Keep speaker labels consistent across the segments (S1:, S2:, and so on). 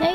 S1: 哎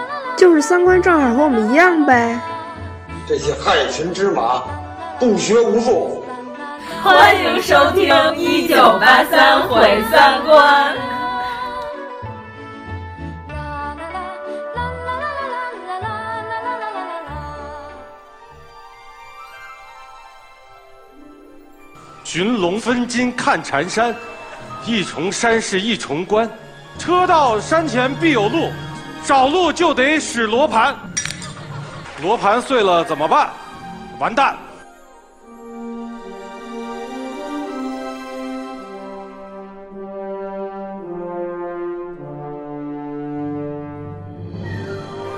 S2: 就是三观正好和我们一样呗。
S3: 这些害群之马，不学无术。
S4: 欢迎收听《一九八三毁三观》。
S5: 寻龙分金看缠山，一重山是一重关。车到山前必有路，找路就得使罗盘。罗盘碎了怎么办？完蛋！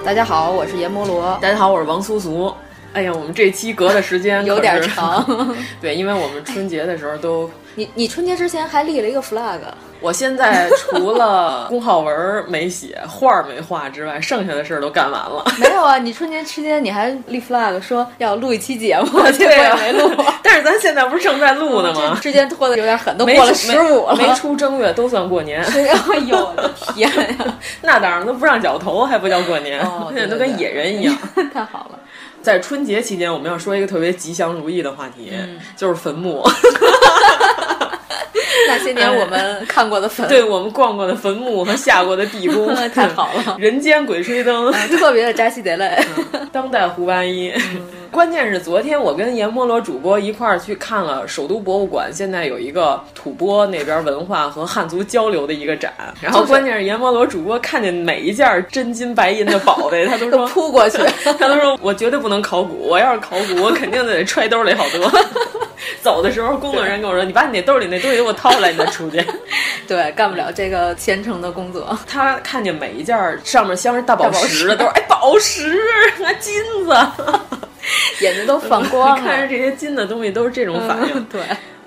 S6: 大家好，我是阎摩罗。
S4: 大家好，我是王苏苏。哎呀，我们这期隔的时 间
S6: 有点 长，
S4: 对，因为我们春节的时候都，
S6: 你你春节之前还立了一个 flag，
S4: 我现在除了公号文没写、画儿没画之外，剩下的事儿都干完了。
S6: 没有啊，你春节期间你还立 flag 说要录一期节目，结
S4: 对啊
S6: 果也 没录。
S4: 但是咱现在不是正在录呢吗？
S6: 之间拖的有点狠，都
S4: 没
S6: 过了
S4: 出
S6: 十五了。
S4: 没 没出正月都算过年。
S6: 哎呦我的天呀！
S4: 那当然，都不让绞头还不叫过年，
S6: 哦
S4: 现在都
S6: 对对
S4: 跟
S6: 对
S4: 野人 一样。
S6: 太好了，
S4: 在春节期间，我们要说一个特别吉祥如意的话题，
S6: 嗯
S4: 就是坟墓。
S6: 那些年我们看过的 粉，，
S4: 哎 对我们逛过的坟墓和下过的地宫
S6: 太好了 嗯
S4: 人间鬼吹灯，
S6: 哎特别的扎西德勒。
S4: 当代胡八一。
S6: 嗯
S4: 关键是昨天我跟阎摩罗主播一块儿去看了首都博物馆，现在有一个吐蕃那边文化和汉族交流的一个 展。然后
S6: 就是
S4: 关键是阎摩罗主播看见每一件真金白银的宝贝，他都
S6: 都
S4: 说
S6: 扑过去，
S4: 他都说我绝对不能考古，我要是考古，我肯定得揣兜里好多。 走的时候，工作人员跟我说：“你把你那兜里那东西给我掏出来，你再出去。
S6: 对，干不了这个虔诚的工作”。
S4: 他看见每一件儿上面镶着大宝
S6: 大宝
S4: 石
S6: 石
S4: 的，都是哎宝石 啊金子，
S6: 眼睛都放光啊
S4: 看着
S6: 了。
S4: 这些金的东西都是这种反应。
S6: 对，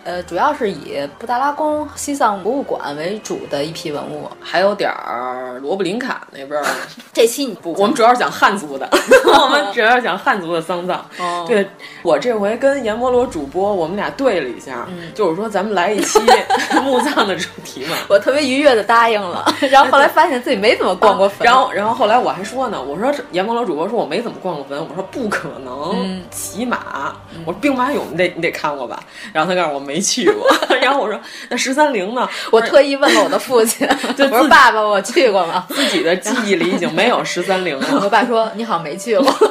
S6: 呃，主要是以布达拉宫西藏博物馆为主的一批文物。
S4: 还有点儿罗布林卡那边儿，
S6: 这期你 不
S4: 我们主要是讲汉族 的，我们主要是讲汉族的丧葬。
S6: 哦
S4: 对我这回跟阎摩罗主播，我们俩对了一下，
S6: 嗯
S4: 就是说咱们来一期 墓葬的主题嘛。
S6: 我特别愉悦的答应 了，然后后来发现自己没怎么逛过坟，
S4: 啊然后，然后后来我还说呢，我说这阎摩罗主播说我没怎么逛过坟，我说不可能，
S6: 嗯
S4: 骑马，我说兵马俑你得你得看过吧，然后他告诉我没去过， 然后我说那十三陵呢？
S6: 我特意问了我的父 亲，
S4: 就自
S6: 我说爸爸，我去过吗？
S4: 自己的记忆里已经没有十三陵了
S6: 我，爸说你好像没去过。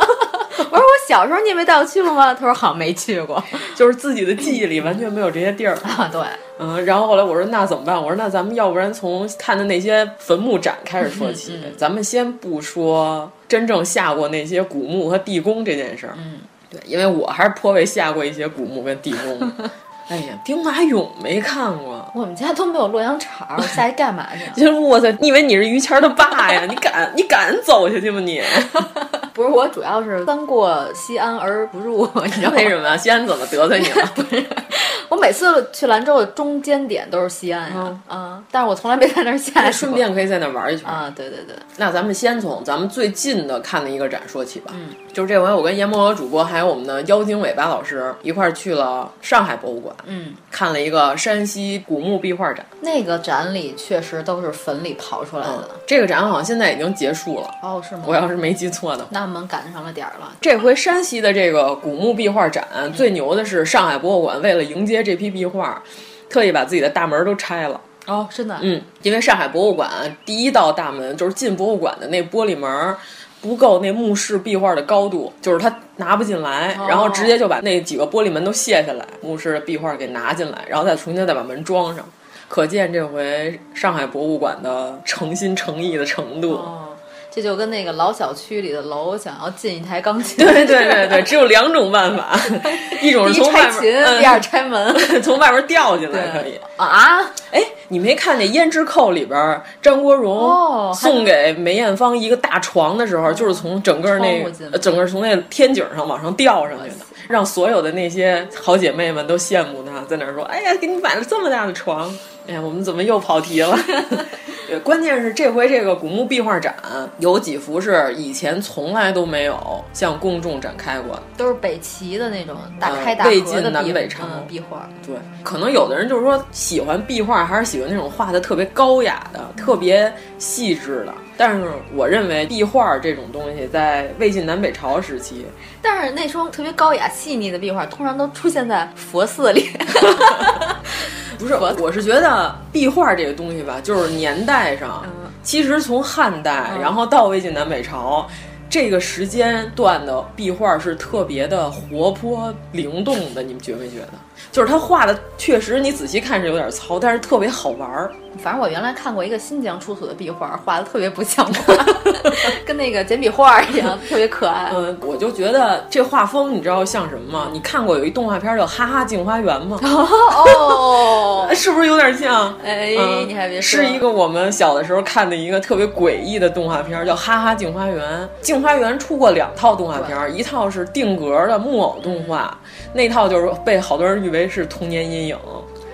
S6: 我说我小时候你也没带我去过吗？他说好像没去过。
S4: 就是自己的记忆里完全没有这些地儿。
S6: 啊，对，
S4: 嗯，然后后来我说那怎么办？我说那咱们要不然从看的那些坟墓展开始说起，咱们先不说真正下过那些古墓和地宫这件事儿。嗯，对，因为我还是颇为下过一些古墓跟地宫的。哎呀，兵马俑没看过。
S6: 我们家都没有洛阳铲儿，下去干嘛去啊？
S4: 就是我操！你以为你是于谦儿的爸呀？你敢你敢走下去吗你？
S6: 不是，我主要是三过西安而不入，你知道吗
S4: 为？什么啊？西安怎么得罪你了？
S6: 我每次去兰州的中间点都是西安呀，啊，但是我从来没在那儿下去过。
S4: 嗯顺便可以在那儿玩一圈。
S6: 啊，对对对，
S4: 那咱们先从咱们最近的看的一个展说起吧。嗯，就是这回我跟阎摩罗主播还有我们的妖精尾巴老师一块儿去了上海博物馆，
S6: 嗯，
S4: 看了一个山西古墓壁画展。
S6: 那个展里确实都是坟里刨出来
S4: 嗯
S6: 的。，
S4: 这个展好像现在已经结束了，
S6: 哦，是吗？
S4: 我要是没记错的话。
S6: 那我们赶上了点儿了。
S4: 这回山西的这个古墓壁画展最牛的是上海博物馆为了迎接这批壁画，特意把自己的大门都拆了。
S6: 哦，真的，
S4: 嗯，因为上海博物馆第一道大门就是进博物馆的那玻璃门儿不够那墓室壁画的高度，就是它拿不进来，
S6: 哦
S4: 然后直接就把那几个玻璃门都卸下来，墓室的壁画给拿进来，然后再重新再把门装上。可见这回上海博物馆的诚心诚意的程度。
S6: 哦，这就跟那个老小区里的楼想要进一台钢琴，
S4: 对对对 对，只有两种办法，一种
S6: 第
S4: 是
S6: 一
S4: 从外
S6: 拆
S4: 面
S6: 琴，
S4: 嗯
S6: 第二拆门。
S4: 从外面掉进来
S6: 对
S4: 可以。
S6: 啊，
S4: 哎，你没看见《胭脂扣》里边儿张国
S6: 哦
S4: 荣
S6: 还哦
S4: 送给梅艳芳一个大床的时候，就是从整个那
S6: 窗户进来
S4: 呃整个从那天井上往上吊上去的，让所有的那些好姐妹们都羡慕她，在那儿说：“哎呀，给你买了这么大的床。”哎呀，我们怎么又跑题 了？对，关键是这回这个古墓壁画展有几幅是以前从来都没有向公众展开过的。
S6: 都是北齐的那种大
S4: 嗯
S6: 开大
S4: 魏
S6: 合
S4: 晋
S6: 的
S4: 南
S6: 壁
S4: 北朝
S6: 嗯壁画，
S4: 对，可能有的人就是说喜欢壁画，还是喜欢那种画的特别高雅的、特别细致的。但是我认为壁画这种东西，在魏晋南北朝时期，
S6: 但是那双特别高雅细腻的壁画，通常都出现在佛寺里。
S4: 不是，我是觉得壁画这个东西吧，就是年代上，
S6: 嗯
S4: 其实从汉代，
S6: 嗯
S4: 然后到魏晋南北朝。这个时间段的壁画是特别的活泼灵动的，你们觉没觉得？就是他画的确实，你仔细看是有点糙，但是特别好玩儿。
S6: 反正我原来看过一个新疆出土的壁画，画的特别不像话， 跟那个简笔画一样，特别可爱。哦
S4: 嗯，我就觉得这画风，你知道像什么吗？你看过有一动画片叫《哈哈镜花园》吗？
S6: 哦，
S4: 是不是有点像？
S6: 哎
S4: 嗯，
S6: 你还别说
S4: 是一个我们小的时候看的一个特别诡异的动画片，叫《哈哈镜花园》。镜花园出过两套动画片，一套是定格的木偶动画，
S6: 嗯
S4: 那套就是被好多人誉为是童年阴影。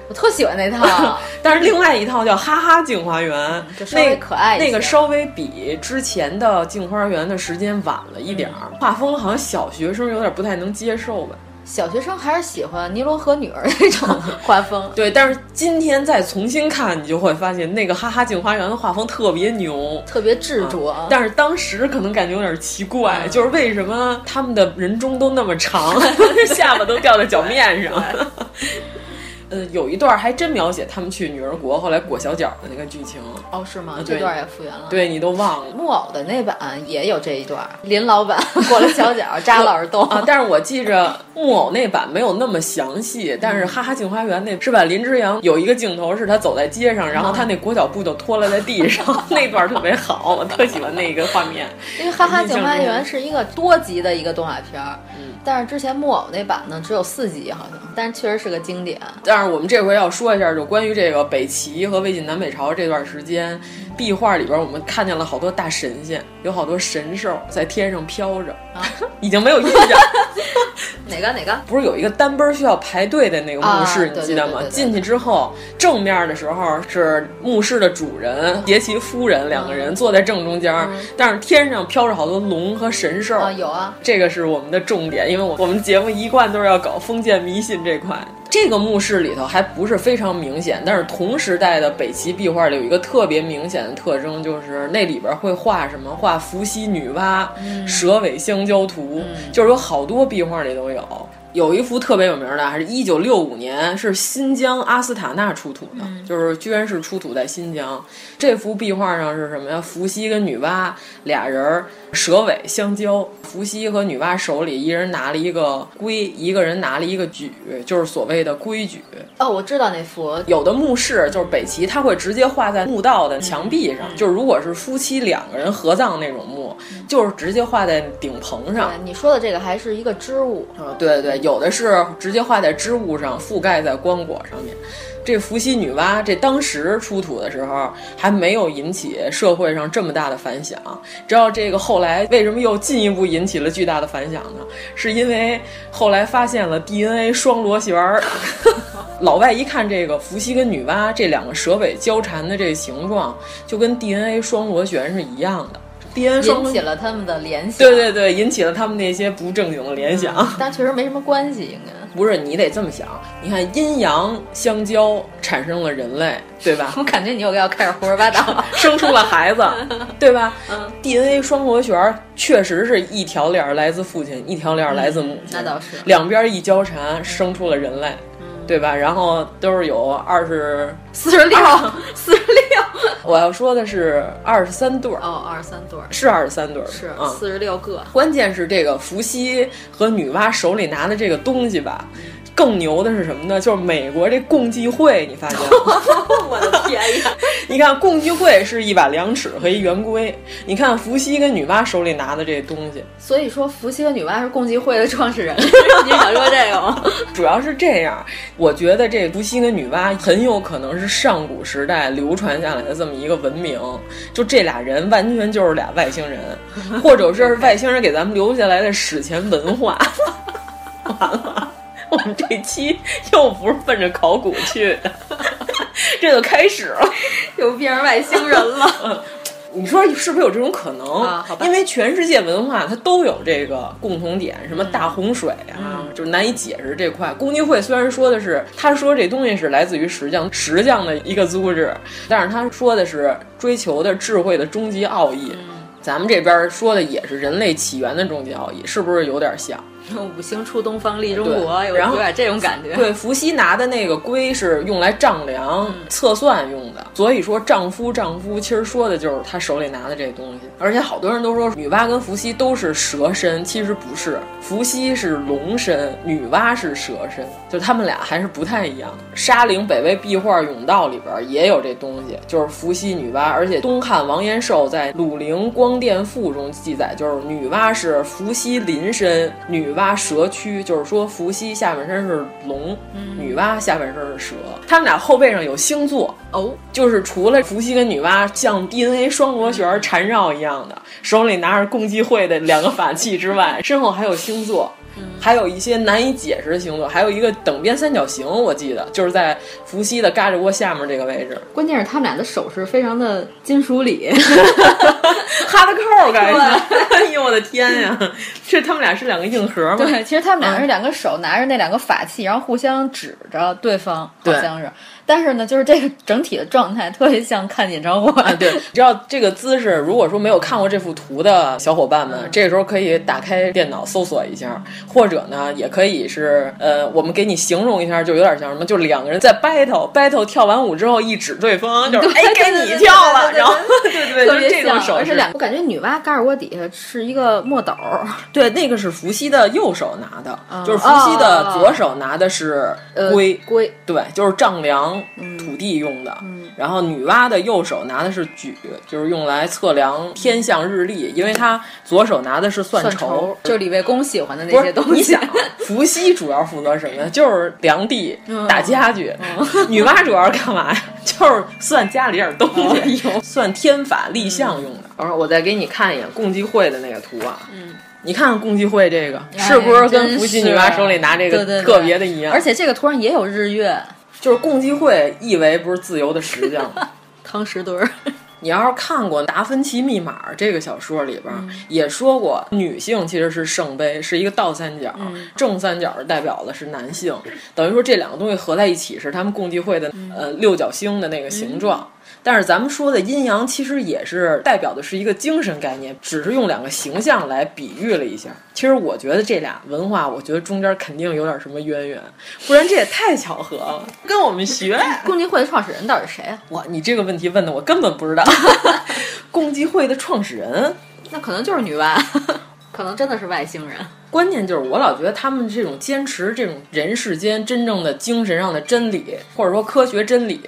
S6: 我特喜欢那套，
S4: 但是另外一套叫《哈哈镜花园》，
S6: 就嗯稍微
S4: 那
S6: 可爱一些
S4: 那个稍微比之前的镜花园的时间晚了一点儿，
S6: 嗯
S4: 画风好像小学生有点不太能接受吧。
S6: 小学生还是喜欢尼罗河女儿那种
S4: 嗯
S6: 画风。
S4: 对，但是今天再重新看，你就会发现那个哈哈镜花园的画风特别牛。啊
S6: 特别执着，
S4: 嗯但是当时可能感觉有点奇怪，
S6: 嗯
S4: 就是为什么他们的人中都那么 长，下巴都掉在脚面上。 呃，有一段还真描写他们去女儿国，后来裹小脚的那个剧情，
S6: 哦是吗
S4: 啊？对
S6: 这段也复原了。，
S4: 对你都忘了。
S6: 木偶的那版也有这一段，林老板 裹了小脚扎了耳洞
S4: 啊！但是我记着木偶那版没有那么详细，但是《哈哈镜花园》那是吧？林之阳有一个镜头是他走在街上，然后他那裹脚布就脱了在地上， 那段特别好，我特喜欢那个画面。
S6: 因为《哈哈警花园》是一个多集的一个动画片儿，
S4: 嗯
S6: 但是之前木偶那版呢只有四集好像，但是确实是个经典。
S4: 但是我们这回要说一下，就关于这个北齐和魏晋南北朝这段时间，壁画里边我们看见了好多大神仙，有好多神兽在天上飘着，
S6: 啊
S4: 已经没有印象。
S6: 哪个哪个？
S4: 不是有一个单杯儿需要排队的那个墓室，
S6: 啊
S4: 你记得吗？
S6: 对对对对对
S4: 进去之后，正面的时候是墓室的主人杰其夫人两个
S6: 嗯
S4: 人坐在正中间儿，但是天上飘着好多龙和神兽。
S6: 啊，有啊，
S4: 这个是我们的重点，因为我我们节目一贯都是要搞封建迷信这块。这个墓室里头还不是非常明显，但是同时代的北齐壁画里有一个特别明显的特征，就是那里边会画什么画伏羲女娲、
S6: 嗯
S4: 蛇尾香蕉图，就是有好多壁画里都有。有一幅特别有名的，还是一九六五年，是新疆阿斯塔纳出土的，就是居然是出土在新疆。这幅壁画上是什么呀？伏羲跟女娲俩人儿蛇尾相交，伏羲和女娲手里一人拿了一个龟，一个人拿了一个矩，就是所谓的龟矩。
S6: 哦，我知道那幅，
S4: 有的墓室就是北齐，它会直接画在墓道的墙壁上，就是如果是夫妻两个人合葬那种墓，就是直接画在顶棚上
S6: 对。你说的这个还是一个织物，
S4: 啊，对对对，有的是直接画在织物上，覆盖在棺椁上面。这伏羲女娲，这当时出土的时候还没有引起社会上这么大的反响。知道这个后来为什么又进一步引起了巨大的反响呢？是因为后来发现了 DNA 双螺旋儿。 老外一看这个伏羲跟女娲这两个蛇尾交缠的这个形状，就跟 DNA 双螺旋是一样的。DNA 双
S6: 引
S4: 螺
S6: 起了他们的联想。
S4: 对对对，引起了他们那些不正经的联想。
S6: 但确实没什么关系，应该。？
S4: 不是，你得这么想，你看阴阳相交产生了人类，对吧
S6: 我感觉你又要开始胡说八道了。
S4: 生出了孩子，对吧、d
S6: 嗯
S4: n a 双螺旋儿确实是一条链儿来自父亲，一条链儿来自母亲，
S6: 那倒是
S4: 两边儿一交缠，生出了人类，
S6: 嗯
S4: 对吧？然后都是有二十，
S6: 四十六，四十六。
S4: 我要说的是二十三对儿，
S6: 哦，二十三对儿，
S4: 是二十三对儿吧，
S6: 是
S4: 嗯
S6: 四十六 个。
S4: 关键是这个伏羲和女娲手里拿的这个东西吧，更牛的是什么呢？就是美国这共济会，你发现吗？
S6: 我的天呀！
S4: 你看共济会是一把量尺和一圆规，你看伏羲跟女娲手里拿的这东西，
S6: 所以说，伏羲和女娲是共济会的创始人， 你是想说这个吗？
S4: 主要是这样，我觉得这伏羲跟女娲很有可能是上古时代流传下来的这么一个文明。就这俩人完全就是俩外星人，或者是外星人给咱们留下来的史前文化。完了，我们这期又不是奔着考古去的，这就开始了。
S6: 又变成外星人 了。
S4: 你说是不是有这种可能？
S6: 啊好吧
S4: 因为全世界文化它都有这个共同点，什
S6: 嗯
S4: 么大洪水啊，就是难以解释这块。共济会虽然说的是，他说这东西是来自于石匠，石匠的一个组织，但是他说的是追求的智慧的终极奥义。
S6: 嗯
S4: 咱们这边说的也是人类起源的终极奥义，是不是有点像？
S6: 五星出东方利中国，
S4: 对
S6: 有
S4: 然后
S6: 有点这种感觉。嗯
S4: 对，伏羲拿的那个龟是用来丈量、测算用的，所以说丈夫丈夫其实说的就是他手里拿的这东西。而且好多人都说女娲跟伏羲都是蛇身，其实不是，伏羲是龙身，女娲是蛇身，就他们俩还是不太一样。沙岭北魏壁画甬道里边也有这东西，就是伏羲女娲。而且东汉王延寿在《鲁陵光殿赋》中记载，就是女娲是伏羲临身，女娲蛇躯，就是说伏羲下半身是龙，女娲下半身是蛇。他们俩后背上有星座，
S6: 哦，
S4: 就是除了伏羲跟女娲像 DNA 双螺旋缠绕一样的，手里拿着共济会的两个法器之外，身后还有星座。还有一些难以解释的星座，还有一个等边三角形，我记得就是在伏羲的嘎吱窝下面这个位置，
S6: 关键是他们俩的手势非常的金属礼，
S4: 哈的扣感觉，哎呦我的天呀！这他们俩是两个硬核吗？
S6: 对，其实他
S4: 嗯
S6: 们俩是两个手拿着那两个法器，然后互相指着对方，好
S4: 对
S6: 像是。但是呢，就是这个整体的状态特别像看演唱会。
S4: 啊，对，你知道这个姿势，如果说没有看过这幅图的小伙伴们，这个时候可以打开电脑搜索一下，或者呢，也可以是呃，我们给你形容一下，就有点像什么，就两个人在 battle battle 跳完舞之后一指对方，就是哎
S6: 对
S4: 该
S6: 对对
S4: 你跳了，
S6: 对对对
S4: 然后对对对，
S6: 特
S4: 就是
S6: 别
S4: 这
S6: 像
S4: 种，手
S6: 而
S4: 势
S6: 且，两，我感觉女娲盖儿窝底下是一个墨斗儿，
S4: 对，那个是伏羲的右手拿的，就是伏羲
S6: 哦哦
S4: 的
S6: 哦
S4: 左手拿的是
S6: 呃，
S4: 龟，
S6: 龟，
S4: 对，就是丈量土地用的。然后女娲的右手拿的是矩，就是用来测量天象日历，因为她左手拿的是算
S6: 算
S4: 筹
S6: 筹。，就是李卫公喜欢的那
S4: 不
S6: 些
S4: 是
S6: 东西。
S4: 你想， 伏羲主要负责什么呀？ 就是量地、打家具。女娲主要是干嘛呀？就是算家里点东西，算天法立项用的。然后嗯哦我再给你看一眼共济会的那个图啊。嗯。你看看共济会这
S6: 哎
S4: 个是不是啊跟伏羲、女娲手里拿这
S6: 对
S4: 个
S6: 对对
S4: 特别的一样？
S6: 而且这个图上也有日月、
S4: 就是共济会意为不是自由的石匠吗？
S6: 汤石墩儿，
S4: 你要是看过《达芬奇密码》这个小说里边，也说过女性其实是圣杯，是一个倒三角，正三角代表的是男性，等于说这两个东西合在一起是他们共济会的呃六角星的那个形状。但是咱们说的阴阳其实也是代表的是一个精神概念，只是用两个形象来比喻了一下。其实我觉得这俩文化，我觉得中间肯定有点什么渊源，不然这也太巧合了，跟我们学。
S6: 共济会的创始人到底是谁啊？
S4: 哇，你这个问题问的我根本不知道。 共济会的创始人，
S6: 那可能就是女娲，可能真的是外星人。
S4: 关键就是我老觉得他们这种坚持这种人世间真正的精神上的真理，或者说科学真理，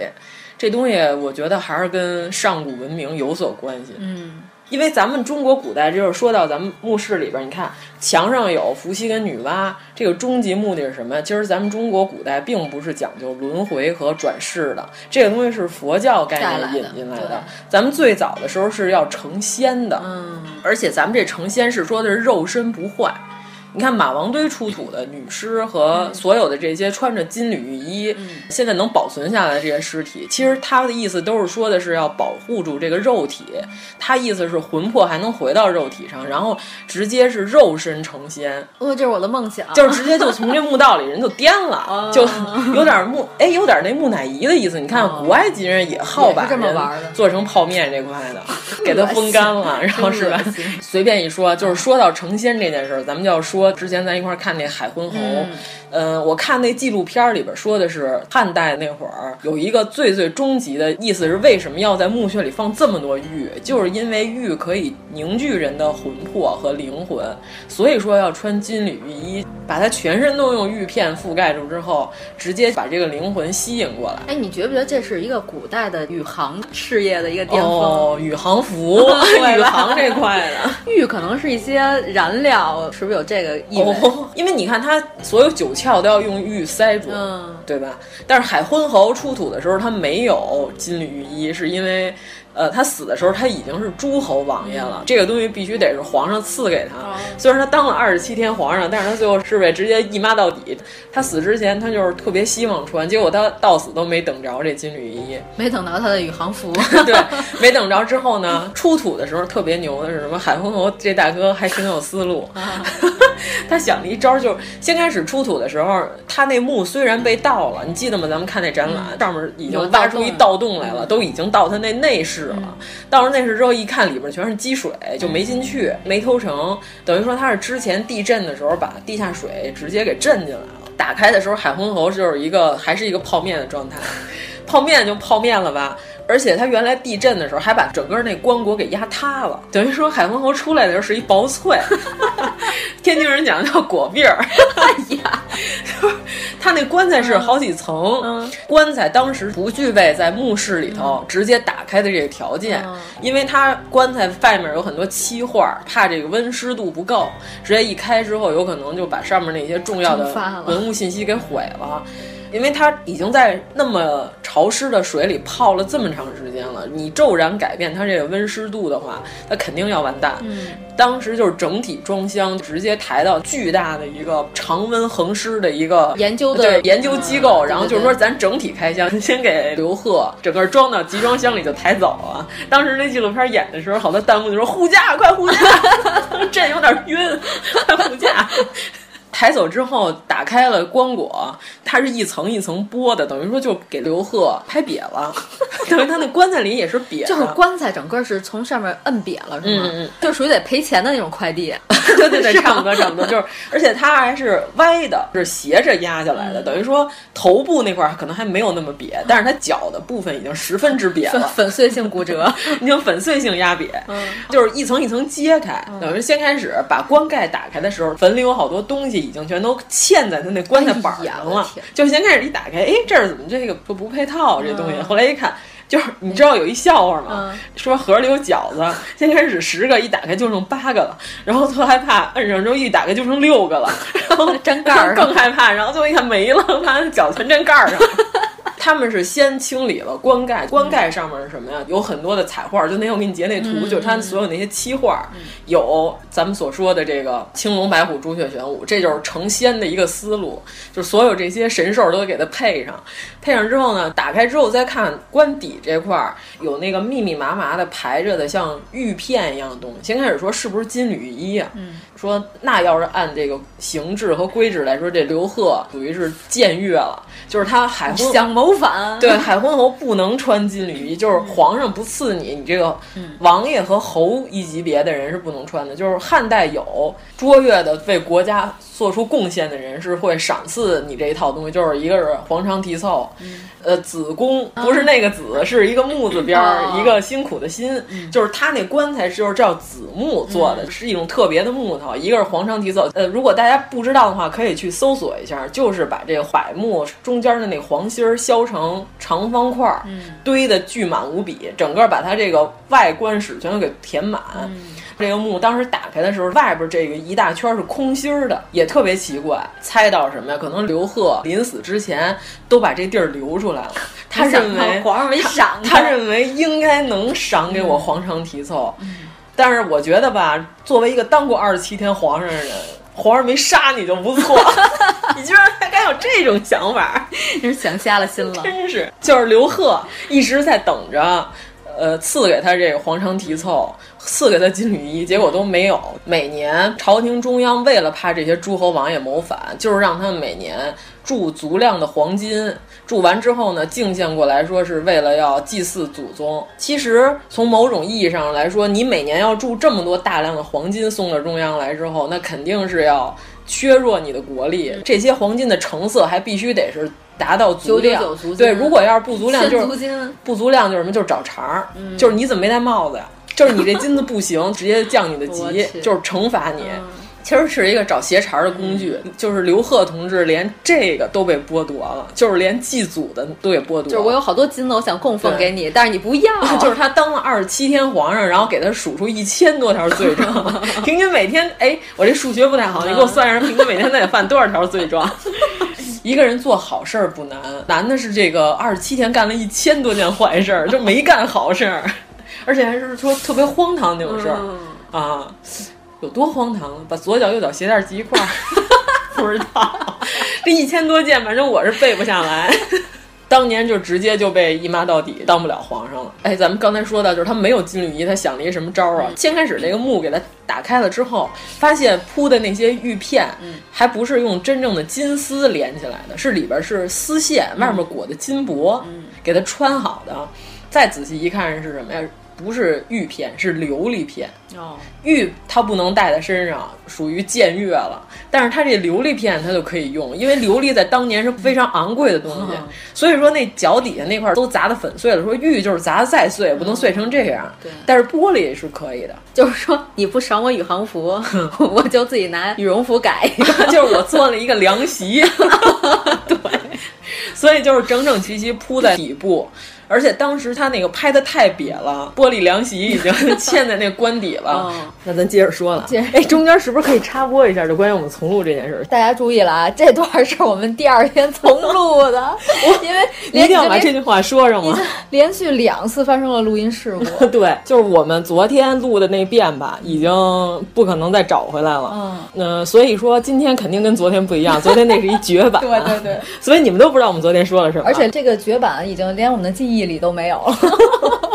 S4: 这东西我觉得还是跟上古文明有所关系。
S6: 嗯，
S4: 因为咱们中国古代，就是说到咱们墓室里边儿，你看墙上有伏羲跟女娲，这个终极目的是什么？其实咱们中国古代并不是讲究轮回和转世的，这个东西是佛教概
S6: 带来
S4: 念
S6: 的
S4: 引进来
S6: 对
S4: 的。咱们最早的时候是要成仙的，
S6: 嗯，
S4: 而且咱们这成仙是说的是肉身不坏。你看马王堆出土的女尸和所有的这些穿着金缕玉衣，
S6: 嗯
S4: 现在能保存下来的这些尸体，其实他的意思都是说的是要保护住这个肉体，他意思是魂魄还能回到肉体上，然后直接是肉身成仙，
S6: 哦，这是我的梦想，
S4: 就是直接就从这墓道里人就颠
S6: 哦
S4: 了，就有点木 哎，有点那木乃伊的意思。你看古埃及人也好把
S6: 哦也是这么
S4: 人
S6: 玩儿的
S4: 做成泡面这块 的，给它风干了，然后是吧
S6: 真恶心？
S4: 随便一说，
S6: 嗯
S4: 就是说到成仙这件事儿，咱们就要说之前咱一块儿看那海昏侯，嗯、我看那纪录片儿里边说的是汉代那会儿有一个最最终极的意思是为什么要在墓穴里放这么多玉，就是因为玉可以凝聚人的魂魄和灵魂，所以说要穿金缕玉衣。把他全身都用玉片覆盖住之后，直接把这个灵魂吸引过来。
S6: 哎，你觉不觉得这是一个古代的宇航事业的一个巅峰？，
S4: 哦，宇航服
S6: 对
S4: 宇
S6: 吧
S4: 航这块的。
S6: 玉可能是一些燃料，是不是有这个意味？
S4: 哦，因为你看它所有九窍都要用玉塞住，
S6: 嗯
S4: 对吧？但是海昏侯出土的时候，他没有金缕玉衣，是因为，呃，他死的时候他已经是诸侯王爷了，这个东西必须得是皇上赐给他。虽然他当了二十七天皇上，但是他最后是被直接一妈到底。他死之前，他就是特别希望穿，结果他到死都没等着这金缕玉衣。
S6: 没等到他的宇航服，
S4: 对，没等着之后呢，出土的时候特别牛的是什么？海昏侯这大哥还挺有思路，
S6: 啊
S4: 他想了一招，就是先开始出土的时候，他那墓虽然被盗了，你记得吗？咱们看那展览，上面已
S6: 嗯有
S4: 经挖
S6: 盗
S4: 出一
S6: 洞嗯
S4: 盗洞来了，都已经到他那内室了。到了内室之后，一看里边全是积水，就
S6: 嗯
S4: 没进去，没偷成，等于说他是之前地震的时候把地下水直接给震进来了。打开的时候，海昏侯就是一个还是一个泡面的状态，泡面就泡面了吧。而且他原来地震的时候还把整个那棺椁给压塌了，等于说海昏侯出来的时候是一薄 脆，天津人讲叫果篦儿。哎呀， 他那棺材是好几层，
S6: 嗯
S4: 棺材当时不具备在墓室里头直接打开的这个条件，
S6: 嗯
S4: 因为它棺材外面有很多漆画，怕这个温湿度不够，直接一开之后有可能就把上面那些重要的
S6: 蒸发了
S4: 文物信息给毁了。因为它已经在那么潮湿的水里泡了这么长时间了，你骤然改变它这个温湿度的话，它肯定要完蛋。
S6: 嗯
S4: 当时就是整体装箱直接抬到巨大的一个常温恒湿的一个
S6: 研究的
S4: 对研究机构，
S6: 嗯
S4: 然后
S6: 对对
S4: 就是说
S6: 对
S4: 咱整体开箱，先给刘贺整个装到集装箱里就抬走了。当时那纪录片演的时候，好多弹幕就说护驾，快护驾， 朕有点晕，快护驾。抬走之后，打开了棺椁，它是一层一层剥的，等于说就给刘贺拍瘪了， 等于他那棺材里也是瘪的，
S6: 就是棺材整个是从上面摁瘪了，是吗？
S4: 嗯嗯
S6: 就属于得赔钱的那种快递。
S4: 对对对，
S6: 是吧
S4: 差不多差不多，就是，而且它还是歪的，是斜着压下来的，等于说头部那块儿可能还没有那么瘪，但是它脚的部分已经十分之瘪
S6: 粉
S4: 了，
S6: 粉碎性骨折，
S4: 已经粉碎性压瘪，
S6: 嗯
S4: 就是一层一层揭开，等于先开始把棺盖打开的时候，坟里有好多东西已经全都嵌在它那棺材板
S6: 哎呀
S4: 上
S6: 我
S4: 了，
S6: 天
S4: 就先开始一打开，哎，这儿怎么这个不不配套啊这东西？后来一看。就是你知道有一笑话吗？
S6: 嗯
S4: 说盒里有饺子，先开始十个，一打开就剩八个了，然后特害怕，摁上之后一打开就剩六 个了，然后
S6: 粘盖 儿上
S4: 更害怕，然后最后一看没了，妈的脚全粘盖儿上了。他们是先清理了棺盖，棺盖上面是什么呀？有很多的彩画，就那天我给你截那图，就是它所有那些漆画，有咱们所说的这个青龙白虎朱雀玄武，这就是成仙的一个思路，就是所有这些神兽都给它配上，配上之后呢，打开之后再看棺底这块儿有那个密密麻麻的排着的像玉片一样的东西。先开始说是不是金缕衣啊？嗯，说那要是按这个形制和规制来说，这刘贺属于是僭越了，就是他海昏
S6: 想谋反，
S4: 对，海昏侯不能穿金缕衣，就是皇上不赐你，你这个王爷和侯一级别的人是不能穿的。就是汉代有卓越的为国家做出贡献的人是会赏赐你这一套东西，就是一个是黄肠题凑，呃，子宫不是那个子，是一个木字边儿，
S6: 哦
S4: 一个辛苦的辛，就是他那棺材就是叫子木做的，是一种特别的木头，一个是黄肠题凑，呃，如果大家不知道的话，可以去搜索一下，就是把这个柏木中间的那黄芯儿削成长方块儿，堆的巨满无比，整个把它这个外观室全都给填满。这个墓当时打开的时候，外边这个一大圈是空心儿的，也特别奇怪。猜到什么呀？可能刘贺临死之前都把这地儿留出来了，他认为
S6: 皇上没赏
S4: 他认为应该能赏给我皇城题凑，但是我觉得吧，作为一个当过二十七天皇上的人，皇上没杀你就不错，你居然还敢有这种想法，
S6: 真是想瞎了心了。
S4: 真是就是刘贺一直在等着。呃，赐给他这个皇城题凑，赐给他金缕衣，结果都没有。每年朝廷中央为了怕这些诸侯王爷谋反，就是让他们每年铸足量的黄金，铸完之后呢，敬献过来说是为了要祭祀祖宗。其实从某种意义上来说，你每年要铸这么多大量的黄金送到中央来之后，那肯定是要削弱你的国
S6: 嗯
S4: 力。这些黄金的成色还必须得是达到足量。
S6: 999足金
S4: 对，如果要是不足 量，就
S6: 千足
S4: 是
S6: 金
S4: 不足量就是什么，就是找茬儿，
S6: 嗯
S4: 就是你怎么没戴帽子呀？就是你这金子不行，直接降你的
S6: 我
S4: 级
S6: 去，嗯
S4: 就是惩罚你。其实是一个找鞋茬儿的工具，就是刘鹤同志连这个都被剥夺了，就是连祭祖的都给剥夺了。，
S6: 就是我有好多金子，我想供奉给你，但是你不要
S4: 就是他当了二十七天皇上，然后给他数出一千多条罪状，平均每天，哎，我这数学不太好，你给我算算，平均每天他得犯多少条罪状？一个人做好事儿不难，难的是这个二十七天干了一千多件坏事儿，就没干好事儿， 而且还是说特别荒唐那种事儿、
S6: 嗯
S4: 啊，有多荒唐？把左脚右脚鞋带系一块儿， 不知道 这一千多件，反正我是背不下来。 当年就直接就被姨妈到底，当不了皇上了。哎，咱们刚才说到，就是他没有金缕衣，他想了一什么招儿啊？先开始这个幕给他打开了之后，发现铺的那些玉片，还不是用真正的金丝连起来的，是里边是丝线，外面裹的金箔，给他穿好的。再仔细一看是什么呀？不是玉片，是琉璃片。
S6: 哦，
S4: 玉它不能戴在身上，啊属于僭越了。但是它这琉璃片它就可以用，因为琉璃在当年是非常昂贵的东西，
S6: 嗯
S4: 所以说那脚底下那块儿都砸得粉碎了。说玉就是砸得再碎，不能碎成这样。
S6: 对
S4: 但是玻璃是可以的。
S6: 就是说你不赏我宇航服， 我就自己拿羽绒服改一个。
S4: 就是我做了一个凉席，对，所以就是整整齐齐铺在底部。而且当时他那个拍的太瘪了，玻璃凉席已经嵌在那棺底了。
S6: 哦
S4: 那咱接着说了
S6: 接着，
S4: 哎，中间是不是可以插播一下，就关于我们从录这件事儿？
S6: 大家注意了啊，这段是我们第二天重录 的，因为
S4: 一
S6: 连
S4: 定要把这
S6: 连
S4: 句话说上吗？
S6: 连续两次发生了录音事故。
S4: 对，就是我们昨天录的那遍吧，已经不可能再找回来了。嗯、所以说今天肯定跟昨天不一样，昨天那是一绝版。 啊
S6: 对对对，
S4: 所以你们都不知道我们昨天说了什么。啊
S6: 而且这个绝版已经连我们的记忆里都没有了，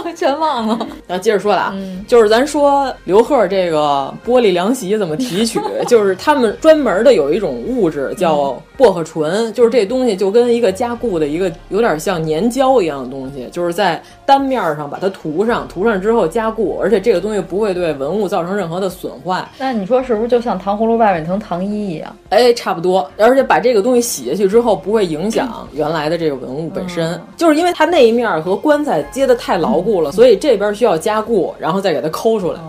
S6: 全忘了。
S4: 然后接着说了啊，就是咱说刘贺这个玻璃凉席怎么提取，就是他们专门的有一种物质叫薄荷醇，就是这东西就跟一个加固的一个有点像粘胶一样的东西，就是在单面上把它涂上，涂上之后加固，而且这个东西不会对文物造成任何的损坏。
S6: 那你说是不是就像糖葫芦外面层糖衣一样？
S4: 哎，差不多，而且把这个东西洗下去之后，不会影响原来的这个文物本身，就是因为它那一面儿和棺材接的太牢固了，所以这边需要加固，然后再给它抠出来。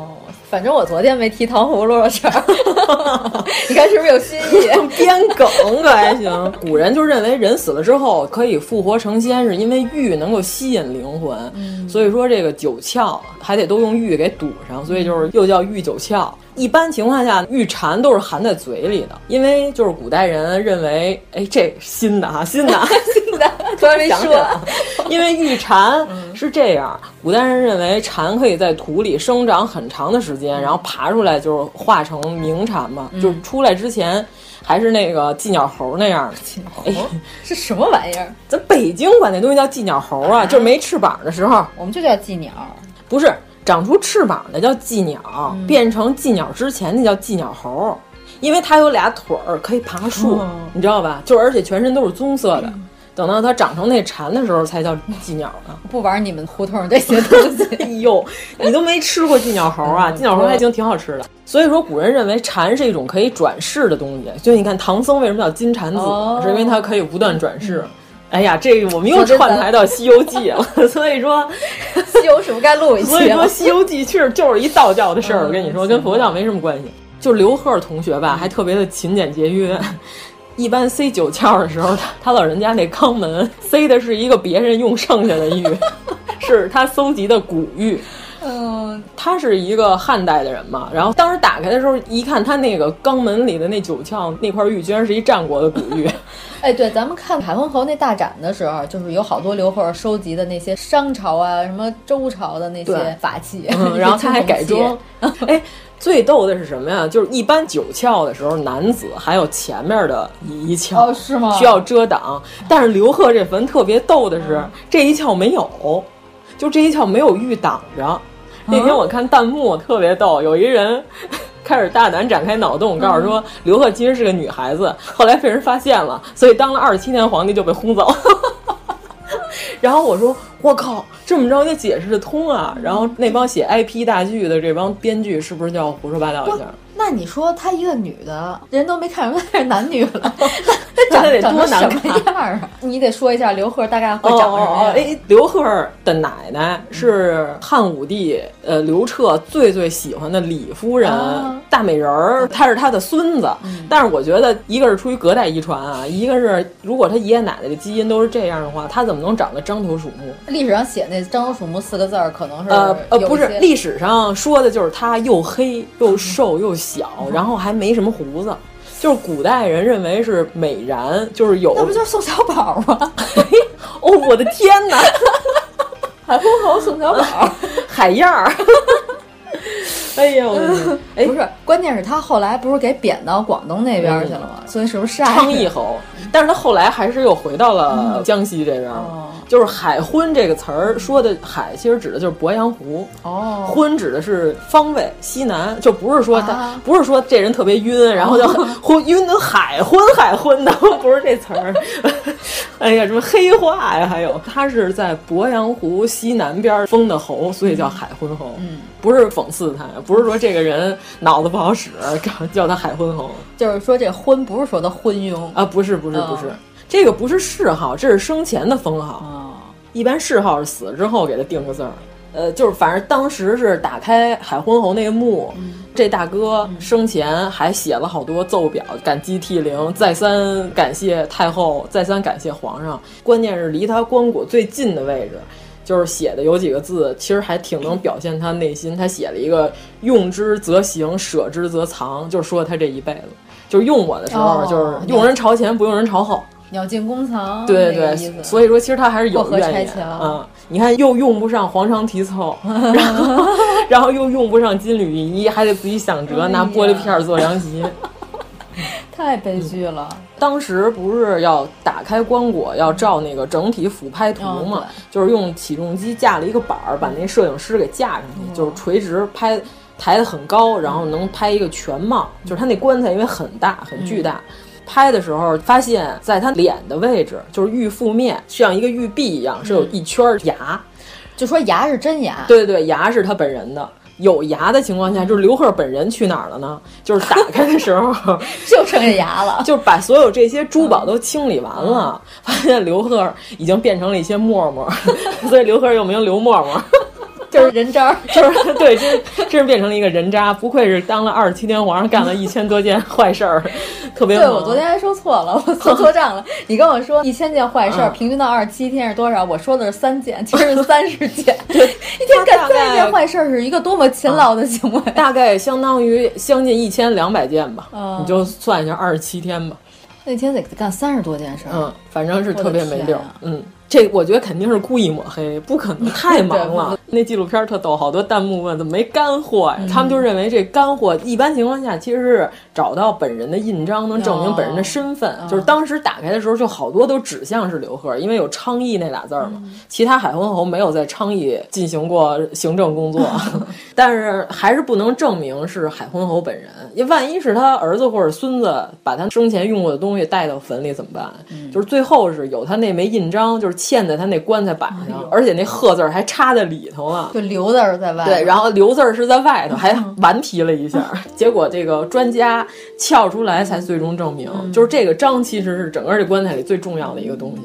S6: 反正我昨天没提糖葫芦的事儿， 你看是不是有新意？
S4: 编梗可还行。古人就认为人死了之后可以复活成仙，是因为玉能够吸引灵魂，所以说这个九窍啊还得都用玉给堵上，所以就是又叫玉九窍。一般情况下，玉蝉都是含在嘴里的，因为就是古代人认为，哎，这新的哈、新的啊，
S6: 突然没
S4: 想起
S6: 说
S4: 来，了，因为玉蝉是这样，古代人认为蝉可以在土里生长很长的时间，然后爬出来就是化成鸣蝉嘛，就是出来之前还是那个寄鸟猴那样的。哎，
S6: 是什么玩意儿？
S4: 咱北京管那东西叫寄鸟猴啊，就是没翅膀的时候，
S6: 我们就叫寄鸟。
S4: 不是长出翅膀的叫寄鸟，变成寄鸟之前那叫寄鸟猴，因为它有俩腿儿可以爬树，你知道吧？就是而且全身都是棕色的。等到它长成那蝉的时候，才叫寄鸟呢。
S6: 不玩你们胡同这些东西，
S4: 哎呦， 你都没吃过金鸟猴啊？金鸟猴还行，挺好吃的。所以说，古人认为蝉是一种可以转世的东西。所以你看，唐僧为什么叫金蝉子，
S6: 哦
S4: 是因为它可以不断转世。哎呀，这个我们又
S6: 说真的
S4: 串台到《西游记》了。 所以说，
S6: 西游是不是该录一
S4: 所以
S6: 期
S4: 说《
S6: 了？
S4: 西游记》确实就是一道教的事儿，我跟你说，跟佛教没什么关系。就刘贺同学吧，还特别的勤俭节约。 一般塞九窍的时候，他他老人家那肛门塞的是一个别人用剩下的玉，是他搜集的古玉。
S6: 嗯，
S4: 他是一个汉代的人嘛，然后当时打开的时候一看，他那个肛门里的那九窍那块玉，居然是一战国的古玉。
S6: 哎，对，咱们看海昏侯那大展的时候，就是有好多刘贺收集的那些商朝啊、什么周朝的那
S4: 对
S6: 些法器，。
S4: 嗯， 然后他还改装 哎，最逗的是什么呀？就是一般九窍的时候，男子还有前面的一窍、
S6: 哦是吗
S4: 嗯需要遮挡，但是刘贺这坟特别逗的是，这一窍没有，就这一窍没有玉挡着。那天我看弹幕特别逗，有一人。 开始大胆展开脑洞，告诉说刘贺其实是个女孩子，后来被人发现了，所以当了二十七天皇帝就被轰走。 然后我说我靠，这么着也解释得通啊。然后那帮写 IP 大剧的这帮编剧是不是就要胡说八道一下？
S6: 那你说她一个女的，人都没看出来是男女 了，
S4: 这得
S6: 那长
S4: 多难
S6: 成什么
S4: 看！
S6: 样儿啊？你得说一下刘贺大概会
S4: 哦
S6: 长什么
S4: 哦
S6: 样。
S4: 哎，刘贺的奶奶是汉武帝呃刘彻最最喜欢的李夫人
S6: 啊嗯
S4: 大美人儿，他是他的孙子。但是我觉得，一个是出于隔代遗传啊，一个是如果他爷爷奶奶的基因都是这样的话，他怎么能长得獐头鼠目？
S6: 历史上写那“张头鼠目”四个字儿，可能是
S4: 呃呃，不是，
S6: 有一些嗯
S4: 历史上说的就是他又黑又瘦又小，然后还没什么胡子。就是古代人认为是美然，就是有
S6: 那不就是宋小 宝吗？
S4: 哦，我的天哪！
S6: 海昏侯宋 小宝，
S4: 海燕儿。 哎呀，我的天 哎
S6: 不，是，关键是他后来不是给贬到广东那边
S4: 嗯
S6: 去了吗？所以是不是晒
S4: 昌邑侯， 但是他后来还是又回到了江西这边儿。
S6: 哦
S4: 就是海昏这个词儿说的海，其实指的就是鄱阳湖。
S6: 哦
S4: 昏指的是方位西南，就不是说他、
S6: 啊
S4: 不是说这人特别晕，然后就昏晕的海昏海昏的，不是这词儿。 哎呀，什么黑话呀？还有他是在鄱阳湖西南边封的侯，所以叫海昏侯。嗯，不是讽刺他，不是说这个人脑子不好使， 叫叫他海昏侯。
S6: 就是说这昏不是说他昏庸
S4: 啊，不是不是
S6: 嗯
S4: 不是，这个不是谥号，这是生前的封号。
S6: 啊，
S4: 一般谥号是死了之后给他定个字儿。呃，就是反正当时是打开海昏侯那个墓，这大哥生前还写了好多奏表，感激涕零，再三感谢太后，再三感谢皇上。关键是离他棺椁最近的位置。就是写的有几个字，其实还挺能表现他内心。他写了一个“用之则行，舍之则藏”，就是说他这一辈子，就是用我的时候，
S6: 哦
S4: 就是用人朝前，不用人朝后。
S6: 鸟尽弓藏，
S4: 对
S6: 那个
S4: 对
S6: 意思，
S4: 所以说其实他还是有
S6: 过河
S4: 怨
S6: 拆
S4: 言
S6: 桥
S4: 啊。你看，又用不上黄肠题 凑，然后然后又用不上金缕玉衣，还得自己想辙，
S6: 哎
S4: 拿玻璃片儿做凉席。
S6: 太悲剧了。
S4: 当时不是要打开棺椁，要照那个整体俯拍图嘛
S6: 哦，
S4: 就是用起重机架了一个板儿，把那摄影师给架上去，就是垂直拍，抬得很高，然后能拍一个全貌。就是他那棺材因为很大，很巨大。拍的时候发现，在他脸的位置，就是玉腹面，像一个玉臂一样，是有一圈儿牙。
S6: 就说牙是真牙，
S4: 对对，牙是他本人的。有牙的情况下，就是刘贺本人去哪儿了呢？就是打开的时候，
S6: 就剩下牙了。
S4: 就是把所有这些珠
S6: 嗯
S4: 宝都清理完了， 发现刘贺已经变成了一些沫沫， 所以刘贺又名刘沫沫，
S6: 就是人 渣儿，
S4: 就是对，真真是变成了一个人渣，不愧是当了二十七天皇上，干了一千多件坏事儿，特别
S6: 对
S4: 忙
S6: 我昨天还说错 了，我算错账了。你跟我说一千件坏事儿，
S4: 嗯
S6: 平均到二十七天是多少？我说的是三件，其 实是三十件。 一天干
S4: 大概
S6: 三十件坏事儿是一个多么勤劳的行为！
S4: 大概相当于将近一千两百件吧，
S6: 嗯
S4: 你就算一下二十七天吧，
S6: 那天得干三十多件事儿，
S4: 嗯，反正是特别没溜
S6: 我的天
S4: 儿
S6: 啊，
S4: 嗯。这我觉得肯定是故意抹黑，不 可能太忙
S6: 对不嗯
S4: 了。那纪录片儿特逗，好多弹幕问怎么没干货呀？他们就认为这干货一般情况下其实是找到本人的印章，能
S6: 哦
S4: 证明本人的身份。就是当时打开的时候，就好多都指向是刘贺，因为有昌邑那俩字儿嘛。其他海昏侯没有在昌邑进行过行政工作， 但是还是不能证明是海昏侯本人。因为万一是他儿子或者孙子把他生前用过的东西带到坟里怎么办？就是最后是有他那枚印章，就是嵌在他那棺材板上，而且那贺字儿还插在里头了。
S6: 就留字儿在外面。
S4: 对，然后刘字儿是在外头，还顽皮了一下儿，结果这个专家撬出来，才最终证明，就是这个章其实是整个这棺材里最重要的一个东西。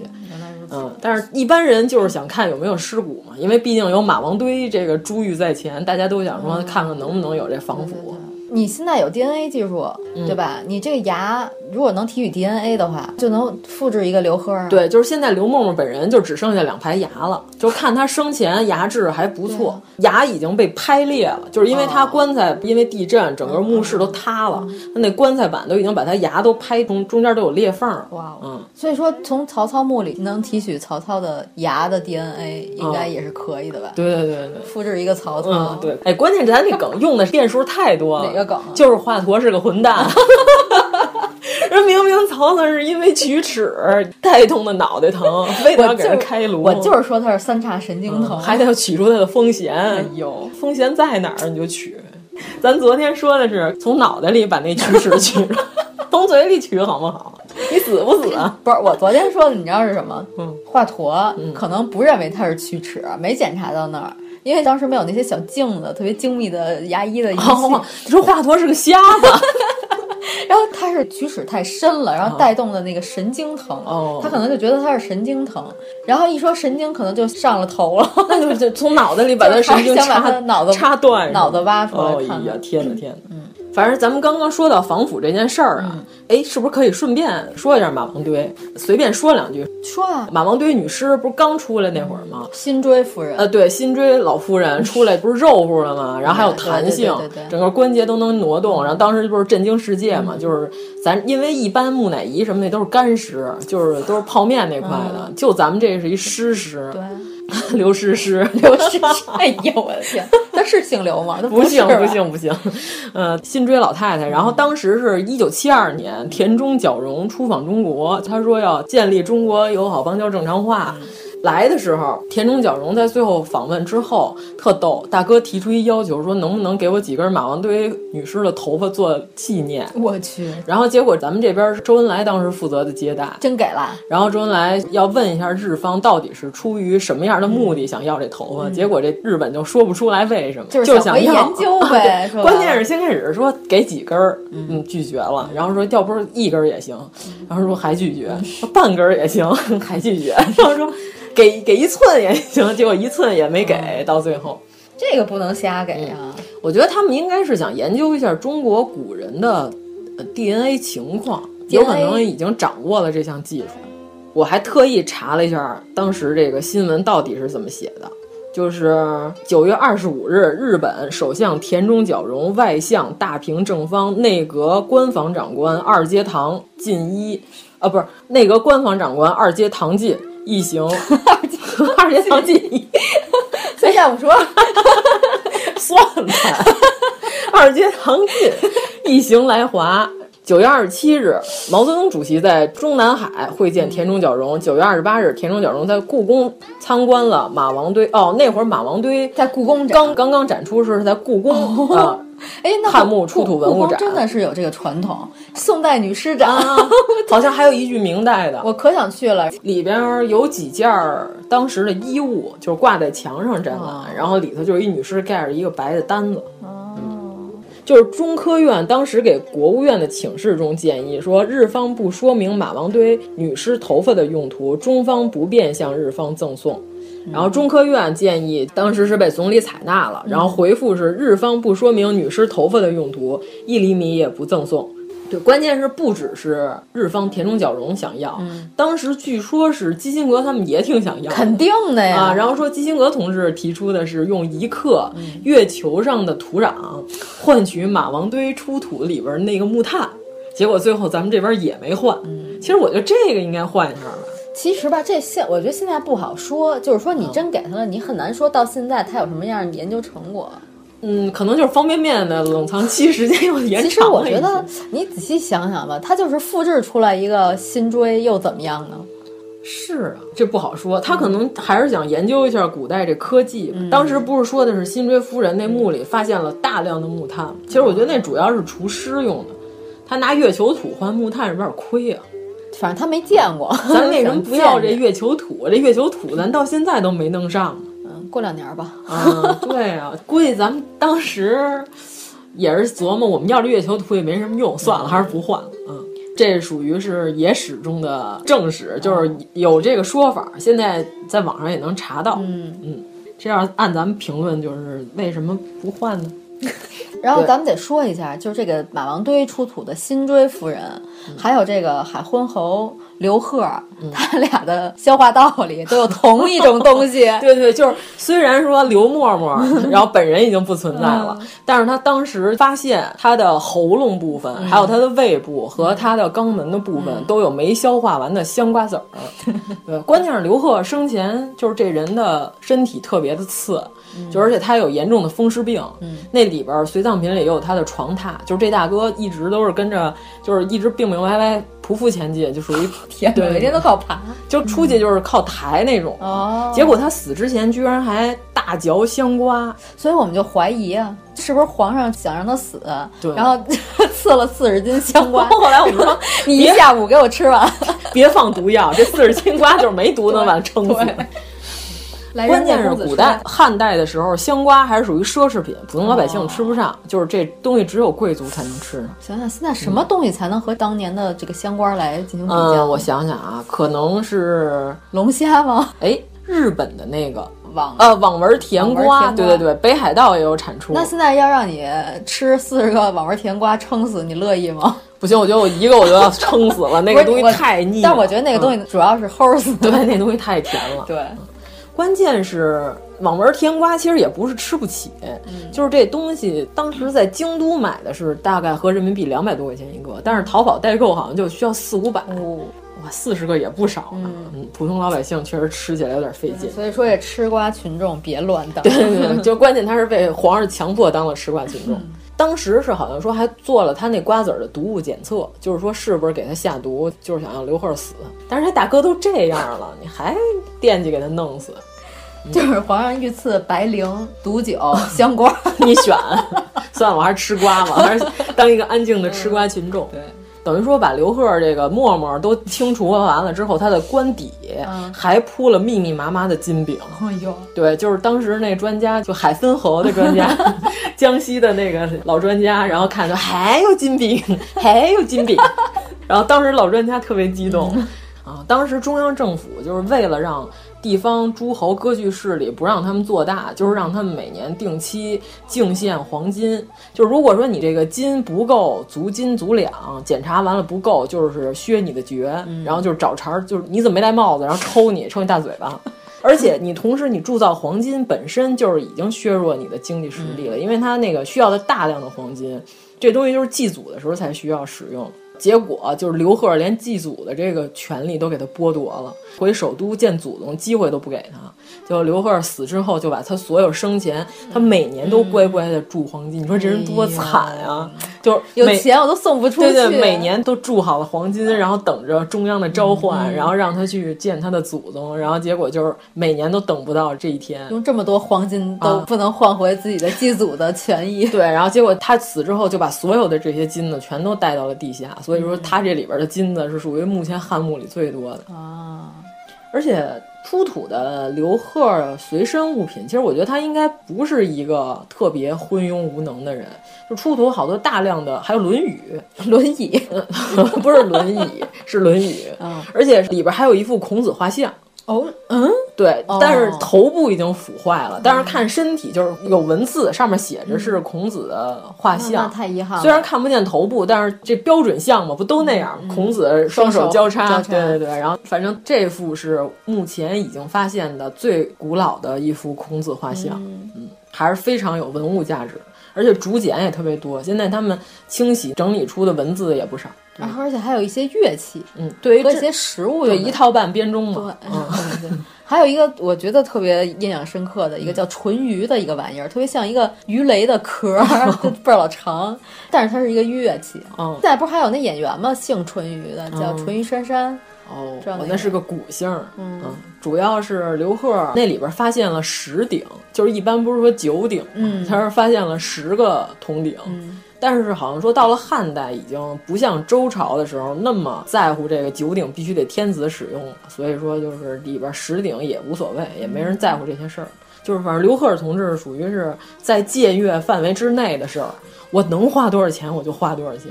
S4: 嗯，但是一般人就是想看有没有尸骨嘛，因为毕竟有马王堆这个珠玉在前，大家都想说看看能不能有这防腐。
S6: 你现在有 DNA 技术，
S4: 嗯
S6: 对吧？你这个牙如果能提取 DNA 的话，就能复制一个刘贺。，
S4: 对，就是现在刘沫沫本人就只剩下两排牙了，就看她生前牙质还不错，
S6: 啊
S4: 牙已经被拍裂了，就是因为
S6: 哦
S4: 她棺材因为地震，整个
S6: 嗯
S4: 墓室都塌了，她那棺材板都已经把她牙都拍中中间都有裂缝儿。
S6: 哇哦
S4: 嗯，
S6: 所以说从曹操墓里能提取曹操的牙的 DNA，应该也是可以的吧？
S4: 嗯对对对对。
S6: 复制一个曹操，
S4: 嗯，对，哎，关键是咱这梗用的变数太多了。
S6: 哦哪个梗啊
S4: 就是华佗是个混蛋。 人明明曹操是因为龋齿带动的脑袋疼，非得
S6: 我
S4: 要
S6: 就
S4: 给
S6: 是
S4: 人开颅。嗯
S6: 我就是说他是三叉神经疼，
S4: 还得要取出它的风弦。哎呦，风弦在哪儿你就取。咱昨天说的是从脑袋里把那龋齿 取出来，从嘴里取好不好？你死不死啊？
S6: 不是我昨天说的，你知道是什么？
S4: 嗯，
S6: 华佗可能不认为他是龋齿，没检查到那儿，因为当时没有那些小镜子，特别精密的牙医的仪器。
S4: 哦，你说华佗是个瞎子，
S6: 然后他是龋齿太深了，然后带动的那个神经疼，
S4: 哦
S6: 他可能就觉得他是神经疼，然后一说神经，可能就上了头了。
S4: 那就就从脑袋里把他神经
S6: 就是还是想把
S4: 插
S6: 他的脑子
S4: 插断，
S6: 脑子挖出来
S4: 哦
S6: 看看嗯
S4: 呀，天哪天哪！反正咱们刚刚说到防腐这件事儿啊，哎、是不是可以顺便说一下马王堆？随便说两句。
S6: 说啊，
S4: 马王堆女尸不是刚出来那会儿吗？
S6: 新追夫人，
S4: 呃，对，新追老夫人出来不是肉乎了吗？然后还有弹性
S6: 对对对对，对嗯
S4: 整个关节都能挪动。然后当时就是震惊世界嘛，就是咱因为一般木乃伊什么的都是干尸，就是都是泡面那块的，
S6: 嗯
S4: 就咱们这是一湿尸， 刘诗诗，
S6: 刘诗诗，啊哎呦我的天，他是姓刘吗？他
S4: 不
S6: 是啊
S4: 行
S6: 吧
S4: 不，行不行，呃，新追老太太。然后当时是一九七二年，田中角荣出访中国，他说要建立中国友好邦交正常化。
S6: 嗯
S4: 来的时候，田中角荣在最后访问之后特逗，大哥提出一要求，说能不能给我几根马王堆女尸的头发做纪念？
S6: 我去，
S4: 然后结果咱们这边是周恩来当时负责的接待，
S6: 真给了，
S4: 然后周恩来要问一下日方到底是出于什么样的目的想要这头发，结果这日本就说不出来为什么，
S6: 嗯就
S4: 就是想
S6: 想
S4: 要
S6: 回研 究呗是吧
S4: 关键是先开始说给几根儿，嗯，拒绝了，然后说要不是一根儿也行，
S6: 嗯
S4: 然后说还拒绝，说半根儿也行， 还拒 绝，然后说给给一寸也行，结果一寸也没给，
S6: 嗯
S4: 到最后。
S6: 这个不能瞎给啊，
S4: 我觉得他们应该是想研究一下中国古人的呃 DNA 情况，有可
S6: DNA
S4: 能已经掌握了这项技术。我还特意查了一下当时这个新闻到底是怎么写的，就是九月二十五日，日本首相田中角荣、外相大平正方、内阁官房长官二阶堂进一，啊，不是内阁官房长官二阶堂进一行，二阶堂进一。
S6: 所以要不说
S4: 算了，二阶堂进一行来华。九月二十七日，毛泽东主席在中南海会见田中角荣。九月二十八日，田中角荣在故宫参观了马王堆。哦，那会儿马王堆
S6: 在故宫展
S4: 刚刚刚展出是在故宫啊、
S6: 哎，那
S4: 汉墓出土文物
S6: 故宫
S4: 展
S6: 真的是有这个传统，宋代女尸展，
S4: 啊好像还有一句明代的，
S6: 我可想去了。
S4: 里边儿有几件儿当时的衣物，就是挂在墙上展览，
S6: 哦
S4: 然后里头就是一女尸盖着一个白的单子。哦、就是中科院当时给国务院的请示中建议说，日方不说明马王堆女尸头发的用途，中方不便向日方赠送。然后中科院建议当时是被总理采纳了，然后回复是日方不说明女尸头发的用途，一厘米也不赠送。对，关键是不只是日方田中角荣想要，当时据说是基辛格他们也挺想要的，
S6: 嗯肯定的呀，
S4: 啊。然后说基辛格同志提出的是用一克
S6: 嗯
S4: 月球上的土壤换取马王堆出土里边那个木炭，结果最后咱们这边也没换。
S6: 嗯
S4: 其实我觉得这个应该换一下吧。
S6: 其实吧，这现我觉得现在不好说，就是说
S4: 啊
S6: 你真给他了，你很难说到现在他有什么样的研究成果。
S4: 嗯，可能就是方便面的冷藏期时间又延长了
S6: 其
S4: 一些。
S6: 实我觉得你仔细想想吧，他就是复制出来一个新锥又怎么样呢？
S4: 是啊，这不好说。他可能还是想研究一下古代这科技。
S6: 嗯
S4: 当时不是说的是辛追夫人那墓里发现了大量的木炭吗，
S6: 嗯
S4: 其实我觉得那主要是除尸用的。他拿月球土换木炭是有点亏 啊。
S6: 反正他没见过，
S4: 咱为什么不要这
S6: 见见？
S4: 月球土？这月球土咱到现在都没弄上呢。
S6: 嗯，过两年 吧。
S4: 啊，对啊，估计咱们当时也是琢磨，我们要这月球图也没什么用，算了，还是不换了。嗯，这属于是野史中的正史，就是有这个说法，现在在网上也能查到。嗯嗯，这要按咱们评论，就是为什么不换呢？
S6: 然后
S4: 对
S6: 咱们得说一下，就是这个马王堆出土的辛追夫人，
S4: 嗯
S6: 还有这个海昏侯刘贺，他俩的消化道里都有同一种东西。
S4: 对对，就是虽然说刘沫沫，然后本人已经不存在了，
S6: 嗯
S4: 但是他当时发现他的喉咙部分，还有他的胃部和他的肛门的部分、
S6: 嗯
S4: 都有没消化完的香瓜 子儿。对，关键是刘贺生前就是这人的身体特别的次，
S6: 嗯
S4: 就而且他有严重的风湿病，那里边儿随葬品里也有他的床榻，就是这大哥一直都是跟着，就是一直病病歪歪。匍匐前进，就属于
S6: 天哪，
S4: 对
S6: 每天都靠爬。
S4: 就出去就是靠抬那种。
S6: 哦
S4: 结果他死之前居然还大嚼香瓜，
S6: 所以我们就怀疑啊，是不是皇上想让他死？
S4: 对
S6: 然后 赐了四十斤 香瓜。
S4: 后来我们说
S6: 你一下午给我吃 完，
S4: 别放毒药，这四十斤瓜就是没毒能把它撑死。
S6: 来
S4: 关
S6: 人家
S4: 键是
S6: 公子
S4: 古
S6: 说
S4: 代汉代的时候，香瓜还是属于奢侈品，普通老百姓吃不上，
S6: 嗯
S4: 就是这东西只有贵族才能吃。
S6: 想想现在什么
S4: 嗯
S6: 东西才能和当年的这个香瓜来进行比较？
S4: 嗯，我想想啊，可能是
S6: 龙虾吗？
S4: 哎，日本的那个
S6: 网。
S4: 呃，网文甜
S6: 网
S4: 瓜，
S6: 文甜瓜
S4: 对对对，北海道也有产出。
S6: 那现在要让你吃四十个网纹甜瓜撑死，你乐意吗？
S4: 不行，我觉得我一个我就要撑死 了， 那个东西
S6: 不是我
S4: 太腻了。
S6: 但我觉得那个东
S4: 嗯、
S6: 西主要是齁死的。
S4: 对，那东西太甜了。
S6: 对，
S4: 关键是网纹甜瓜其实也不是吃不起，就是这东西当时在京都买的是大概合人民币两百多块钱一个，但是淘宝代购好像就需要四五百，
S6: 哦，
S4: 哇，四十个也不少呢。嗯，普通老百姓确实吃起来有点费劲。
S6: 所以说这吃瓜群众别乱当。
S4: 对 对对，就关键他是被皇上强迫当了吃瓜群众。当时是好像说还做了他那瓜子儿的毒物检测，就是说是不是给他下毒，就是想让刘贺死。但是这大哥都这样了，你还惦记给他弄死？
S6: 就是皇上御赐白绫、毒酒、香瓜。
S4: 你选，算了，我还是吃瓜吧，还是当一个安静的吃瓜群众。
S6: 嗯对，
S4: 等于说把刘贺这个沫沫都清除完了之后，他的官邸
S6: 嗯
S4: 还铺了密密麻麻的金饼。
S6: 哎呦，
S4: 对，就是当时那专家，就海森侯的专家，江西的那个老专家，然后看着还有金饼，还有金饼，然后当时老专家特别激动。啊，当时中央政府就是为了让地方诸侯割据势力不让他们做大，就是让他们每年定期净献黄金。就是如果说你这个金不够，足金足两，检查完了不够，就是削你的爵，然后就是找茬儿，就是你怎么没戴帽子，然后抽你，抽你大嘴巴。而且你同时你铸造黄金本身就是已经削弱你的经济实力了，因为它那个需要的大量的黄金，这东西就是祭祖的时候才需要使用。结果就是刘贺连祭祖的这个权利都给他剥夺了，回首都见祖宗机会都不给他。就刘贺死之后，就把他所有生前他每年都乖乖的铸黄金，你说这人多惨啊！就是
S6: 有
S4: 每
S6: 钱我都送不出去。
S4: 对对，每年都铸好了黄金，然后等着中央的召唤，然后让他去见他的祖宗，然后结果就是每年都等不到这一天。
S6: 用这么多黄金都
S4: 啊
S6: 不能换回自己的祭祖的权益。
S4: 对，然后结果他死之后，就把所有的这些金子全都带到了地下，所以说他这里边的金子是属于目前汉墓里最多的。嗯
S6: 啊，
S4: 而且出土的刘贺随身物品，其实我觉得他应该不是一个特别昏庸无能的人，就出土好多大量的，还有《论语》，
S6: 轮椅，
S4: 不是《论语》，是《论语》
S6: 啊
S4: 而且里边还有一幅孔子画像。
S6: 哦，嗯，
S4: 对
S6: 哦，嗯
S4: 但是头部已经腐坏了，但是看身体就是有文字，上面写着是孔子的画
S6: 啊那
S4: 像
S6: 那。太遗憾了。嗯
S4: 虽然看不见头部，但是这标准像嘛，不都那样？孔子双手交叉，
S6: 双手交叉
S4: 对对对。然后，反正这幅是目前已经发现的最古老的一幅孔子画像，嗯还是非常有文物价值，而且竹简也特别多。现在他们清洗整理出的文字也不少。
S6: 然后而且还有一些乐器
S4: 嗯，对于
S6: 和
S4: 这
S6: 一些食物
S4: 对
S6: 有
S4: 一。套半编钟
S6: 对
S4: 嘛，嗯，
S6: 对，对还有一个我觉得特别印象深刻的一个
S4: 嗯
S6: 叫唇鱼的一个玩意儿，特别像一个鱼雷的壳儿， 就倍儿老长，但是它是一个乐器。
S4: 嗯
S6: 现在不是还有那演员吗？姓唇鱼的叫
S4: 嗯
S6: 唇鱼珊珊，
S4: 哦
S6: 知道，那
S4: 那
S6: 个
S4: 是个骨姓儿，啊
S6: 嗯
S4: 主要是刘贺那里边发现了十顶，就是一般不是说九顶，
S6: 嗯
S4: 他是发现了十个铜鼎，但是好像说到了汉代，已经不像周朝的时候那么在乎这个九鼎必须得天子使用了，所以说就是里边十鼎也无所谓，也没人在乎这些事
S6: 嗯
S4: 儿。就是反正刘贺同志属于是在借阅范围之内的事儿，我能花多少钱我就花多少钱，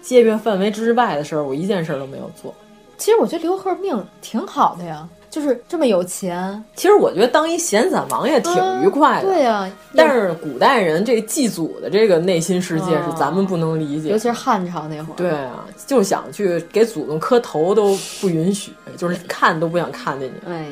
S4: 借阅范围之外的事儿我一件事儿都没有做。
S6: 其实我觉得刘贺命挺好的呀，就是这么有钱，嗯
S4: 其实我觉得当一闲散王爷挺愉快的，
S6: 对呀、
S4: 但是古代人这祭祖的这个内心世界是
S6: 哦
S4: 咱们不能理解
S6: 尤
S4: 的，
S6: 其是汉朝那会儿，
S4: 对啊，就想去给祖宗磕头都不允许，就是看都不想看见你，
S6: 哎呀，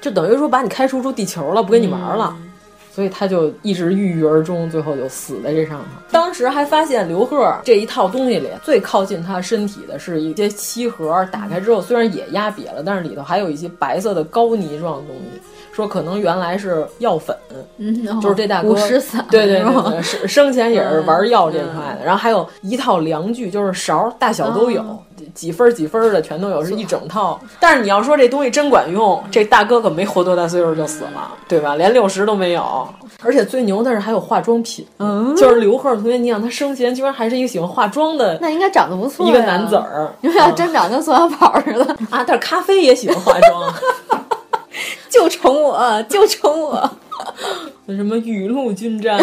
S4: 就等于说把你开除出地球了，不跟你玩了。
S6: 嗯
S4: 所以他就一直郁郁而终，最后就死在这上头。当时还发现刘贺这一套东西里最靠近他身体的是一些漆盒，打开之后虽然也压瘪了，但是里头还有一些白色的膏泥状的东西，说可能原来是药粉，
S6: 嗯，哦
S4: 就是这大哥
S6: 五十散，
S4: 对对
S6: 是
S4: 对
S6: 吧
S4: 对，生生前也是玩药这块的，然后还有一套量具，就是勺儿大小都有，
S6: 哦
S4: 几分儿几分儿的全都嗯有，是一整套。但是你要说这东西真管用，这大哥可没活多大岁数就死了，对吧？连六十都没有。而且最牛的是还有化妆品，
S6: 嗯
S4: 就是刘贺同学，你想他生前居然还是一个喜欢化妆的
S6: 那应该长得不错，
S4: 一个男子。 儿嗯
S6: 你说要真长得跟宋小宝似的，
S4: 啊，但是咖啡也喜欢化 妆。
S6: 就宠我，就宠我。
S4: 那什么雨露均沾，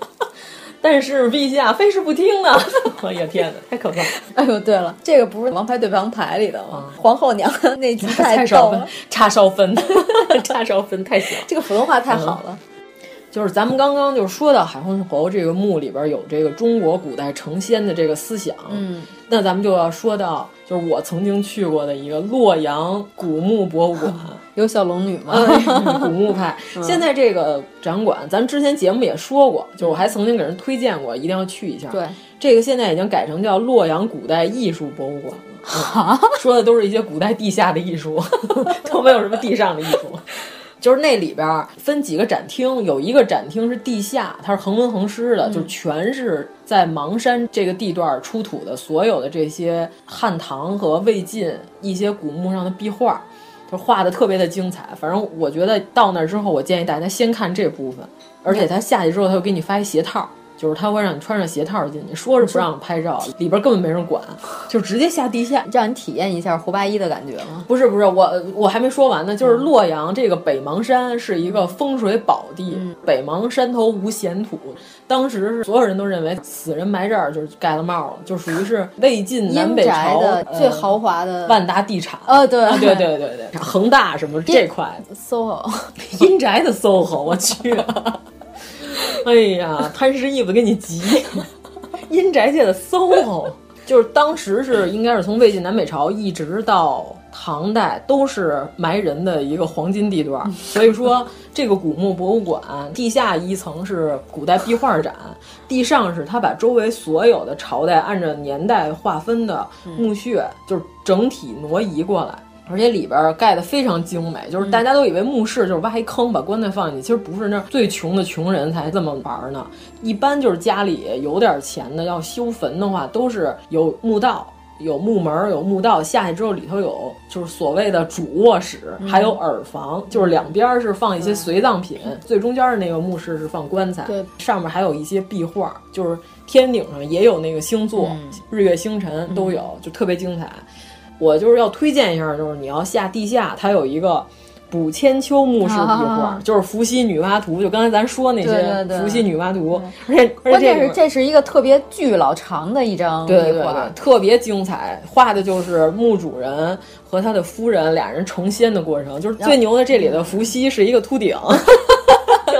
S4: 但是陛下非是不听呢。 哎呀天哪，太可怕！
S6: 哎呦，对了，这个不是《王牌对王牌》里的吗？皇后娘娘那 集
S4: 嗯
S6: 太
S4: 太
S6: 逗
S4: 烧
S6: 了
S4: 分，，叉烧 分，叉烧分太行。
S6: 这个普通话
S4: 嗯
S6: 太好了。
S4: 就是咱们刚刚就说到海昏侯这个墓里边有这个中国古代成仙的这个思想，
S6: 嗯，
S4: 那咱们就要说到，就是我曾经去过的一个洛阳古墓博物 馆，
S6: 有小龙女吗？
S4: 嗯古墓派。现在这个展馆，咱之前节目也说过，就是我还曾经给人推荐过，一定要去一下。
S6: 对，
S4: 这个现在已经改成叫洛阳古代艺术博物馆了。嗯说的都是一些古代地下的艺术， 都没有什么地上的艺术。就是那里边儿分几个展厅，有一个展厅是地下，它是横纹横尸的，就全是在邙山这个地段儿出土的所有的这些汉唐和魏晋一些古墓上的壁画。就画的特别的精彩。反正我觉得到那儿之后，我建议大家先看这部分，而
S6: 嗯
S4: 且他下去之后，他会给你发一鞋套。就是他会让你穿上鞋套进去，说
S6: 嗯
S4: 是不让拍照，里边根本没人管，就直接下地下。
S6: 让你体验一下胡八一的感觉吗？
S4: 不是不是，我我还没说完呢。
S6: 嗯
S4: 就是洛阳这个北邙山是一个风水宝地，
S6: 嗯
S4: 北邙山头无闲土。当时是所有人都认为死人埋这儿就是盖了帽了，就属于是魏晋嗯南
S6: 阴
S4: 北
S6: 宅
S4: 朝
S6: 的
S4: 呃
S6: 最豪华的
S4: 万达地产。
S6: 呃对哦
S4: 啊对对对 对，恒大什么这块
S6: SOHO，
S4: 阴宅的 SOHO，我去、哎呀，贪吃意思给你急， 阴宅界的 SOHO，就是当时是应该是从魏晋南北朝一直到唐代都是埋人的一个黄金地段，所以说这个古墓博物馆地下一层是古代壁画展，地上是他把周围所有的朝代按照年代划分的墓穴，就是整体挪移过来。而且里边儿盖的非常精美，就是大家都以为墓室就是挖一坑把棺材放进去，其实不是，那儿最穷的穷人才这么玩儿呢。一般就是家里有点钱的，要修坟的话，都是有墓道。有墓门儿，有墓道，下去之后里头有就是所谓的主卧室，还
S6: 嗯
S4: 有耳房，就是两边儿是放一些随葬品，最中间儿的那个墓室是放棺材，
S6: 对
S4: 上面还有一些壁画，就是天顶上也有那个星座，
S6: 嗯
S4: 日月星辰都有，就特别精彩。我就是要推荐一下，就是你要下地下，它有一个补千秋墓室壁画，
S6: 啊
S4: 就是伏羲女娲图，就刚才咱说那
S6: 对对
S4: 些
S6: 对
S4: 伏羲女娲图，而且而
S6: 嗯关
S4: 且
S6: 键
S4: 个
S6: 是这是一个特别巨老长的一张
S4: 对对
S6: 壁画
S4: 对，特别精彩，画的就是墓主人和他的夫人俩人成仙的过程，就是
S6: 啊
S4: 最牛的这里的伏羲是一个秃顶，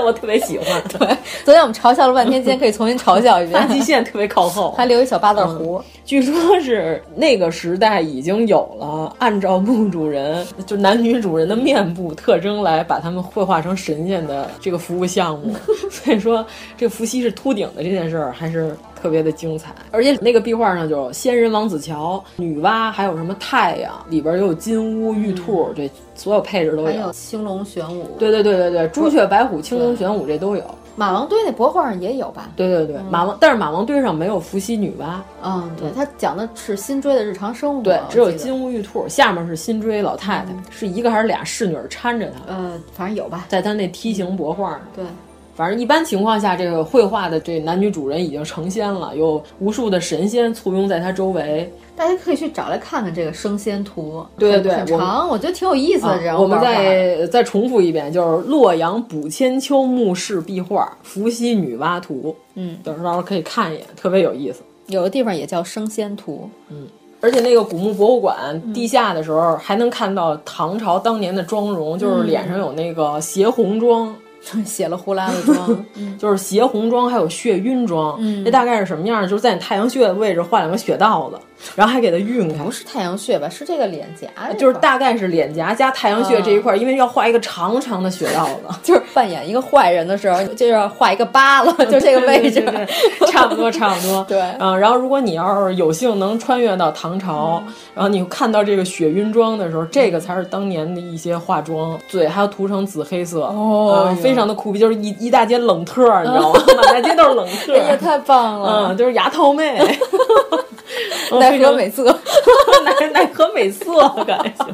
S4: 我特别喜 欢，对，
S6: 昨天我们嘲笑了半天，今天可以重新嘲笑一
S4: 发际
S6: 遍，
S4: 线嗯特别靠后，
S6: 还留一小八字胡。
S4: 据说是那个时代已经有了按照墓主人就男女主人的面部特征来把他们绘画成神仙的这个服务项 目，所以说这伏羲是秃顶的这件事儿还是特别的精彩。而且那个壁画上就有仙人王子乔、女娲，还有什么太阳，里边儿也有金乌、玉兔，这所有配置都
S6: 嗯还
S4: 有
S6: 有。青龙玄武，
S4: 啊对对对对对，朱雀、白虎、青龙、玄武这都有。
S6: 马王堆那帛画上也有吧？
S4: 对对对，马王，但是马王堆上没有伏羲、女娲。
S6: 嗯，对，他讲的是新追的日常生活，
S4: 对，只有
S6: 我记得嗯
S4: 金，乌玉兔，下面是新追老太太，是一个还是俩侍女儿搀着她，
S6: 呃，反正有吧。
S4: 在她那梯形帛画上。
S6: 对，
S4: 反正一般情况下，这个绘画的这男女主人已经成仙了，有无数的神仙簇拥在他周围。
S6: 大家可以去找来看看这个升仙图，
S4: 对对对
S6: 很
S4: 我
S6: 很
S4: 们
S6: 长，我觉得挺有意思的。这
S4: 啊
S6: 样
S4: 我们再再重复一遍，就是洛阳补千秋墓室壁画《伏羲女娲图》。
S6: 嗯，
S4: 等到时候可以看一眼，特别有意思。
S6: 有的地方也叫升仙图，
S4: 而且那个古墓博物馆
S6: 嗯
S4: 地下的时候，还能看到唐朝当年的妆容，就是
S6: 嗯
S4: 脸上有那个斜红妆，
S6: 写了呼啦的 妆，
S4: 就是斜红妆，还有血晕妆。嗯，这大概是什么样儿？就是在你太阳穴的位置画两个血道子，然后还给它晕开
S6: 不。是太阳穴吧？是这个脸颊这块儿，，
S4: 呃就是大概是脸颊加太阳穴这一块儿，因为要画一个长长的血道子
S6: 就是扮演一个坏人的时候，就要画一个 疤了，就这个位置。
S4: 对 对对 差不多差不多。
S6: 对
S4: 嗯，然后如果你要是有幸能穿越到唐朝，
S6: 嗯
S4: 然后你看到这个血晕妆的时候，这个才是当年的一些化妆，嘴还要涂成紫黑色，
S6: 哦
S4: 嗯
S6: 哎呦
S4: 非常的酷毙，就是一一大街冷特儿，你知道吗？ 满大街都是冷特儿，
S6: 哎呀，太棒
S4: 嗯，
S6: 了！
S4: 就是牙套妹， 嗯
S6: 奈何美，色，
S4: 非常奈奈何美色，感觉。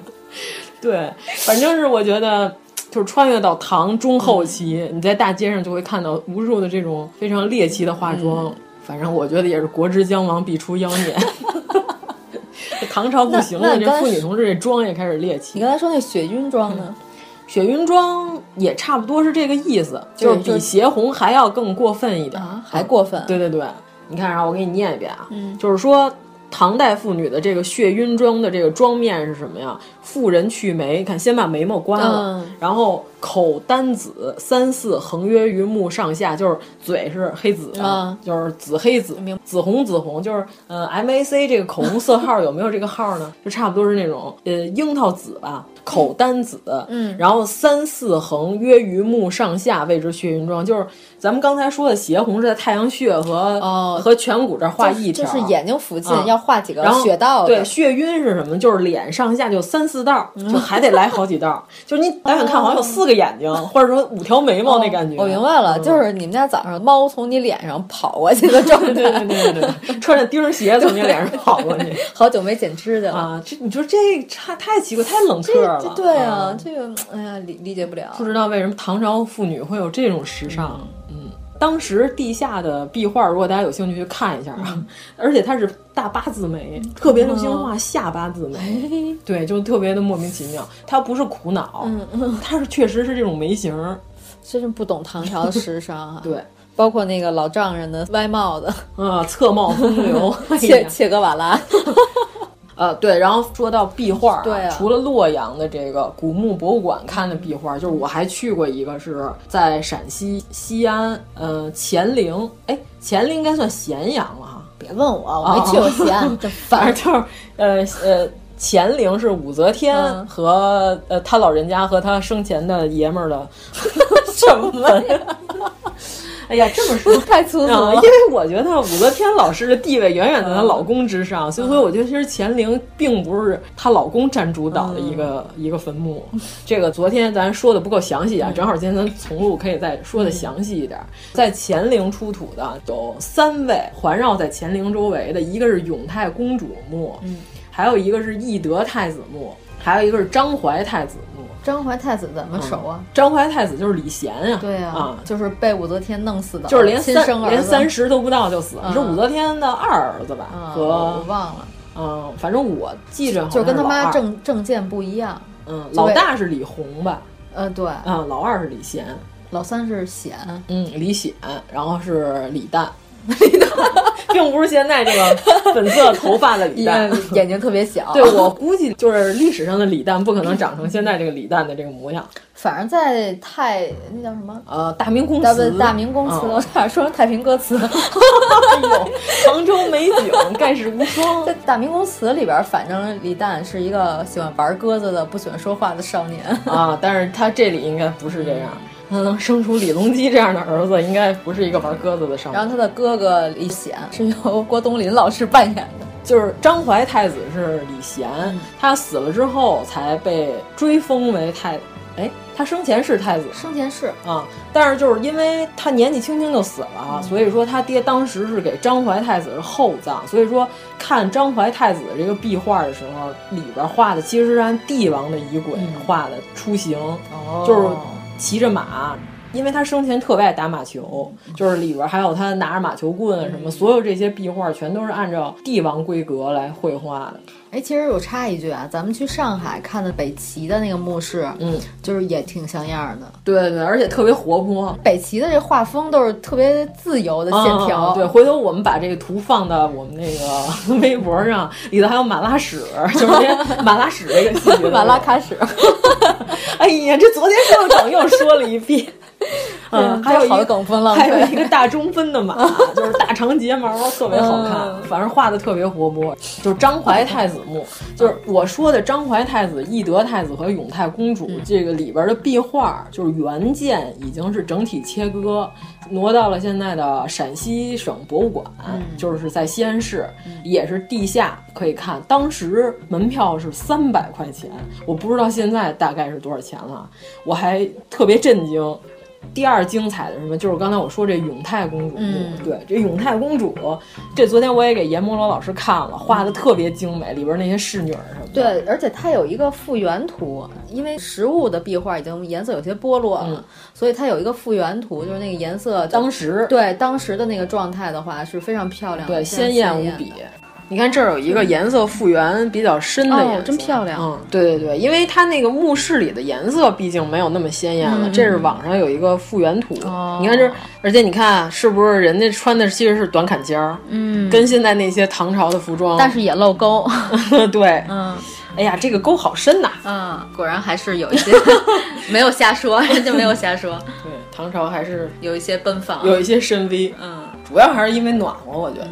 S4: 对，反正是我觉得，就是穿越到唐中后期，
S6: 嗯
S4: 你在大街上就会看到无数的这种非常猎奇的化妆。
S6: 嗯
S4: 反正我觉得也是国之将亡，必出妖 孽。这唐朝不行
S6: 那
S4: 了，
S6: 那
S4: 这
S6: 刚
S4: 妇女同志这妆也开始猎
S6: 你
S4: 奇。
S6: 刚才说那血晕妆呢？
S4: 雪云妆也差不多是这个意思，就是
S6: 就
S4: 比邪红还要更过分一点。
S6: 啊，还过分。
S4: 嗯
S6: 嗯
S4: 对对对，你看，然后我给你念一遍啊，就是说唐代妇女的这个血晕妆的这个妆面是什么呀？妇人去眉，你看先把眉毛刮了，
S6: 嗯
S4: 然后口丹紫，三四横约于目上下，就是嘴是黑紫的，
S6: 嗯
S4: 就是紫黑紫，紫红紫红，就是呃 MAC 这个口红色号有没有这个号呢？就差不多是那种呃樱桃紫吧。口丹紫，
S6: 嗯
S4: 然后三四横约于目上下谓之血晕妆，就是咱们刚才说的斜红是在太阳穴和、
S6: 哦
S4: 和颧骨这儿画
S6: 就是
S4: 一条，
S6: 就是眼睛附近
S4: 啊
S6: 要画几个
S4: 然后
S6: 血道的
S4: 对，血晕是什么？就是脸上下就三四道，就还得来好几道。就是你打眼看好像有四个眼睛，或者说五条眉毛那感觉。
S6: 哦我明白了，
S4: 嗯
S6: 就是你们家早上猫从你脸上跑过去的状态。
S4: 对对对对对，穿着钉儿鞋从你脸上跑过去
S6: 好久没剪指甲了。
S4: 啊！这你说这差太奇怪，太冷
S6: 这
S4: 彻了
S6: 这。对啊
S4: 嗯，
S6: 这个哎呀理理解不了
S4: 不。知道为什么唐朝妇女会有这种时尚。嗯，当时地下的壁画，如果大家有兴趣去看一下啊，
S6: 嗯
S4: 而且它是大八字眉，特别流行
S6: 哦
S4: 画下八字
S6: 哎
S4: 眉，对，就特别的莫名其妙。它不是苦恼，
S6: 嗯
S4: 它是确实是这种眉形儿。，
S6: 真是不懂唐朝的时尚 啊！
S4: 对，
S6: 包括那个老丈人的歪帽子，
S4: 啊，侧貌风流，哎
S6: 切
S4: 呀
S6: 切格瓦拉，
S4: 呃，对，然后说到壁画、啊，
S6: 对啊
S4: 除了洛阳的这个古墓博物馆看的壁画，就是我还去过一个是在陕西西安，呃，乾陵，哎，乾陵应该算咸阳了哈，
S6: 别问我，我没去过西安，真
S4: 反
S6: 烦
S4: 正。就是呃呃，乾陵是武则天
S6: 嗯
S4: 和、呃他老人家和他生前的爷们儿的 什么呀？哎呀，这么说
S6: 太 粗俗
S4: 啊，
S6: 了
S4: 因为我觉得武则天老师的地位远远在她老公之上，所以说我觉得其实乾陵并不是她老公占主导的一个、一个坟墓。这个昨天咱说的不够详细啊，正好今天咱从录可以再说的详细一点。在乾陵出土的有三位环绕在乾陵周围的，一个是永泰公主墓，嗯，还有一个是懿德太子墓，还有一个是章怀太子墓。
S6: 张怀太子怎么熟啊？
S4: 章怀太子就是李贤啊，
S6: 对
S4: 啊
S6: 啊，，就是被武则天弄死的，
S4: 就是连
S6: 亲
S4: 三
S6: 生儿
S4: 连
S6: 子
S4: 三十都不到就死，
S6: 嗯
S4: 是武则天的二儿子吧？
S6: 啊，我我
S4: 和
S6: 忘了，
S4: 嗯，反正我记着好像
S6: 就是跟他
S4: 老
S6: 妈
S4: 二，
S6: 政政见不一样。
S4: 嗯，
S6: 就
S4: 老
S6: 为
S4: 大是李弘吧？
S6: 呃，对，
S4: 啊，老二是李贤，
S6: 老三是显，
S4: 嗯，李显，然后是李诞，李诞，并不是现在这个粉色头发的李 诞。
S6: 眼睛特别小。
S4: 对，我估计就是历史上的李诞不可能长成现在这个李诞的这个模样。
S6: 反正在太那叫什么？
S4: 呃，大明宫
S6: 大
S4: 词，
S6: 大明宫哦词，
S4: 嗯
S6: 我差点说成太平歌 词。
S4: 哎呦， 杭州美景盖世无双
S6: 在。大明宫词里边，反正李诞是一个喜欢玩鸽子的、不喜欢说话的少年。
S4: 啊，但是他这里应该不是这样，他能生出李隆基这样的儿子，应该不是一个玩鸽子的少
S6: 然后
S4: 年。
S6: 他的哥哥李显是由郭冬临老师扮演的。
S4: 就是章怀太子是李贤，他死了之后才被追封为太，哎，他生前是太子
S6: 生前是
S4: 啊，但是就是因为他年纪轻轻就死了，所以说他爹当时是给章怀太子是厚葬，所以说看章怀太子这个壁画的时候，里边画的其实是按帝王的仪轨画的出行。
S6: 哦
S4: 就是骑着马，因为他生前特别爱打马球，就是里边还有他拿着马球棍啊什么，所有这些壁画全都是按照帝王规格来绘画的。
S6: 哎，其实我插一句啊，咱们去上海看的北齐的那个墓室，
S4: 嗯，
S6: 就是也挺像样的。
S4: 对对对，而且特别活泼。
S6: 北齐的这画风都是特别自由的线条，
S4: 啊对，回头我们把这个图放到我们那个 微博上，里头还有马拉屎，就是连 马拉屎这个细节都有
S6: 马拉。喀什，
S4: 哎呀，这昨天校长又说了一 遍。嗯，
S6: 嗯
S4: 还有一
S6: 好
S4: 个
S6: 的梗风浪费
S4: 还有一个大中分 的马，就是大长睫毛，特别好
S6: 嗯
S4: 看，反正画的特别活泼。就是章怀太子墓，就是
S6: 嗯
S4: 我说的章怀太子、懿德太子和永泰公主
S6: 嗯
S4: 这个里边的壁画，就是原件已经是整体切割，挪到了现在的陕西省博物馆，
S6: 嗯
S4: 就是在西安市，也是地下可以看。当时门票是三百块钱，我不知道现在大概是多少钱了，我还特别震惊。第二精彩的是什么？就是刚才我说这永泰公主，
S6: 嗯
S4: 对，这永泰公主，这昨天我也给阎摩罗老师看了，画的特别精美，里边那些侍女儿什么的，
S6: 对，而且它有一个复原图，因为实物的壁画已经颜色有些剥落了，
S4: 嗯
S6: 所以它有一个复原图，就是那个颜色
S4: 当时
S6: 对当时的那个状态的话是非常漂亮的，
S4: 对
S6: 非常
S4: 鲜
S6: 艳
S4: 艳无比
S6: 的。
S4: 你看这儿有一个颜色复原比较深的颜色，
S6: 哦真漂亮
S4: 嗯，对对对，因为它那个墓室里的颜色毕竟没有那么鲜艳了，这是网上有一个复原图。
S6: 嗯哦
S4: 你看这，而且你看是不是人家穿的其实是短坎肩儿，
S6: 嗯，
S4: 跟现在那些唐朝的服装，
S6: 但是也露沟，
S4: 对，
S6: 嗯
S4: 哎呀，这个沟好深呐、
S6: 嗯， 果然还是有一些没有瞎说，人家没有瞎说，
S4: 对，唐朝还是
S6: 有一些奔放，
S4: 有一些深 V，
S6: 嗯，
S4: 主要还是因为暖和，我觉得。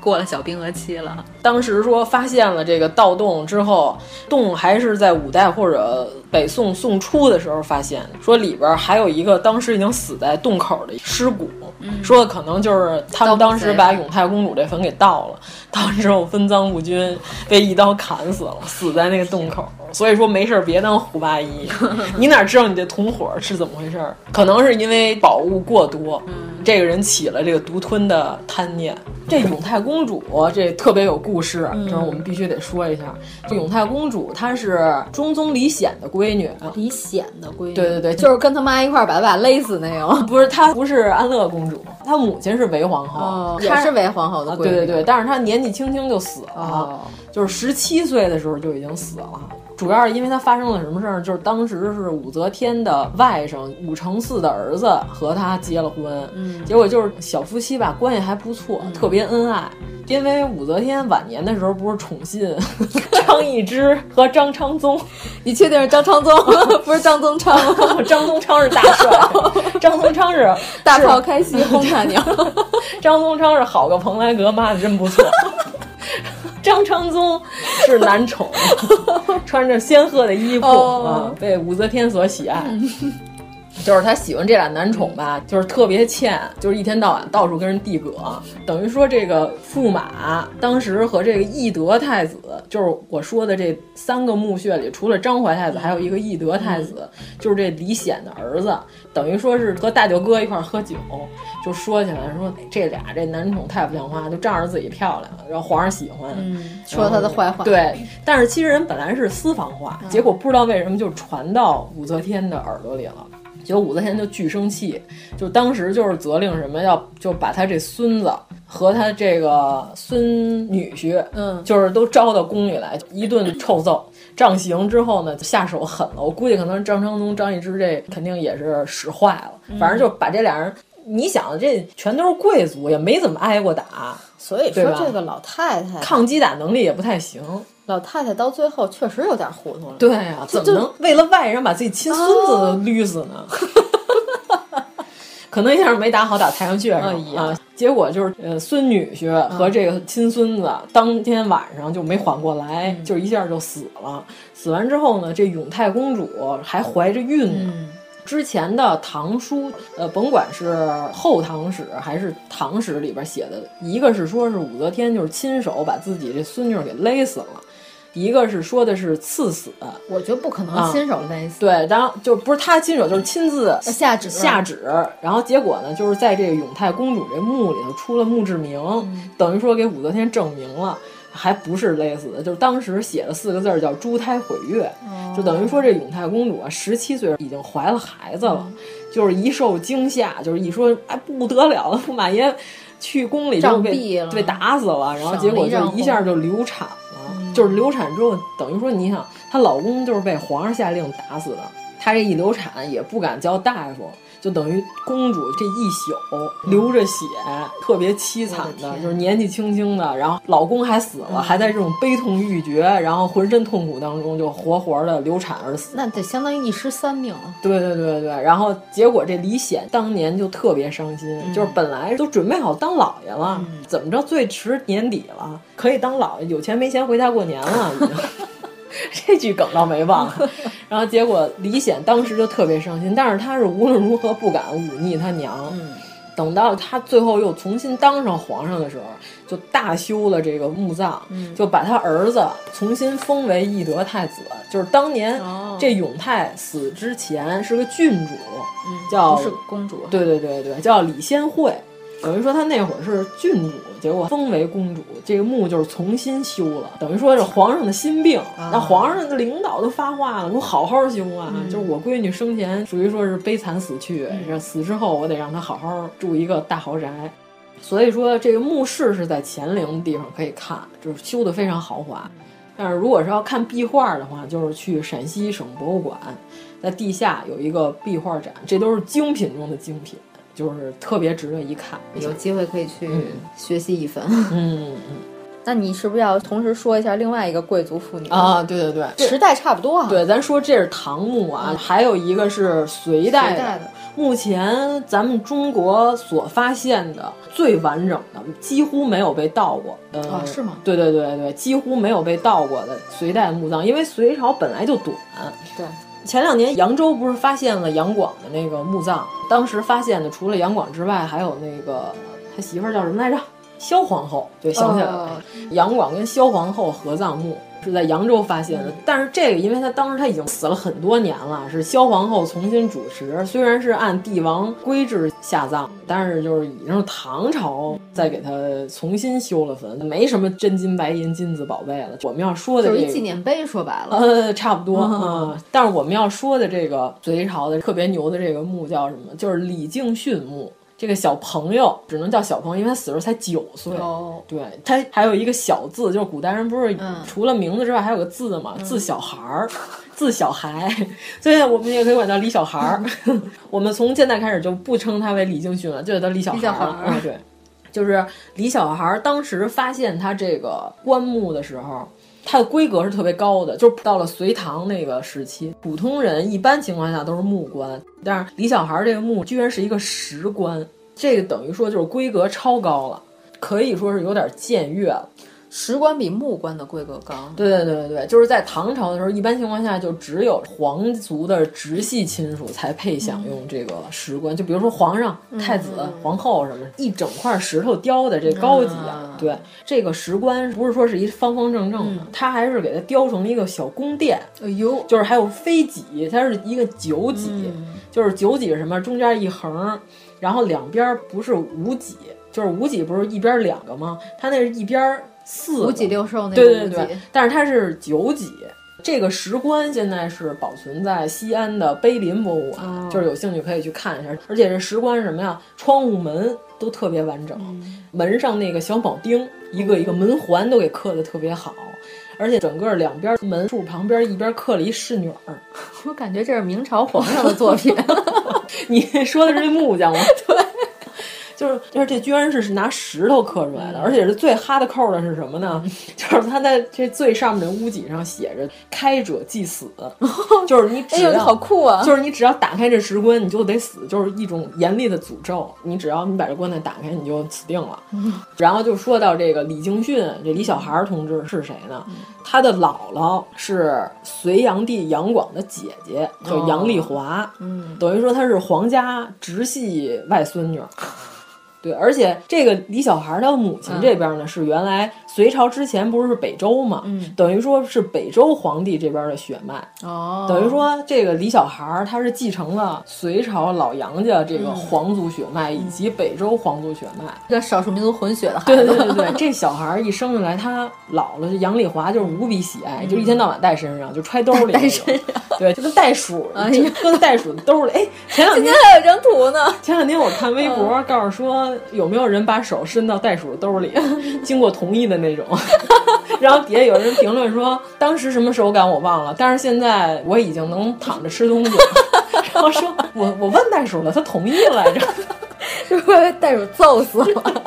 S6: 过了小冰河期了，
S4: 当时说发现了这个盗洞之后，洞还是在五代或者北宋宋初的时候发现的，说里边还有一个当时已经死在洞口的尸骨，说可能就是他们当时把永泰公主这坟给盗了， 盗了之后分赃不均，被一刀砍死了，死在那个洞口。所以说没事儿别当胡八一，你哪知道你这同伙是怎么回事儿？可能是因为宝物过多，这个人起了这个独吞的贪念。这永泰公主这特别有故事，这我们必须得说一下。这永泰公主她是中宗李显的闺女，
S6: 李显的闺女，
S4: 对对对，就
S6: 就是跟他妈一块儿把他爸勒死那个，
S4: 不是她不是安乐公主，她母亲是韦皇后，
S6: 也是韦皇后的
S4: 啊，
S6: 闺女，
S4: 对对对，但是她年纪轻轻就死了，
S6: 哦
S4: 就是十七岁的时候就已经死了。主要是因为她发生了什么事儿呢？就是当时是武则天的外甥武承嗣的儿子和她结了婚，嗯，结果就是小夫妻吧，关系还不错，
S6: 嗯
S4: 特别恩爱。因为武则天晚年的时候不是宠信 张易之和张昌宗，
S6: 你确定是张昌宗， 不是张宗昌吗？
S4: 张宗昌是大 帅，张宗昌是
S6: 大
S4: 是
S6: 炮开西轰他 娘！
S4: 张宗昌是好个蓬莱阁，妈的真不错。张昌宗是男宠，穿着仙鹤的衣服、
S6: 哦
S4: 啊，被武则天所喜爱。就是他喜欢这俩男宠吧，就是特别欠，就是一天到晚到处跟人递葛，等于说这个驸马当时和这个懿德太子，就是我说的这三个墓穴里，除了张怀太子，还有一个懿德太子，就是这李显的儿子，等于说是和大舅哥一块儿喝酒，就说起来说哎这俩这男宠太不像话，就仗着自己漂亮，然后皇上喜
S6: 嗯
S4: 欢，
S6: 说他的嗯坏话，，
S4: 对，但是其实人本来是私房话，结果不知道为什么就传到武则天的耳朵里了。结果武则天就巨生气，就当时就是责令什么要就把他这孙子和他这个孙女婿，
S6: 嗯
S4: 就是都招到宫里来一顿臭揍。杖刑之后呢，下手狠了。我估计可能张昌宗、张易之这肯定也是使坏了，
S6: 嗯
S4: 反正就把这俩人，你想这全都是贵族，也没怎么挨过打，
S6: 所以
S4: 对
S6: 说
S4: 吧
S6: 这个老太太，
S4: 抗击打能力也不太行。
S6: 老太太到最后确实有点糊涂了。
S4: 对啊，
S6: 这
S4: 怎么能为了外人把自己亲孙子都捋死呢？ 可能一下没打好，打太阳穴上
S6: 哎
S4: 了
S6: 呀
S4: 啊。结果就是，呃，孙女婿和这个亲孙子、当天晚上就没缓过来，就一下就死了。死完之后呢，这永泰公主还怀着孕呢。
S6: 嗯
S4: 之前的唐书，呃，甭管是后唐史还是唐史里边写的，一个是说是武则天就是亲手把自己这孙女儿给勒死了，一个是说的是赐死，
S6: 我觉得不可能
S4: 啊
S6: 亲手勒死，
S4: 对，当然就不是他亲手，就是亲自
S6: 下旨
S4: 下旨。然后结果呢，就是在这个永泰公主这墓里头出了墓志铭，
S6: 嗯
S4: 等于说给武则天证明了。还不是勒死的，就是当时写的四个字儿叫“珠胎毁月”，
S6: 哦
S4: 就等于说这永泰公主啊，十七岁已经怀了孩子了，
S6: 嗯
S4: 就是一受惊吓，就是一说哎不得了了，驸马爷去宫里就
S6: 杖
S4: 被
S6: 毙了
S4: 被打死了，然后
S6: 赏
S4: 结果
S6: 了一丈
S4: 就一下
S6: 红
S4: 就流产
S6: 嗯
S4: 了，就是流产之后，等于说你想，她老公就是被皇上下令打死的，她这一流产也不敢叫大夫，就等于公主这一宿流着血，特别凄惨
S6: 嗯我的
S4: 的，
S6: 天嗯
S4: 就是年纪轻轻的，然后老公还死了，还在这种悲痛欲绝，然后浑身痛苦当中就活活的流产而死。
S6: 那得相当于一尸三命了。
S4: 对对对对，然后结果这李显当年就特别伤心，就是本来都准备好当老爷了，怎么着最迟年底了可以当老爷，有钱没钱回家过年了已经。 这句梗倒没忘，然后结果李显当时就特别伤心，但是他是无论如何不敢忤逆他娘。等到他最后又重新当上皇上的时候，就大修了这个墓葬，就把他儿子重新封为懿德太子。就是当年
S6: 哦
S4: 这永泰死之前是个郡主，叫
S6: 嗯不是公主，
S4: 对对对对，叫李仙惠，等于说她那会儿是郡主，结果封为公主，这个墓就是重新修了，等于说是皇上的心病。
S6: 啊
S4: 那皇上的领导都发话了，我好好修啊，
S6: 嗯
S4: 就是我闺女生前属于说是悲惨死去，然后死之后我得让她好好住一个大豪宅。所以说这个墓室是在乾陵地方可以看，就是修的非常豪华。但是如果是要看壁画的话，就是去陕西省博物馆，在地下有一个壁画展，这都是精品中的精品，就是特别值得一看。
S6: 有机会可以去
S4: 嗯
S6: 学习一番。
S4: 嗯
S6: 那你是不是要同时说一下另外一个贵族妇女
S4: 啊，？对对对，
S6: 时代差不多啊。，
S4: 对，咱说这是唐墓啊，还有一个是隋代的。
S6: 隋代的
S4: 目前咱们中国所发现的最完整的，几乎没有被盗过。呃，
S6: 啊是吗
S4: 对对对对，几乎没有被盗过的隋代墓葬，因为隋朝本来就短。
S6: 对，
S4: 前两年扬州不是发现了杨广的那个墓葬，当时发现的除了杨广之外，还有那个他媳妇儿叫什么来着？萧皇后，对，想起来了
S6: 哦，
S4: 杨广跟萧皇后合葬墓是在扬州发
S6: 嗯
S4: 现的，但是这个因为他当时他已经死了很多年了，是萧皇后重新主持，虽然是按帝王规制下葬，但是就是已经是唐朝再给他重新修了坟，没什么真金白银、金子宝贝了。我们要说的
S6: 就
S4: 这
S6: 是
S4: 个
S6: 一纪念碑，说白了。
S4: 呃， 差不多啊、嗯但是我们要说的这个隋朝的特别牛的这个墓叫什么？就是李敬训墓。这个小朋友只能叫小朋友，因为他死的时候才九岁。
S6: 哦
S4: 对他还有一个小字，就是古代人不是
S6: 嗯
S4: 除了名字之外还有个字嘛，字小孩儿，字小孩，所以我们也可以管他李小孩儿。 我们从现在开始就不称他为李敬训了，就叫他李小
S6: 李
S4: 孩
S6: 小
S4: 儿了。
S6: 孩儿
S4: 嗯对，就是李小孩儿当时发现他这个棺木的时候，它的规格是特别高的，就是到了隋唐那个时期，普通人一般情况下都是木棺，但是李小孩儿这个墓居然是一个石棺，这个等于说就是规格超高了，可以说是有点僭越了。
S6: 石棺比木棺的规格高。
S4: 对对对对对，就是在唐朝的时候，一般情况下就只有皇族的直系亲属才配享用这个石棺，就比如说皇上、太子、皇后什么，一整块石头雕的这高级啊。
S6: 啊
S4: 对，这个石棺不是说是一方方正正的，它还是给它雕成了一个小宫殿，
S6: 哎呦，
S4: 就是还有飞脊，它是一个九脊，就是九脊是什么？中间一横，然后两边不是五脊，就是五脊不是一边两个吗？它那是一边四个
S6: 五脊六兽那个
S4: 对对
S6: 五脊
S4: 对，但是它是九脊。这个石棺现在是保存在西安的碑林博物馆，就是有兴趣可以去看一下。而且这石棺是什么呀？窗户门都特别完整，门上那个小铆钉，一个一个门环都给刻的特别好，而且整个两边门柱旁边一边刻了一侍女儿。
S6: 我感觉这是明朝皇上的作品。
S4: 你说的是这木匠吗？ 对，就是就是这居然是拿石头刻出来的，而且是最哈的扣的是什么呢？ 就是他在这最上面的屋脊上写着“开者即 死”，就是你
S6: 哎
S4: 只要、
S6: 呦，好酷啊！
S4: 就是你只要打开这石棺，你就得死，就是一种严厉的诅咒。你只要你把这棺材打开，你就死定了。 然后就说到这个李敬训，这李小孩儿同志是谁呢？他的姥姥是隋炀帝杨广的姐姐，叫杨丽华。哦嗯，等于说她是皇家直系外孙女。对，而且这个李小孩儿他母
S6: 嗯
S4: 亲这边呢、是原来隋朝之前不是北周嘛，
S6: 嗯
S4: 等于说是北周皇帝这边的血脉，
S6: 哦
S4: 等于说，这个李小孩儿他是继承了隋朝老杨家这个
S6: 嗯
S4: 皇族血脉以及北周皇族血脉。
S6: 这少数民族混血的孩
S4: 对
S6: 子，
S4: 对 对对，这小孩儿一生下来，他姥姥杨丽华就是无比喜爱，就一天到晚带身上，就揣兜里那种
S6: 嗯带身 上，
S4: 对，就跟袋鼠，
S6: 哎
S4: 就
S6: 呀
S4: 跟袋鼠兜里。哎，前两
S6: 今
S4: 天
S6: 天还有一张图呢。
S4: 前两天我看微博，
S6: 嗯
S4: 告诉说有没有人把手伸到袋鼠兜里， 经过同意的那种。 然后底下有人评论说，当时什么手感我忘了，但是现在我已经能躺着吃东西了。 然后说我我问袋鼠了，他同意来着。
S6: 是不是被袋鼠揍死了？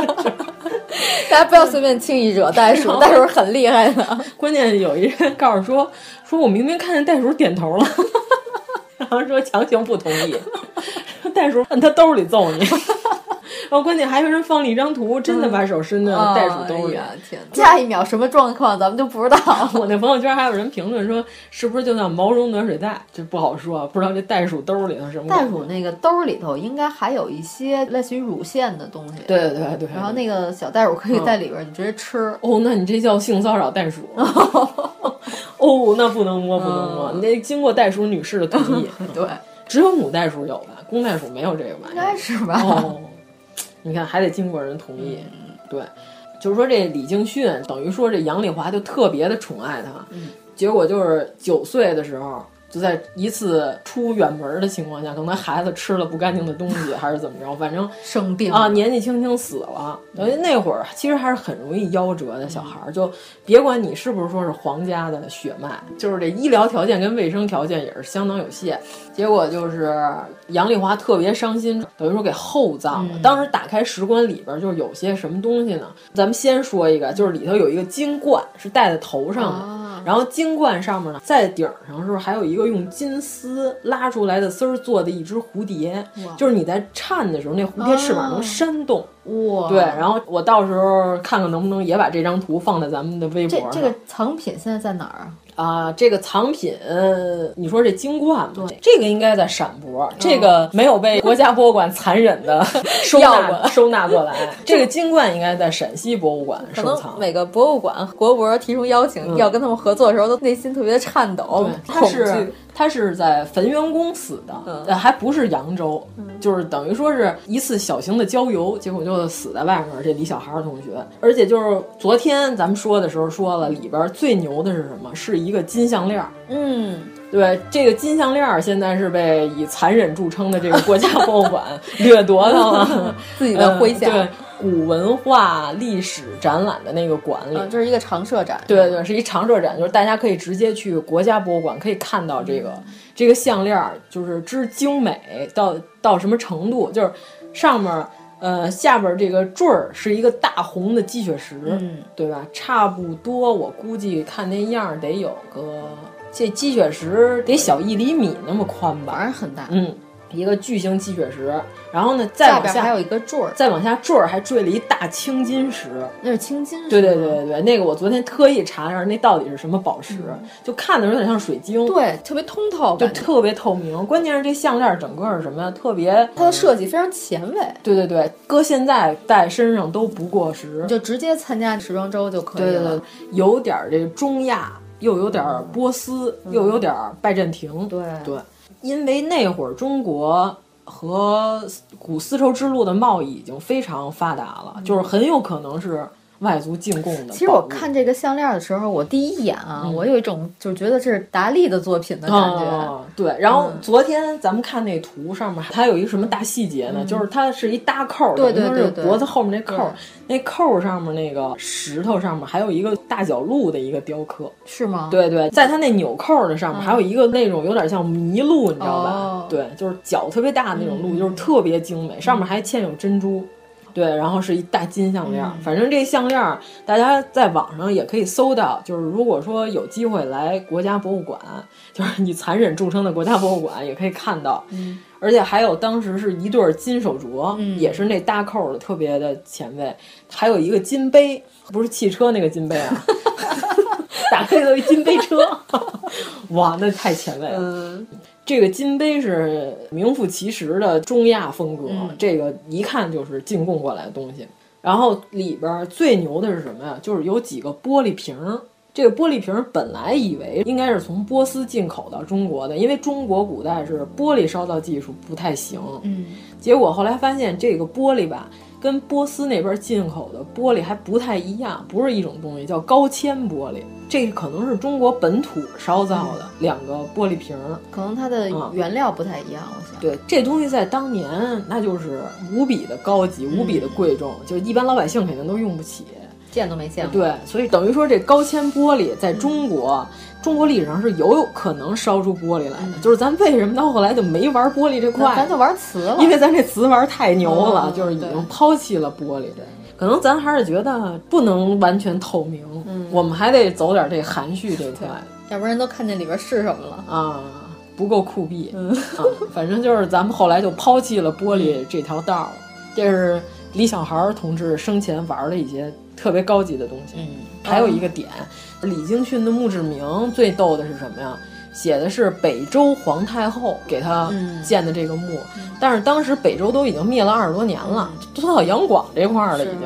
S6: 大家不要随便轻易惹袋 鼠，袋鼠很厉害 的。
S4: 关键有一人告诉说，说我明明看见袋鼠点头了， 然后说强行不同意，袋鼠按他兜里揍你。 然后关键还有人放了一张图，真的把手伸到袋鼠兜里。
S6: 嗯哎呀天哪！下一秒什么状况咱们就不知道了。
S4: 我那朋友圈还有人评论说，是不是就像毛绒暖水袋？这不好说，不知道这袋鼠兜里头什么。
S6: 袋鼠？那个兜里头应该还有一些类似于乳腺的东西，。
S4: 对对对。
S6: 然后那个小袋鼠可以在里边，你直接吃。
S4: 哦，那你这叫性骚扰袋鼠？ 哦，那不能摸，不能摸，
S6: 嗯
S4: 你得经过袋鼠女士的同 意。
S6: 对，
S4: 只有母袋鼠有吧？公袋鼠没有这个玩
S6: 应
S4: 意
S6: 该
S4: 儿。
S6: 是吧？
S4: 哦， 你看还得经过人同意。对，就是说这李敬训等于说这杨丽华就特别的宠爱他，结果就是九岁的时候。就在一次出远门的情况下，可能孩子吃了不干净的东西，还是怎么着，反正
S6: 生病
S4: 啊，年纪轻轻死了。等于那会儿其实还是很容易夭折的小孩儿，就别管你是不是说是皇家的血脉，就是这医疗条件跟卫生条件也是相当有限。结果就是杨丽华特别伤心，等于说给厚葬了。当时打开石棺里边就是有些什么东西呢？咱们先说一个，就是里头有一个金冠是戴在头上的，然后金冠上面呢，在顶上是还有一个用金丝拉出来的丝儿做的一只蝴蝶，就是你在颤的时候，那蝴蝶翅膀能扇动。
S6: 哇，
S4: 哦对，然后我到时候看看能不能也把这张图放在咱们的微博
S6: 这
S4: 上。
S6: 这个藏品现在在哪儿啊？
S4: 啊，这个藏品，你说这金冠，对，这个应该在陕
S6: 嗯
S4: 博，这个没有被国家博物馆残忍的 收纳收纳 过来。这个金冠应该在陕西博物馆
S6: 可
S4: 收藏
S6: 能。每个博物馆、国博提出邀请、要跟他们合作的时候，都内心特别颤抖
S4: 对，，它
S6: 恐
S4: 是
S6: 惧。嗯
S4: 它是在汾源宫死的，呃还不是扬州，就是等于说是一次小型的郊游，结果就死在外面。这李小孩儿同学，而且就是昨天咱们说的时候说了，里边儿最牛的是什么？是一个金项链儿。
S6: 嗯，
S4: 对，这个金项链儿现在是被以残忍著称的这个 国家博物馆掠夺到了
S6: 啊自己的麾下嗯
S4: 呃对，古文化历史展览的那个馆里。
S6: 嗯这是一个常设展，
S4: 对对，是一常设展，就是大家可以直接去国家博物馆可以看到这个、
S6: 嗯
S4: 这个项链儿，就是之精美到到什么程度，就是上面儿呃下边儿这个坠儿是一个大红的鸡血石，
S6: 嗯
S4: 对吧？差不多我估计看那样儿得有个这鸡血石得小一厘米那么宽
S6: 反
S4: 吧，
S6: 正很大，
S4: 嗯，一个巨型鸡血石，然后呢再
S6: 下
S4: 往
S6: 边
S4: 下
S6: 还有一个坠儿，
S4: 再往下坠儿还坠了一大青金石，
S6: 那是青金，
S4: 对对对。对对，那个我昨天特意查了一下，那到底是什么宝石，就看的有点像水晶，，
S6: 嗯对，特别通透
S4: 就
S6: 感觉，
S4: 特别透明。关键是这项链整个是什么呀？特别，
S6: 它的设计非常前卫，
S4: 对对对，搁现在戴身上都不过时
S6: 你。就直接参加时装周就可以
S4: 对对
S6: 了。
S4: 对，有点儿这中亚，又有点儿波斯，又有点儿拜占庭。
S6: 嗯对
S4: 对，因为那会儿中国。和古丝绸之路的贸易已经非常发达了，就是很有可能是外族进贡的。
S6: 嗯其实我看这个项链的时候，我第一眼啊，我有一种就是觉得这是达利的作品的感觉。嗯
S4: 哦、对，然后昨天咱们看那图上面还有一个什么大细节呢？就是它是一搭扣儿，
S6: 嗯对
S4: 等于
S6: 对
S4: 说是
S6: 对对
S4: 脖子后面那扣儿
S6: 对，
S4: 那扣儿上面那个石头上面还有一个大角鹿的一个雕刻。
S6: 是吗？，嗯
S4: 对对，在它那纽扣儿的上面还有一个那种有点像麋鹿，你知道吧？
S6: 哦嗯
S4: 对，就是脚特别大的那种鹿，就是特别精美，上面还嵌有珍
S6: 哦
S4: 珠。对，然后是一大金项链儿，
S6: 嗯
S4: 反正这项链儿大家在网上也可以搜到。就是如果说有机会来国家博物馆，就是以残忍著称的国家博物馆，也可以看到。嗯，而且还有当时是一对儿金手镯，
S6: 嗯
S4: 也是那搭扣儿的，特别的前卫。还有一个金杯，不是汽车那个金杯啊， 打开都一金杯车，哇，那太前卫了。这个金杯是名副其实的中亚风格，这个一看就是进贡过来的东西。然后里边儿最牛的是什么呀？就是有几个玻璃瓶儿。这个玻璃瓶儿本来以为应该是从波斯进口到中国的，因为中国古代是玻璃烧造技术不太行。嗯，结果后来发现这个玻璃吧，跟波斯那边进口的玻璃还不太一样，不是一种东西，叫高铅玻璃。这可能是中国本土烧造的两个玻璃瓶儿。
S6: 可能它的
S4: 嗯
S6: 原料不太一样，我想。
S4: 对，这东西在当年那就是无比的高级，无比的贵重，就一般老百姓肯定都用不起。
S6: 见都没见过。
S4: 对，所以等于说这高铅玻璃在中国，中国历史上是有可能烧出玻璃来的。就是咱为什么到后来就没玩玻璃这
S6: 那
S4: 块？
S6: 咱就玩瓷了，
S4: 因为咱这瓷玩太牛了，
S6: 嗯
S4: 就是已
S6: 哦对
S4: 经抛弃了玻璃。可能咱还是觉得不能完全透明，
S6: 嗯
S4: 我们还得走点这含蓄这块。
S6: 要不然都看见里边是什么了。
S4: 啊，不够酷毙、
S6: 嗯
S4: 啊！反正就是咱们后来就抛弃了玻璃这条道儿，这是李小孩同志生前玩的一些特别高级的东西。
S6: 嗯，
S4: 还有一个点，李经训的墓志铭最逗的是什么呀？写的是北周皇太后给他
S6: 嗯嗯
S4: 建的这个墓，但是当时北周都已经灭了二十多年了，都到杨广这块儿了已
S6: 是
S4: 经。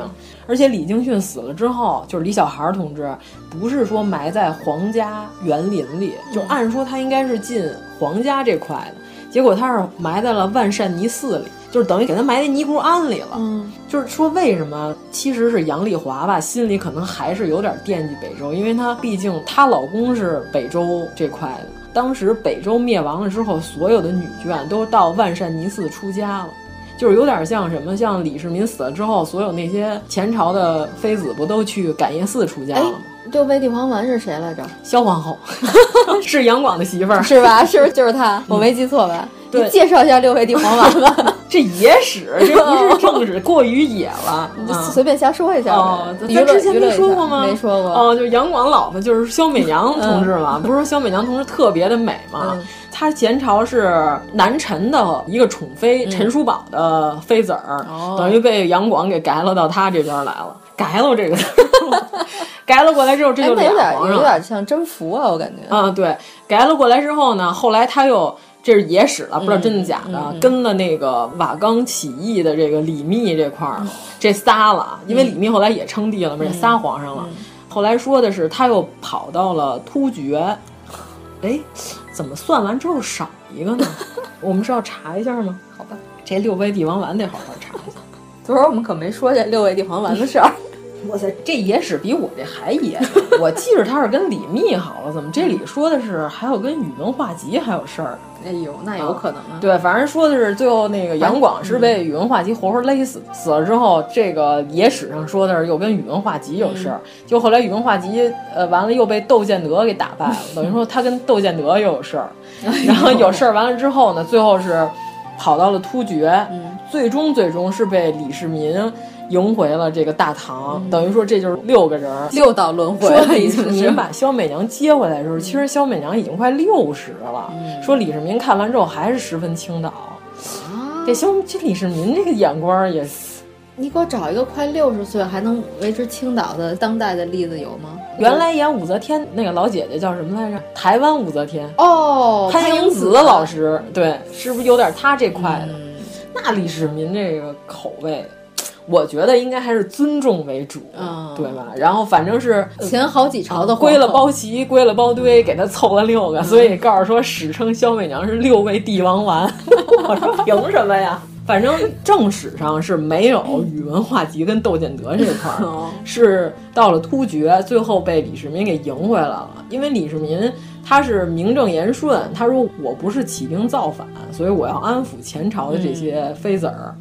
S4: 而且李经训死了之后，就是李小孩儿同志，不是说埋在皇家园林里，就
S6: 嗯
S4: 按说他应该是进皇家这块的，结果他是埋在了万善尼寺里，就是等于给他埋在尼姑庵里了。
S6: 嗯，
S4: 就是说，为什么其实是杨丽华吧，心里可能还是有点惦记北周，因为她毕竟她老公是北周这块的。当时北周灭亡了之后，所有的女眷都到万善尼寺出家了。就是有点像什么，像李世民死了之后，所有那些前朝的妃子不都去感业寺出家
S6: 哎
S4: 了吗？，
S6: 六味地黄丸是 谁来着？
S4: 萧皇 后是杨广的媳妇儿，
S6: 是吧？是不 是就是他？我没记错吧？
S4: 嗯对
S6: 你介绍一下六味地黄丸 吧，
S4: 这野史，这不是正史，过于野了。
S6: 你就
S4: 啊
S6: 随便瞎说一下呗。
S4: 哦，
S6: 娱
S4: 咱
S6: 乐
S4: 之前
S6: 娱
S4: 没
S6: 乐一
S4: 说
S6: 下
S4: 过吗？
S6: 没说过。
S4: 哦，就是杨广老婆就是萧美娘同志嘛，不是说萧美娘同志特别的美嘛
S6: 嗯？
S4: 她前朝是南陈的一个宠妃陈叔宝的妃子儿
S6: 嗯哦，
S4: 等于被杨广给改了到她这边来了。改了这个 词儿，改了过来之后，这
S6: 哎，
S4: 就
S6: 那有
S4: 俩
S6: 点
S4: 皇
S6: 有
S4: 上。
S6: 点像真服啊，我感觉。
S4: 啊，对，改了过来之后呢，后来他又这是野史了，不知道真的假的，跟了那个瓦岗起义的这个李密这块儿、这仨了，因为李密后来也称帝了嘛，这仨皇上了。后来说的是他又跑到了突 厥，哎，怎么算完之后少一 个呢？我们是要查一下吗？好吧，这六味地黄丸得好好查一下。
S6: 昨儿我们可没说这六味地黄丸的 事儿。
S4: 哇塞，这野史比我这还野！ 我记着他是跟李密好了，怎么这里说的是还有跟宇文化及还有事儿？
S6: 哎呦，那有可能啊。
S4: 对，反正说的是最后那个杨广是被宇文化及活活勒死，死了之后，这个野史上说的是又跟宇文化及有事儿，就后来宇文化及呃完了又被窦建德给打败了，等于说他跟窦建德又有事儿，然后有事儿完了之后呢，最后是跑到了突厥，最终最终是被李世民迎回了这个大唐，等于说这就是六个人儿，
S6: 六道 轮回
S4: 说
S6: 了，已
S4: 李世
S6: 经
S4: 民
S6: 是。嗯
S4: 把萧美娘接回来的时候，其实萧美娘已经快六十了。说李世民看完之后还是十分倾倒。
S6: 啊
S4: 这萧这李世民这个眼光儿也，
S6: 你给我找一个快六十岁还能维持青岛的当代的例子有吗？
S4: 原来演武则天那个老姐姐叫什么来着？台湾武则天，
S6: 哦，
S4: 潘
S6: 英
S4: 迎紫老师，对，是不是有点她这块的？
S6: 嗯
S4: 那李世民这个口味。我觉得应该还是尊重为主，
S6: 嗯
S4: 对吧？然后反正是呃
S6: 前好几朝的
S4: 归了
S6: 包。
S4: 包齐，归了包堆，给他凑了六个，
S6: 嗯
S4: 所以告诉说史称萧美娘是六味帝王 丸。我说凭什么呀？反正正史上是没有宇文化及跟窦建德这块儿
S6: 哦
S4: 的，是到了突厥，最后被李世民给赢回来了。因为李世民他是名正言顺，他说我不是起兵造反，所以我要安抚前朝的
S6: 嗯
S4: 这些妃子儿。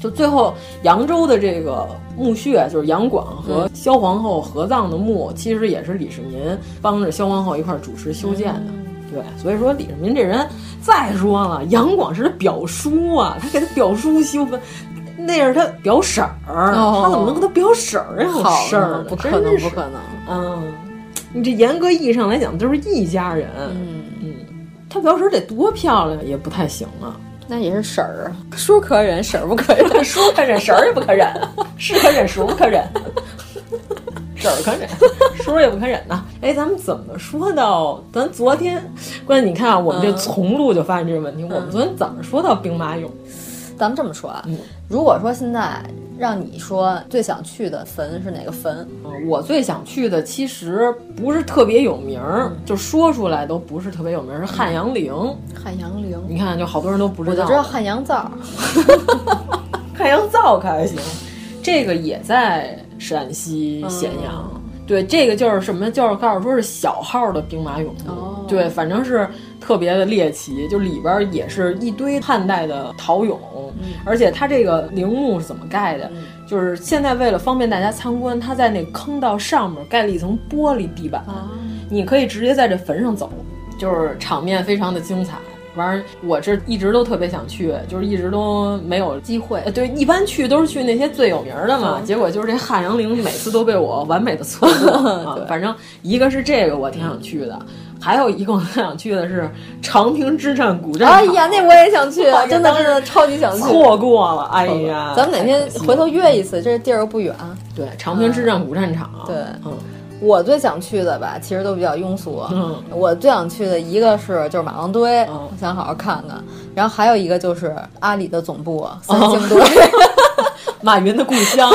S4: 就最后扬州的这个墓穴，就是杨广
S6: 嗯
S4: 和萧皇后合葬的墓，其实也是李世民帮着萧皇后一块儿主持修建的。
S6: 嗯
S4: 对，所以说李世民这人，再说了，杨广是他表叔啊，他给他表叔修坟，那是他表婶儿，
S6: 哦
S4: 他怎么能跟他表婶儿有
S6: 好
S4: 事儿呢？
S6: 不可能，
S4: 真是
S6: 不可能。
S4: 嗯，你这严格意义上来讲，都是一家人。
S6: 嗯
S4: 他表婶得多漂亮也不太行啊。
S6: 那也是婶儿啊，叔可忍，婶儿不 可忍。
S4: 叔可忍，婶儿也不可忍，是可忍，孰不可忍，婶儿可忍，叔也不可忍呐。哎，咱们怎么说到咱昨天？关键你看啊，我们这从录就发现这个问题。
S6: 嗯
S4: 我们昨天怎么说到兵马俑？
S6: 咱们这么说啊，
S4: 嗯
S6: 如果说现在让你说最想去的坟是哪个坟？
S4: 嗯我最想去的其实不是特别有名儿，
S6: 嗯
S4: 就说出来都不是特别有名儿，是汉阳陵。
S6: 汉阳陵，
S4: 你看，就好多人都不
S6: 嗯我
S4: 知
S6: 就
S4: 道。
S6: 知道汉阳造。
S4: 汉阳造可还行，这个也在陕西咸阳。对，这个就是什么？就是告诉说是小号的兵马俑，
S6: 哦
S4: 对，反正是特别的猎奇，就里边儿也是一堆汉代的陶俑，而且它这个陵墓是怎么盖的？就是现在为了方便大家参观，它在那坑道上面盖了一层玻璃地板，你可以直接在这坟上走，就是场面非常的精彩。完儿，我这一直都特别想去，就是一直都没有
S6: 机会
S4: 呃对，一般去都是去那些最有名儿的嘛，
S6: 嗯
S4: 结果就是这汉阳陵每次都被我完美的 错过。啊反正一个是这个我挺想去
S6: 嗯
S4: 的，还有一个我挺想去的是长平之战古战场。
S6: 哎呀，那我也想去
S4: 哎呀，
S6: 真的真的超级想去。
S4: 错过了，哎呀！
S6: 咱们哪天回头约一次，这地儿又不远。啊
S4: 对长平之战古战场，
S6: 对
S4: 嗯，
S6: 我最想去的吧，其实都比较庸俗。
S4: 嗯，
S6: 我最想去的一个是就是马王堆，
S4: 嗯
S6: 我想好好看看。然后还有一个就是阿里的总部
S4: 哦
S6: 三星 堆。
S4: 马云的故 乡，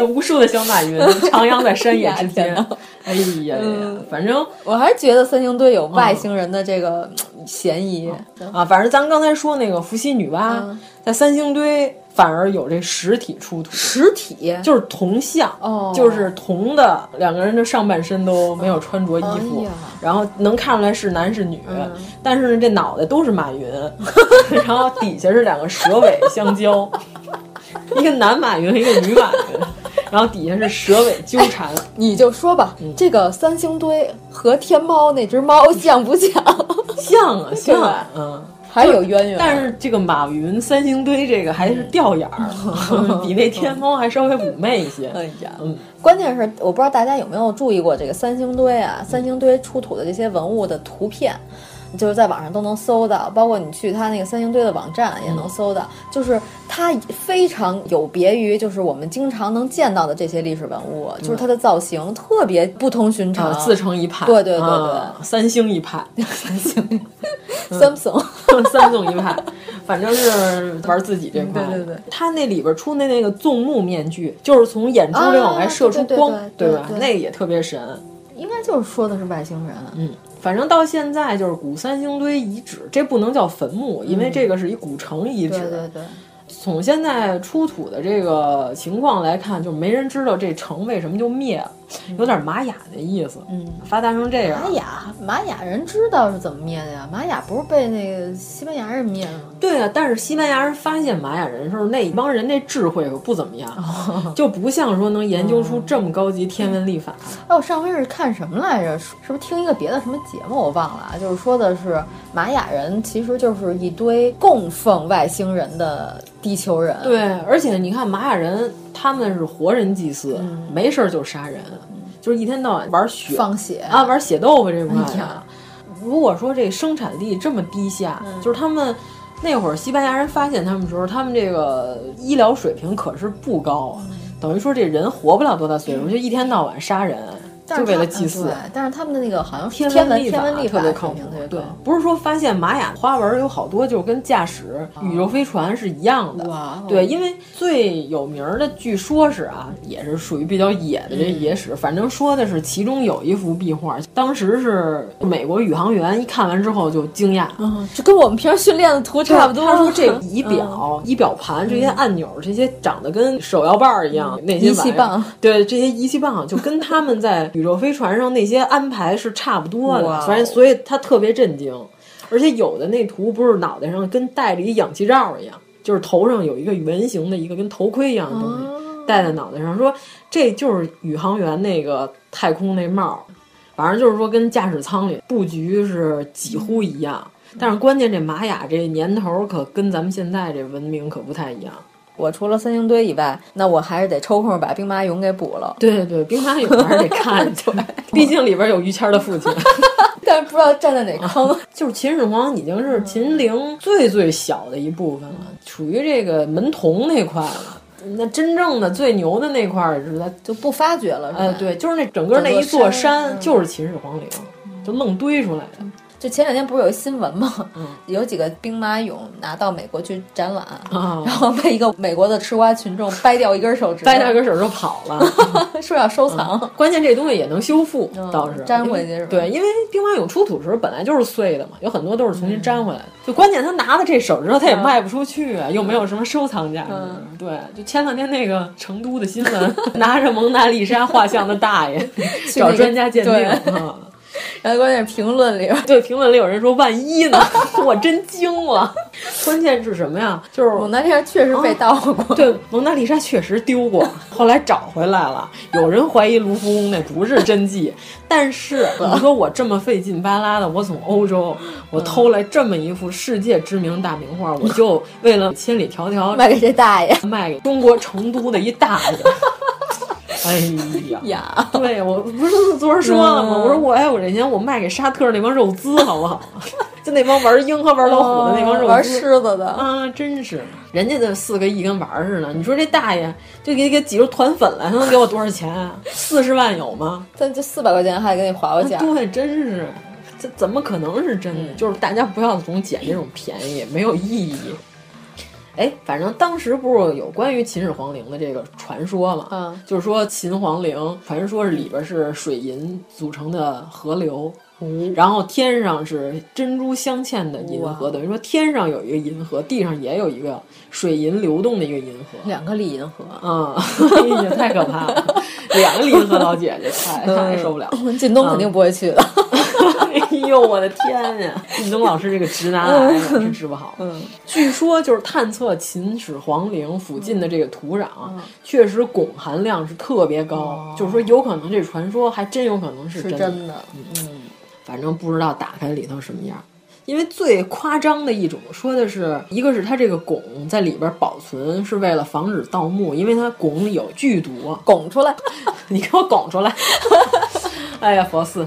S4: 有无数的小马云徜徉在山野之间
S6: 哎呀天哪。嗯
S4: 哎呀呀，反正
S6: 我还是觉得三星堆有外星人的这
S4: 嗯
S6: 个嫌疑。
S4: 哦啊
S6: 嗯
S4: 啊，反正咱刚才说那个伏羲女娲在三星堆反而有这实体出土，
S6: 实体
S4: 就是铜像，
S6: 哦
S4: 就是铜的，两个人的上半身都没有穿着衣服，
S6: 哎呀
S4: 然后能看出来是男是女，
S6: 嗯
S4: 但是呢，这脑袋都是马 云，然后底下是两个蛇尾相 交，一个男马云，一个女马云，然后底下是蛇尾纠缠。
S6: 你就说吧，
S4: 嗯
S6: 这个三星堆和天猫那只猫像不像？
S4: 像啊像啊，嗯，
S6: 还有渊源。
S4: 但是这个马云三星堆这个还是掉眼 儿，比那天猫还稍微妩媚一些。
S6: 哎呀，
S4: 嗯
S6: 关键是我不知道大家有没有注意过这个三星堆啊，三星堆出土的这些文物的图片。就是在网上都能搜到，包括你去它那个三星堆的网站也能搜到。就是它非常有别于就是我们经常能见到的这些历史文物，就是它的造型特别不同寻常。
S4: 啊，自成一派，
S6: 对对对对
S4: 啊三星一派，
S6: 三星 Samsung，
S4: 三纵一派，反正是玩自己这块。
S6: 嗯对对对，
S4: 他那里边出那那个纵目面具，就是从眼珠里往外射出
S6: 啊对对对
S4: 光，
S6: 对对
S4: 吧？
S6: 对
S4: 那个也特别神。
S6: 应该就是说的是外星人。
S4: 嗯，反正到现在就是古三星堆遗址，这不能叫坟墓，因为这个是一古城遗址。
S6: 嗯对对对，
S4: 从现在出土的这个情况来看，就没人知道这城为什么就灭了，有点玛雅的意思。
S6: 嗯，
S4: 发达成这样
S6: 玛。雅玛雅人知道是怎么灭的呀？玛雅不是被那个西班牙人灭的吗？
S4: 对啊，但是西班牙人发现玛雅人的时候，那帮人那智慧可不怎么样，
S6: 哦
S4: 就不像说能研究出这么高级天文历法。
S6: 哎，我上回是看什么来着？是不是听一个别的什么节目？我忘了啊。就是说的是玛雅人其实就是一堆供奉外星人的地球人。，
S4: 对，而且你看玛雅人，他们是活人祭祀，没事儿就杀人，就是一天到晚玩血
S6: 嗯放血
S4: 啊，玩血豆腐这块
S6: 哎
S4: 儿
S6: 呀嗯
S4: 啊。如果说这生产力这么低下，就是他们那会儿西班牙人发现他们的时候，他们这个医疗水平可是不高啊，
S6: 嗯
S4: 等于说这人活不了多大岁数，就一天到晚杀人，
S6: 但
S4: 就是为了
S6: 他
S4: 祭祀
S6: 对。但是他们的那个好像是
S4: 天
S6: 天
S4: 文
S6: 文天文历法
S4: 特别靠谱
S6: 水平特别，
S4: 对
S6: 高，
S4: 不是说发现玛雅花纹有好多就是跟驾驶宇宙飞船是一样的，
S6: 啊哇哦
S4: 对，因为最有名儿的据说是啊，也是属于比较野的
S6: 嗯
S4: 这野史，反正说的是其中有一幅壁画，当时是美国宇航员一看完之后就惊讶，
S6: 嗯，就跟我们平时训练的图差不多。嗯
S4: 他说 这仪表、仪表盘这些按钮，这些长得跟手摇把儿一样，那些
S6: 仪器
S4: 玩意儿
S6: 棒，
S4: 对这些仪器棒，就跟他们在宇宙飞船上那些安排是差不多
S6: 哇
S4: 的。
S6: 哦
S4: 反正，所以他特别震惊。而且有的那图不是脑袋上跟戴着一氧气罩一样，就是头上有一个圆形的一个跟头盔一样的东西
S6: 哦
S4: 戴在脑袋上，说这就是宇航员那个太空那帽儿。反正就是说跟驾驶舱里布局是几乎一样，但是关键这玛雅这年头可跟咱们现在这文明可不太一样。
S6: 我除了三星堆以外，那我还是得抽空把兵马俑给补 了。
S4: 对对对，兵马俑还是得看， 对，毕竟里边有于谦儿的父亲。
S6: 但是不知道站在哪坑。
S4: 就是秦始皇已经是秦陵最最小的一部分了，属于这个门童那块了。那真正的最牛的那块儿是在
S6: 就不发 掘了，是吧？
S4: 呃，对，就是那整个那一座山嗯就是秦始皇陵，就愣堆出来的。
S6: 就前两天不是有一新闻吗？
S4: 嗯
S6: 有几个兵马俑拿到美国去展览，
S4: 啊
S6: 然后被一个美国的吃瓜群众掰掉一根手指，
S4: 掰掉一根手就跑了。
S6: 说要收藏。
S4: 关键这东西也能修复，倒是
S6: 嗯粘回去是吧
S4: 对，因为兵马俑出土的时候本来就是碎的嘛，有很多都是
S6: 嗯
S4: 重新粘回来的。就关键他拿了这手之后，他也卖不出去啊，又没有什么收藏价值。
S6: 嗯
S4: 对，就前两天那个成都的新闻， 拿着蒙娜丽莎画像的大 爷
S6: 那
S4: 找
S6: 个
S4: 专家鉴
S6: 对
S4: 定啊。
S6: 然后关键是评论里边
S4: 对，评论里有人说万一呢， 我真惊了。关键是什么呀？就是
S6: 蒙娜丽莎确实被盗 过，
S4: 对，蒙娜丽莎确实丢过，后来找回来了。有人怀疑卢浮宫那不是真迹，但是你说我这么费劲巴拉的，我从欧洲我偷来这么一幅世界知名大名画，我就为了千里迢迢
S6: 卖给这大爷
S4: 卖给中国成都的一大 爷。哎 呀！
S6: 呀。
S4: 对我不是昨儿说了吗？
S6: 嗯
S4: 我说我哎，我这钱我卖给沙特那帮肉资好不好？ 就那帮玩鹰和玩老虎的那帮肉资，
S6: 哦玩狮子的，
S4: 啊，真是，人家那四个亿跟玩儿似的。你说这大爷，就给给挤出团粉来，他能给我多少钱啊？四十万有吗？
S6: 但就四百块钱还给你划过价，
S4: 啊对，真是，这怎么可能是真的？就是大家不要总捡这种便宜，没有意义。哎，反正当时不是有关于秦始皇陵的这个传说嘛？
S6: 嗯
S4: 就是说秦皇陵传说是里边是水银组成的河流，然后天上是珍珠镶嵌的银
S6: 哇
S4: 河，等于说天上有一个银河，地上也有一个水银流动的一个银河。
S6: 两个李银河，
S4: 嗯，也太可怕了， 嗯两个银河老姐姐，太太受不 了。
S6: 靳东肯定不会去的。
S4: 哎呦，我的天呀！靳东老师这个直男癌我是治不好。嗯，据说就是探测秦始皇陵附近的这个土壤啊，确实汞含量是特别高，就是说有可能这传说还真有可能哦是
S6: 是
S4: 真
S6: 真的，
S4: 反正不知道打开里头什么样。因为最夸张的一种说的是，一个是它这个汞在里边保存是为了防止盗墓，因为它汞里有剧毒啊，
S6: 拱 出来，
S4: 你给我拱出来！哎呀，佛 寺，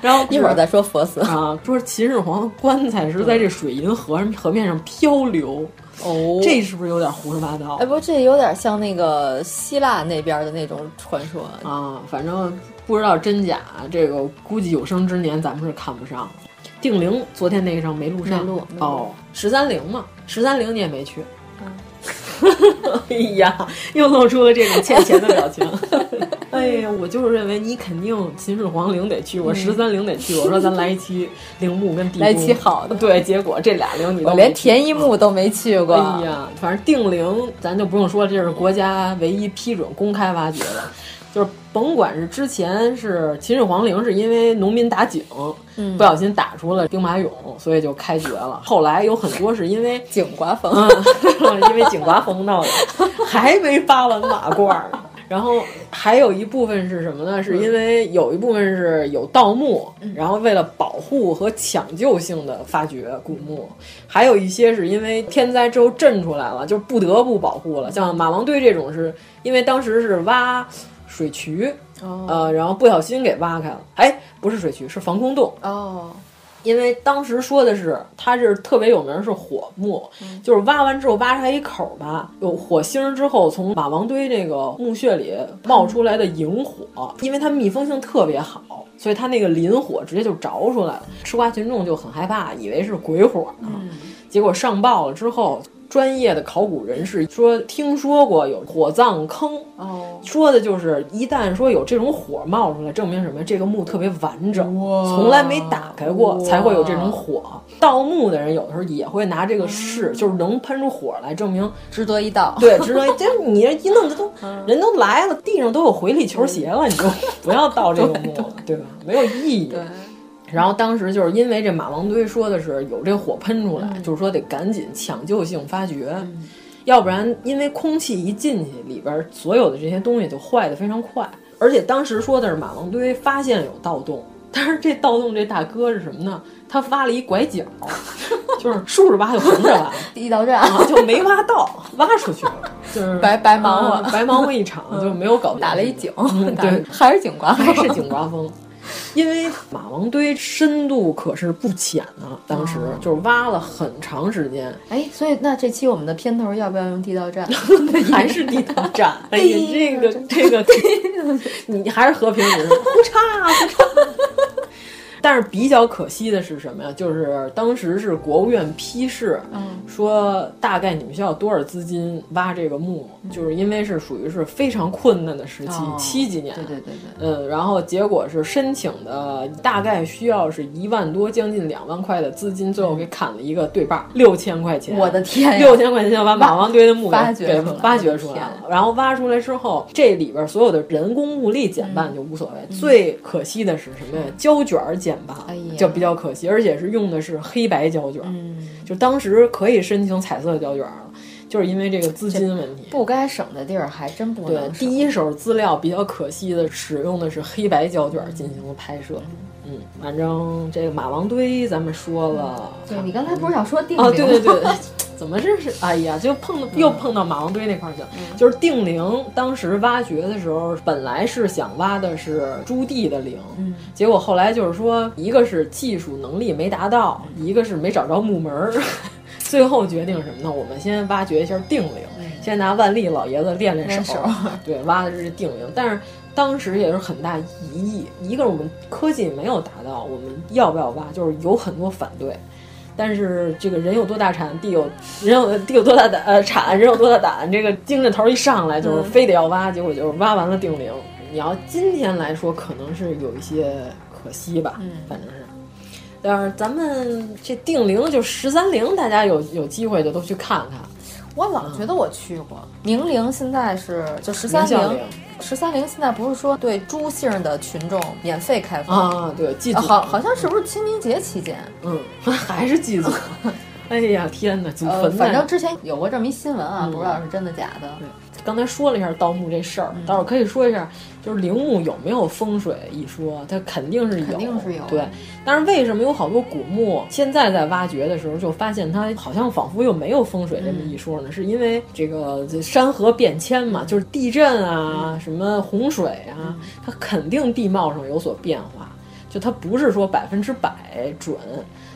S4: 然后
S6: 一会儿再说佛 寺。
S4: 啊，说秦始皇的棺材是在这水银河河面上漂流，
S6: 哦
S4: 这是不是有点胡说八道
S6: 哎，不，这有点像那个希腊那边的那种传说。
S4: 啊？反正不知道真假，这个估计有生之年咱们是看不上了。定陵昨天那个上没录上，
S6: 没录没录
S4: 哦，十三陵嘛，十三陵你也没去。
S6: 嗯
S4: 哎呀，又露出了这种欠钱的表 情。哎呀，我就是认为你肯定秦始皇陵得去，我十三陵得去。我说咱来一期陵墓跟地
S6: 嗯来一
S4: 宫
S6: 期好 的
S4: 对，结果这俩陵你都
S6: 我
S4: 没
S6: 连
S4: 去
S6: 田一木都没去过。
S4: 哎呀，反正定陵咱就不用说，这是国家唯一批准公开挖掘的，就是甭管是之前是秦始皇陵，是因为农民打井，
S6: 嗯
S4: 不小心打出了兵马俑，所以就开掘了。后来有很多是因为。
S6: 井刮风，
S4: 嗯， 因为井刮风闹的，还没扒完马褂儿呢。然后还有一部分是什么呢？是因为有一部分是有盗墓，然后为了保护和抢救性的发掘古墓，还有一些是因为天灾之后震出来了，就不得不保护了。像马王堆这种是因为当时是挖水渠，呃，然后不小心给挖开了，哎，不是水渠，是防空洞，
S6: 哦，
S4: 因为当时说的是它是特别有名儿是火墓，就是挖完之后挖出来一口儿吧，有火星儿之后从马王堆这个墓穴里冒出来的萤火，因为它密封性特别好，所以它那个磷火直接就着出来了，吃瓜群众就很害怕，以为是鬼火呢，结果上报了之后。专业的考古人士说，听说过有火葬坑，
S6: 哦，
S4: 说的就是一旦说有这种火冒出来，证明什么？这个墓特别完整，从来没打开过，
S6: 哇
S4: 才会有这种火。盗墓的人有的时候也会拿这个试，就是能喷出火来，证明
S6: 值得一道。
S4: 对，知道就是你这一弄，这 都人都来了，地上都有回力球鞋了，你 就不要盗这个墓了，嗯对吧？没有意义。然后当时就是因为这马王堆说的是有这火喷出来，就是说得赶紧抢救性发掘，要不然因为空气一进去，里边所有的这些东西就坏的非常快。而且当时说的是马王堆发现有盗洞，但是这盗洞这大哥是什么呢？他挖了一拐角， 就是竖着挖就横着挖，
S6: 地道战，
S4: 啊，就没挖到，挖出去了，就是
S6: 白白忙活
S4: 啊白忙活一场，就没有搞定
S6: 打了一井
S4: 嗯，
S6: 打了
S4: 对，
S6: 还是井刮风，
S4: 还是井刮风。因为马王堆深度可是不浅啊，当时
S6: 哦
S4: 就是挖了很长时间，
S6: 哎，所以那这期我们的片头要不要用地 道战？
S4: 还是地道战。 哎呀，这个这个， 你还是和平人， 胡叉胡叉。 但是比较可惜的是什么呀？就是当时是国务院批示，说大概你们需要多少资金挖这个墓，就是因为是属于是非常困难的时期，
S6: 哦
S4: 七几年，
S6: 对对对对，
S4: 嗯，然后结果是申请的大概需要是一万多，将近两万块的资金，最后给砍了一个对半儿，六千块钱。
S6: 嗯我的天呀
S4: 六千块钱就把马王堆的墓给
S6: 挖掘
S4: 给
S6: 出来
S4: 挖掘出来
S6: 天
S4: 了。然后挖出来之后，这里边所有的人工物力减
S6: 嗯
S4: 半就无所谓，最可惜的是什么呀？胶卷儿减半，
S6: 哎呀嗯
S4: 就比较可惜，而且是用的是黑白胶卷儿，就当时可以申请彩色胶卷儿了，就是因为这个资金问题。
S6: 不该省的地儿还真不
S4: 对
S6: 能，省。
S4: 第一手资料比较可惜的，使用的是黑白胶卷进行了拍摄。嗯，反正这个马王堆咱们说了，
S6: 对你刚才不是想说定陵？
S4: 哦，对对对， 怎么这是？哎呀，就碰到又碰到马王堆那块儿去了。就是定陵，当时挖掘的时候，本来是想挖的是朱棣的陵，结果后来就是说，一个是技术能力没达到，一个是没找着墓门儿。 最后决定什么呢？我们先挖掘一下定陵，先拿万历老爷子练嗯练
S6: 练
S4: 手。
S6: 手
S4: 对，挖的是这定陵，但是当时也是很大疑义。一个是我们科技没有达到，我们要不要挖，就是有很多反对。但是这个人有多大产，地有人有地有多大呃胆，呃，产人有多大胆，这个精神头一上来就是非得要挖，结果就是挖完了定陵，你要今天来说，可能是有一些可惜吧，
S7: 嗯
S4: 反正是。但是咱们这定陵就十三陵，大家有有机会就都去看看。
S6: 我老觉得我去过宁陵，现在是就十
S4: 宁
S6: 三
S4: 孝
S6: 陵
S4: 陵，
S6: 十三陵现在不是说对朱姓的群众免费开放，
S4: 啊，对，祭祖、
S6: 啊好好像是不是清明节期间？
S4: 嗯， 还是祭 祖。哎呀，天哪，祖
S6: 呃，
S4: 坟
S6: 反
S4: 呢
S6: 正之前有过这么一新闻啊，
S4: 嗯
S6: 不知道是真的假的。
S4: 刚才说了一下盗墓这事儿，
S6: 嗯
S4: 到时候可以说一下，就是陵墓有没有风水一说，它肯定是有，
S6: 肯定是有
S4: 对，但是为什么有好多古墓现在在挖掘的时候就发现它好像仿佛又没有风水这
S6: 嗯
S4: 么一说呢？是因为这个这山河变迁嘛，就是地震啊、
S6: 嗯
S4: 什么洪水啊，它肯定地貌上有所变化，就它不是说百分之百准。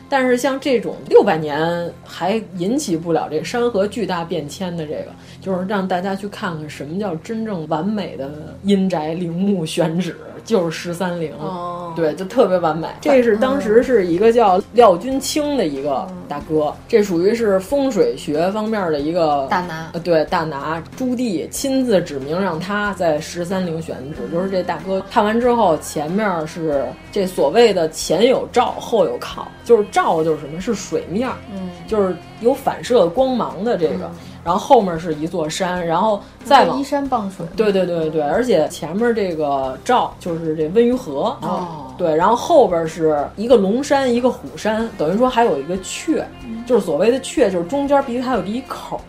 S4: 但是像这种六百年还引起不了这山河巨大变迁的这个，就是让大家去看看什么叫真正完美的阴宅陵墓选址，就是十三陵。
S6: 哦嗯
S4: 对，就特别完美。这是当时是一个叫廖君清的一个大哥，这属于是风水学方面的一个
S6: 大拿
S4: 呃，对，大拿朱棣亲自指明让他在十三陵选址，就是这大哥看完之后，前面是这所谓的前有照，后有靠，就是照就是什么是水面，嗯，就是有反射光芒的这个，然后后面是一座山，然后再往
S6: 依山傍水，
S4: 对对对对，而且前面这个赵就是这温榆河哦，对，然后后边是一个龙山，一个虎山，等于说还有一个阙，就是所谓的阙，就是中间必须还有一口，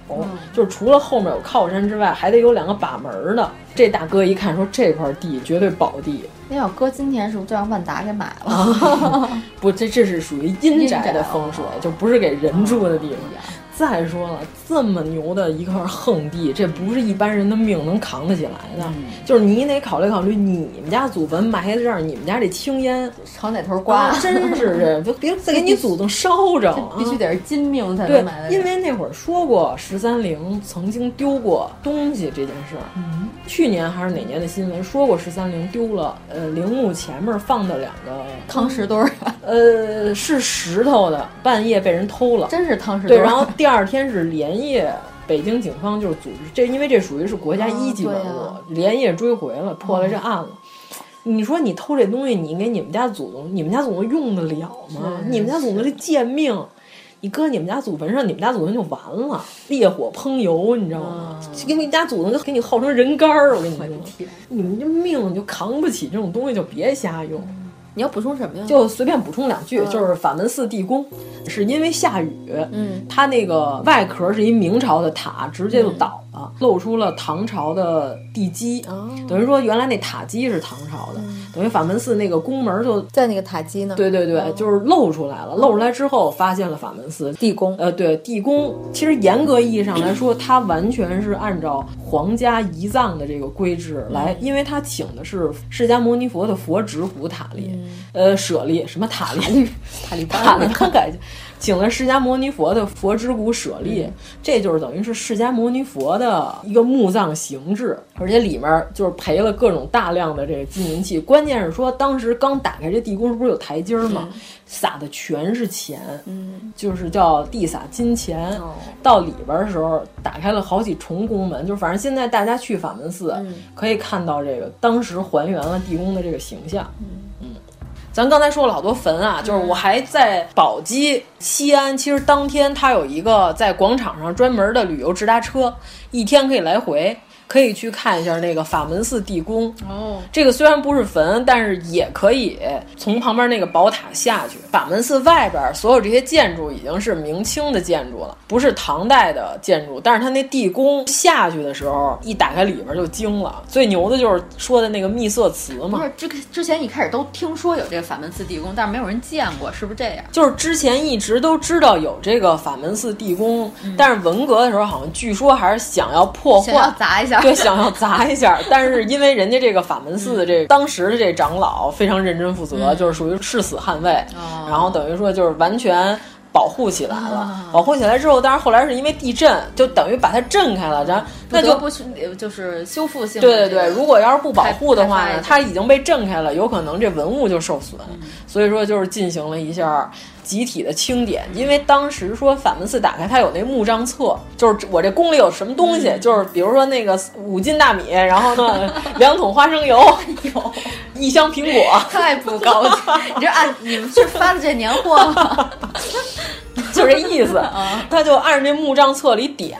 S4: 就是除了后面有靠山之外，还得有两个把门儿的。这大哥一看说这块地绝对宝地，
S6: 那要搁今天是不是就让万达给买
S4: 啊
S6: 了？
S4: 不，这这是属于阴宅
S6: 哦
S4: 的风水，就不是给人住的地方。再说了，这么牛的一块横地，这不是一般人的命能扛得起来的。
S6: 嗯
S4: 就是你得考虑考虑，你们家祖坟埋在这儿，你们家这青烟
S6: 朝哪头刮？
S4: 啊真是这，就别再给你祖宗烧着
S6: 这
S4: 啊，
S6: 必须得是金命才
S4: 对
S6: 能买，的。
S4: 因为那会儿说过十三陵曾经丢过东西这件事
S6: 嗯
S4: 儿，去年还是哪年的新闻说过十三陵丢了，呃，陵墓前面放的两个
S6: 汤石墩儿，啊
S4: 呃，是石头的，半夜被人偷了。
S6: 真是汤石
S4: 对，
S6: 墩儿。啊
S4: 然后第二天是连夜，北京警方就是组织这，因为这属于是国家一级文物，
S6: 啊嗯
S4: 连夜追回了，破了这案了。你说你偷这东西，你给你们家祖宗，你们家祖宗用得了吗？你们家祖宗这贱命，你搁你们家祖坟上，你们家祖宗就完了，烈火烹油，你知道
S6: 啊
S4: 吗？就给你们家祖宗就给你耗成人干儿，我跟你说，你们这命就扛不起这种东西，就别瞎用。
S6: 你要补充什么呀？
S4: 就随便补充两句，就是法门寺地宫是因为下雨，
S6: 嗯，
S4: 它那个外壳是一明朝的塔，直接就倒了，露出了唐朝的地基，等于说原来那塔基是唐朝的，等于法门寺那个宫门就。
S6: 在那个塔基呢？
S4: 对对对，就是露出来了。露出来之后，发现了法门寺
S6: 地宫
S4: 呃，对，地宫其实严格意义上来说，它完全是按照皇家遗葬的这个规制来，因为它请的是释迦牟尼佛的佛指骨塔利，呃，舍利什么塔利，塔利塔利班改，请了释迦牟尼佛的佛指骨舍利，这就是等于是释迦牟尼佛的一个墓葬形制，而且里面就是陪了各种大量的这个金银器，关键是说当时刚打开这地宫，是不是有台阶儿嘛，撒的全是钱，就是叫地撒金钱。到里边儿的时候，打开了好几重宫门，就反正现在大家去法门寺、可以看到这个当时还原了地宫的这个形象。嗯咱刚才说了好多坟啊，就是我还在宝鸡、西安，其实当天它有一个在广场上专门的旅游直达车，一天可以来回，可以去看一下那个法门寺地宫。
S7: 哦，
S4: 这个虽然不是坟，但是也可以从旁边那个宝塔下去。法门寺外边所有这些建筑已经是明清的建筑了，不是唐代的建筑。但是它那地宫下去的时候，一打开里边就惊了。最牛的就是说的那个秘色瓷
S8: 不
S4: 嘛，
S8: 是之之前一开始都听说有这个法门寺地宫，但是没有人见过，是不是这样？
S4: 就是之前一直都知道有这个法门寺地宫，但是文革的时候好像据说还是想要破
S8: 嗯
S4: 坏，
S8: 想要砸一下，
S4: 哦对，想要砸 一下，但是因为人家这个法门寺的
S8: 嗯
S4: 这、当时的这
S8: 哦
S4: 长老非常认真负责，就是属于誓死捍卫，然后等于说就是完全。保护起来
S8: 啊
S4: 了。保护起来之后，当然后来是因为地震，就等于把它震开了，然后那
S6: 不得
S4: 就
S6: 不去呃就是修复性的
S4: 对对
S6: 这个
S4: 对，如果要是不保护的话呢
S6: 开开发一，下嗯
S4: 它已经被震开了，有可能这文物就受损。所以说，就是进行了一下集体的清点，因为当时说法门寺打开，它有那墓账册，就是我这宫里有什么东西，
S6: 嗯
S4: 就是比如说那个五斤大米，然后呢 两桶花生油，
S6: 哎
S4: 有一箱苹果，
S6: 太不高级，你这按你们是发的这年货啊吗？
S4: 就这意思。
S6: 嗯
S4: 他就按着这墓账册里点，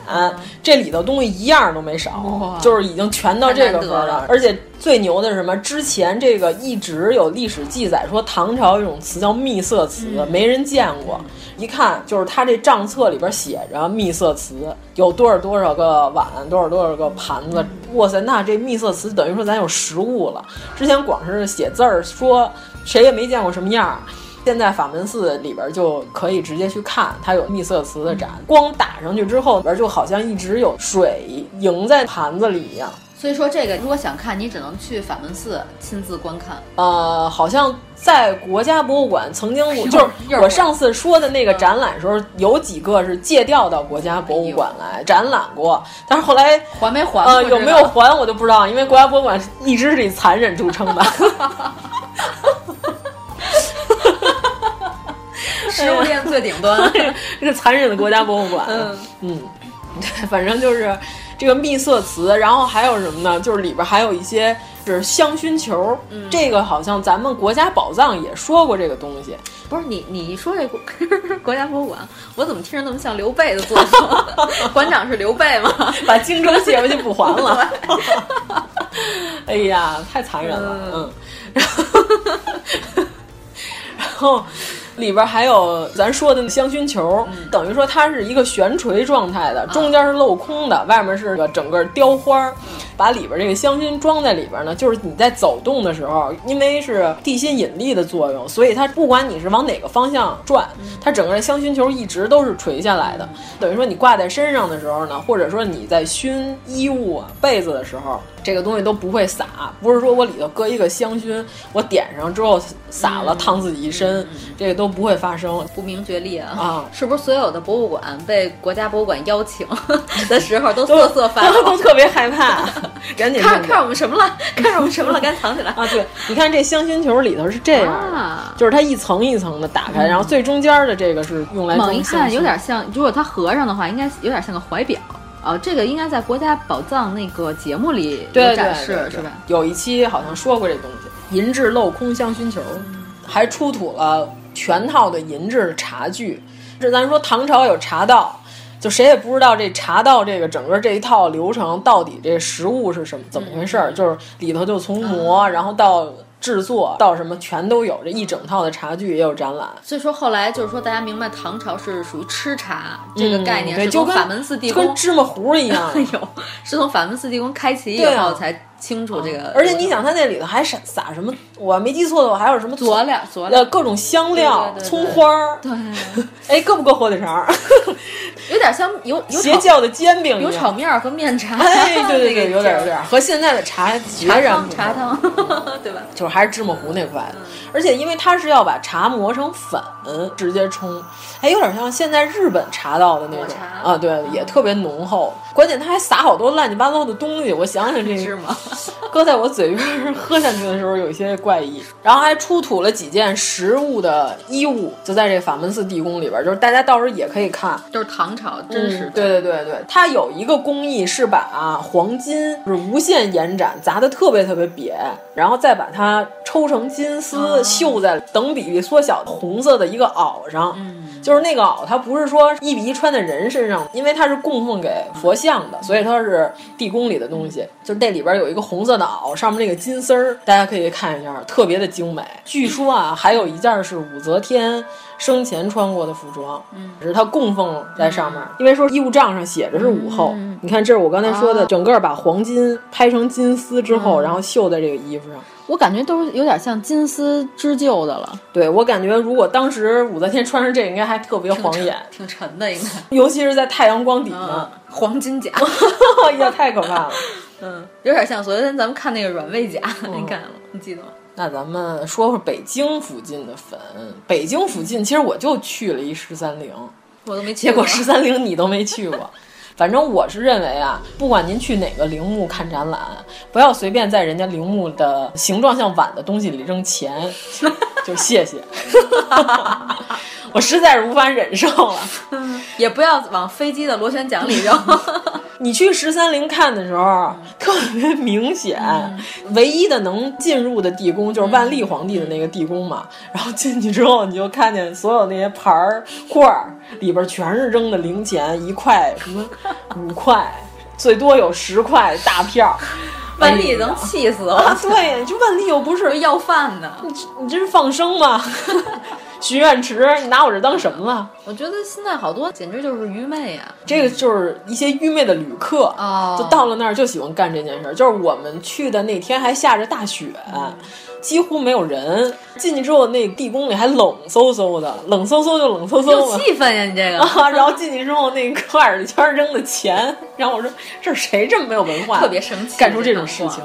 S4: 这里头东西一样都没少
S6: 哇，
S4: 就是已经全到这个份儿
S6: 太难得
S4: 了
S6: 了。
S4: 而且最牛的是什么？之前这个一直有历史记载说，唐朝有一种词叫秘色词，
S6: 嗯
S4: 没人见过。一看就是他这账册里边写着秘色词有多少多少个碗，多少多少个盘子。
S6: 嗯
S4: 哇塞，那这秘色词等于说咱有实物了。之前光是写字儿说谁也没见过什么样儿。现在法门寺里边就可以直接去看，它有秘色瓷的展，
S6: 嗯
S4: 光打上去之后，里边就好像一直有水迎在盘子里一样。
S6: 所以说这个如果想看，你只能去法门寺亲自观看。
S4: 呃，好像在国家博物馆曾经我，
S6: 又
S4: 就是
S6: 又
S4: 我上次说的那个展览时候，有几个是借调到国家博物馆来展览过，但是后 来
S6: 还没还？
S4: 呃
S6: 不知道
S4: 有没有还我就不知道，因为国家博物馆一直是以残忍著称的。
S6: 嗯食物链最顶端？
S4: 这个残忍的国家博物馆。嗯 对，反正就是这个秘色瓷，然后还有什么呢？就是里边还有一些就是香薰球，
S6: 嗯
S4: 这个好像咱们国家宝藏也说过这个东西。
S6: 不是你，你一说这国 国家博物馆，我怎么听着那么像刘备的作风？ 馆长是刘备吗？
S4: 把荆州借回去不还了。 哎呀，太残忍了，嗯。 然后里边还有咱说的那香薰球，等于说它是一个悬垂状态的，中间是镂空的，外面是个整个雕花儿。把里边这个香薰装在里边呢，就是你在走动的时候，因为是地心引力的作用，所以它不管你是往哪个方向转，
S6: 嗯
S4: 它整个香薰球一直都是垂下来的。等于说你挂在身上的时候呢，或者说你在熏衣物啊、被子的时候，这个东西都不会洒。不是说我里头搁一个香薰，我点上之后洒
S6: 嗯
S4: 了烫自己一身，这个都不会发生。
S6: 不明觉厉啊！
S4: 啊
S6: 是不是所有的博物馆被国家博物馆邀 请的时候都瑟瑟发
S4: 都都
S6: 抖？
S4: 特别害 怕，赶紧
S6: 看
S4: 弄
S6: 看我们什么了？看上我们什么了？赶紧藏起来！
S4: 啊！对，你看这香薰球里头是这样的，
S6: 啊嗯
S4: 就是它一层一层的打开，然后最中间的这个是用来
S6: 猛
S4: 装
S6: 一
S4: 香
S6: 看
S4: 薰
S6: 有点像，如果它合上的话，应该有点像个怀表。哦，这个应该在国家宝藏那个节目里
S4: 对
S6: 有
S4: 对
S6: 展
S4: 对
S6: 示，
S4: 对
S6: 是吧？
S4: 有一期好像说过这东西，银质镂空香薰球，还出土了全套的银质茶具。这咱说唐朝有茶道，就谁也不知道这茶道这个整个这一套流程到底这食物是什么怎么回事儿，
S6: 嗯
S4: 就是里头就从
S6: 啊
S4: 磨，然后到制作到什么全都有，这一整套的茶具也有展览。
S6: 所以说后来就是说，大家明白唐朝是属于吃茶这个概念，
S4: 嗯对
S6: 是
S4: 就
S6: 从
S4: 跟
S6: 法门寺地
S4: 就跟
S6: 宫
S4: 芝麻糊一 样。
S6: 有，是从法门寺地宫开启以
S4: 啊对啊
S6: 后才清楚这个。
S4: 而且你想，它那里头还撒撒什么？我没记错的话，还有什么
S6: 佐料佐料
S4: 呃，各种香料、
S6: 对对对对
S4: 葱花儿，对，哎，够不够火腿肠儿？
S6: 有点像有有
S4: 邪
S6: 炒
S4: 教的煎饼一
S6: 有
S4: 样
S6: 炒，面儿和面茶，
S4: 哎，对对对，
S6: 那个
S4: 有点
S6: 劲儿
S4: 有点和现在的茶截
S6: 茶
S4: 然
S6: 汤
S4: 不同
S6: 茶，汤，对吧？
S4: 就是还是芝麻糊那块的。而且因为它是要把茶磨成粉直接冲，哎，有点像现在日本茶道的那
S6: 抹
S4: 种
S6: 茶
S4: 啊，对，也特别浓厚。关键它还撒好多乱七八糟的东西，我想想这
S6: 芝 麻，
S4: 搁在我嘴边儿喝下去的时候有一些怪异，然后还出土了几件实物的衣物，就在这法门寺地宫里边儿，就是大家到时候也可以看。
S6: 就是唐朝嗯真实
S4: 嗯对对对对，它有一个工艺是把、黄金就是无限延展，砸的特别特别瘪，然后再把它抽成金
S6: 啊
S4: 丝，绣在等比例缩小的红色的一个袄上。嗯，就是那个袄，它不是说一比一穿在人身上，因为它是供奉给佛像的，所以它是地宫里的东西。就是那里边有一个红色的袄，上面那个金丝儿，大家可以看一下，特别的精美。据说啊，还有一件是武则天生前穿过的服装，嗯，是她供奉在上面，因为说衣物账上写着是武后。
S6: 嗯
S4: 你看，这是我刚才说
S6: 哦
S4: 的，整个把黄金拍成金丝之后，然后绣在这个衣服上。
S6: 嗯我感觉都是有点像金丝织就的了，
S4: 对我感觉，如果当时武则天穿上这，应该还特别晃眼，
S6: 挺沉的应该。
S4: 尤其是在太阳光底
S6: 嗯
S4: 下，
S6: 黄金甲，
S4: 哎呀，太可怕了。嗯
S6: 有点像昨天咱们看那个软肋甲，你看了吗？你记得吗？
S4: 那咱们说说北京附近的坟。北京附近，其实我就去了一十三陵，
S1: 我都没去
S4: 结果
S1: 过
S4: 十三陵你都没去过。 反正我是认为啊，不管您去哪个陵墓看展览，不要随便在人家陵墓的形状像碗的东西里扔钱，就谢 谢。我实在是无法忍受了。
S1: 也不要往飞机的螺旋桨 里扔。
S4: 你去十三陵看的时候，特别明显，
S1: 嗯
S4: 唯一的能进入的地宫就是万历皇帝的那个地宫嘛。然后进去之后，你就看见所有那些牌儿、罐儿里边全是扔的零钱，一块 什么五块，最多有十块大票儿。
S1: 万历能气死
S4: 啊
S1: 我，，
S4: 对，就万历又不是
S1: 要饭的。
S4: 你这是放生吗？ 许愿池，你拿我这当什么了？
S1: 我觉得现在好多简直就是愚昧
S6: 啊
S1: 呀、
S4: 这个就是一些愚昧的旅客啊
S1: 哦
S4: 就到了那儿就喜欢干这件事儿。就是我们去的那天还下着大雪，
S1: 嗯
S4: 几乎没有人。进去之后，那地宫里还冷飕飕的，冷飕飕就冷飕
S1: 有
S4: 飕吧。
S1: 气氛呀，你这个、
S4: 啊，然后进去之后，那块儿里全是扔的钱，然后我说这是谁这么没有文化，
S1: 特别生气，
S4: 干出这种事情。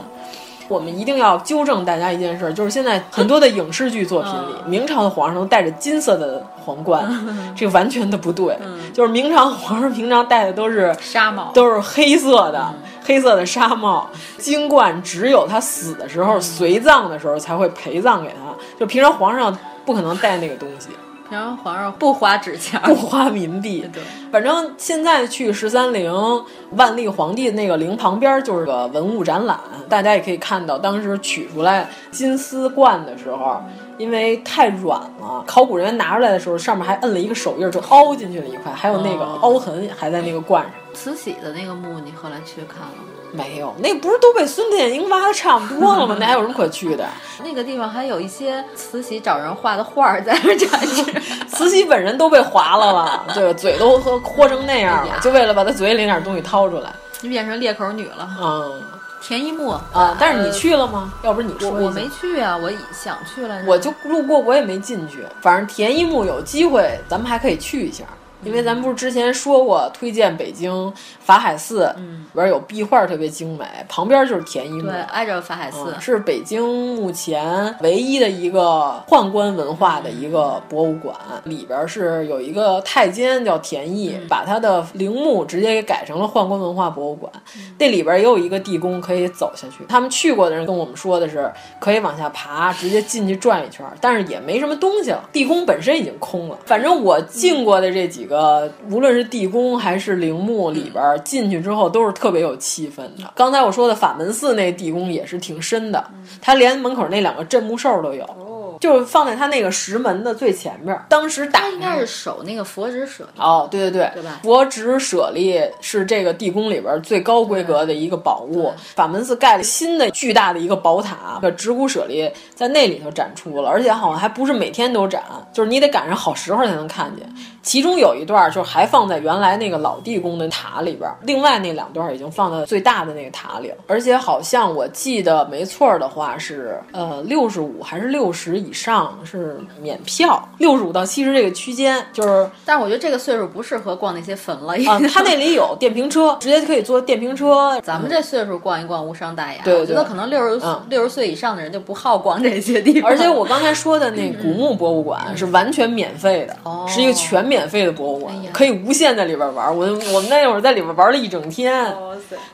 S4: 我们一定要纠正大家一件事，就是现在很多的影视剧作品里，
S1: 嗯
S4: 明朝的皇上都戴着金色的皇冠，这个完全的不对。
S1: 嗯
S4: 就是明朝皇上平常戴的都是
S1: 纱帽嗯
S4: 都是黑色的，黑色的纱帽。金冠只有他死的时
S1: 嗯
S4: 候，随葬的时候才会陪葬给他。就平常皇上不可能戴那个东西，
S1: 然后皇上不花纸钱儿，
S4: 不花民币。
S1: 啊对，
S4: 反正现在去十三陵万历皇帝那个陵旁边就是个文物展览，大家也可以看到，当时取出来金丝冠的时
S1: 嗯
S4: 候，因为太软了，考古人员拿出来的时候，上面还摁了一个手印儿，就凹进去了一块，还有那个
S1: 哦
S4: 凹痕还在那个冠上。
S1: 慈禧的那个墓，你后来去看了吗？
S4: 没有，那不是都被孙殿英挖的差不多了吗？那还有什么可去 的？
S1: 那个地方还有一些慈禧找人画的画儿在那儿展 示。
S4: 慈禧本人都被划了吧？对，嘴都喝豁成那样
S1: 哎
S4: 了
S1: 呀，
S4: 就为了把她嘴里那点东西掏出来。
S1: 你变成裂口女了，
S4: 嗯
S1: 田一木
S4: 啊，但是你去了吗？要不是你说
S1: 我
S4: 一下
S1: 我没去啊，我想去来着。
S4: 我就路过，我也没进去。反正田一木有机会，咱们还可以去一下，
S1: 嗯
S4: 因为咱们不是之前说过推荐北京法海寺，嗯，里边有壁画特别精美，旁边就是田一木
S1: 对。挨着法海
S6: 哦
S1: 寺
S4: 嗯，是北京目前唯一的一个宦官文化的一个博物馆，里边是有一个太监叫田义，把他的陵墓直接给改成了宦官文化博物馆。那里边也有一个地宫可以走下去，他们去过的人跟我们说的是可以往下爬，直接进去转一圈，但是也没什么东西了，地宫本身已经空了。反正我进过的这几个，无论是地宫还是陵墓里边，进去之后都是特别有气氛的。刚才我说的法门寺那地宫也是挺深的，
S1: 嗯
S4: 它连门口那两个镇墓兽都有。
S1: 哦
S4: 就是放在它那个石门的最前面，当时打
S1: 他应该是守那个佛指舍。
S4: 哦，对对对，
S1: 对吧
S4: 佛指舍利是这个地宫里边最高规格的一个宝物。法门寺盖了新的巨大的一个宝塔，这指骨舍利在那里头展出了，而且好像还不是每天都展，就是你得赶上好时候才能看见。其中有一段就是还放在原来那个老地宫的塔里边，另外那两段已经放在最大的那个塔里了。而且好像我记得没错儿的话是，呃，六十五还是六十以上是免票，六十五到七十这个区间就是。
S1: 但是我觉得这个岁数不适合逛那些坟了，已
S4: 啊，
S1: 经
S4: 他那里有电瓶车，直接可以坐电瓶车。
S1: 咱们这岁数逛一逛无伤大雅，
S4: 嗯对对
S1: 我觉得可能六十
S4: 嗯
S1: 六十岁以上的人就不好逛这些地方。
S4: 而且我刚才说的那古墓博物馆是完全免费的，
S1: 哦
S4: 是一个全免费的博物馆，
S1: 哎呀
S4: 可以无限在里边玩。我我们那会儿在里边玩了一整天，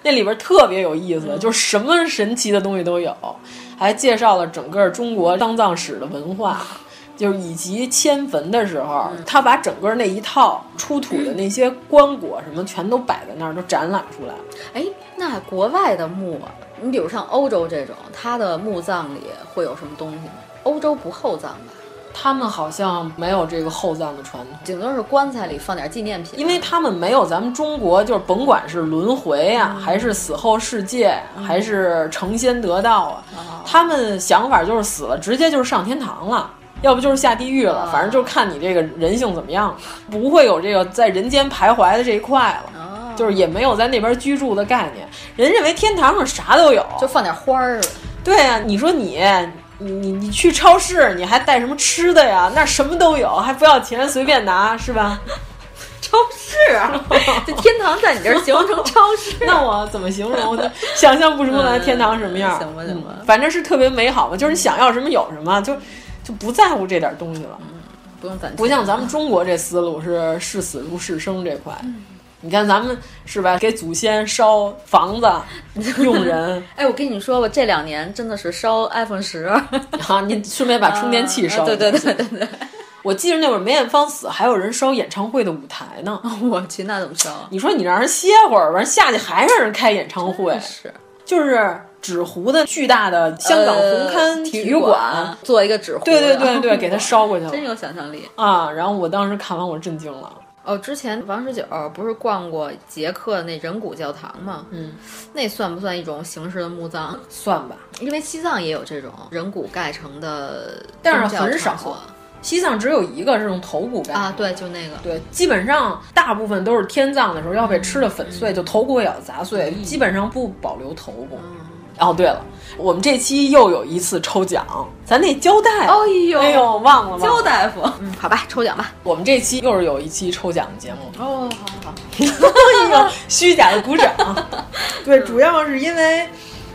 S4: 那里边特别有意思，就是什么神奇的东西都有，还介绍了整个中国丧葬史的文化。就是以及迁坟的时候，
S1: 嗯
S4: 他把整个那一套出土的那些棺椁什么全都摆在那儿，都展览出来了。
S1: 哎，那国外的墓啊，你比如像欧洲这种，它的墓葬里会有什么东西吗？欧洲不厚葬吧，
S4: 他们好像没有这个厚葬的传统。
S1: 顶多是棺材里放点纪念品。啊
S4: 因为他们没有咱们中国，就是甭管是轮回啊，还是死后世界，还是成仙得道啊，他们想法就是死了直接就是上天堂了。要不就是下地狱了，反正就是看你这个人性怎么样了，不会有这个在人间徘徊的这一块
S6: 啊
S4: 了，
S1: 哦
S4: 就是也没有在那边居住的概念。人认为天堂上啥都有，
S1: 就放点花儿，
S4: 对啊，你说你。你你你去超市，你还带什么吃的呀？那儿什么都有，还不要钱，随便拿，是吧？，
S6: 超市啊，这天堂在你这儿形容成超市
S4: 那我怎么形容？我就想象不出来天堂什么样。
S6: 嗯行吧行吧
S4: 嗯反正是特别美好嘛，就是你想要什么有什么，就就不在乎这点东西了。
S6: 嗯不用攒钱，
S4: 不像咱们中国这思路是视死如是生这块。你看咱们是吧？给祖先烧房子、用 人
S6: 哎，我跟你说吧，这两年真的是烧 iPhone 十，
S4: 啊，你顺便把充 电器烧了、
S6: 啊对对对对对，
S4: 我记得那会儿梅艳芳死，还有人烧演唱会的舞台呢。
S6: 我去，那怎么烧啊？
S4: 你说你让人歇会儿，完下去还让人开演唱会，
S6: 是
S4: 就是纸糊的巨大的香港红磡
S6: 呃
S4: 体
S6: 体
S4: 育馆，
S6: 做一个纸糊，
S4: 对对对对，给他烧过去
S6: 真
S4: 了
S6: 有想象力
S4: 啊！然后我当时看完我震惊了，
S6: 哦！之前王十九不是逛过捷克那人骨教堂吗？
S4: 嗯，
S6: 那算不算一种形式的墓葬？
S4: 算吧，
S6: 因为西藏也有这种人骨盖成的宗教场所，
S4: 但是很少西藏只有一个是用头骨盖
S6: 啊。对，就那个，
S4: 对，基本上大部分都是天葬的时候要被吃的粉碎，就头骨也要砸碎，基本上不保留头骨。哦，对了，我们这期又有一次抽奖，咱那胶带，
S6: 哎 呦
S4: 哎呦，忘了忘
S6: 焦
S4: 了，
S6: 大夫，嗯，好吧，抽奖吧。
S4: 我们这期又是有一期抽奖的节目，
S6: 哦，好好好，
S4: 一个虚假的鼓掌。 对，主要是因为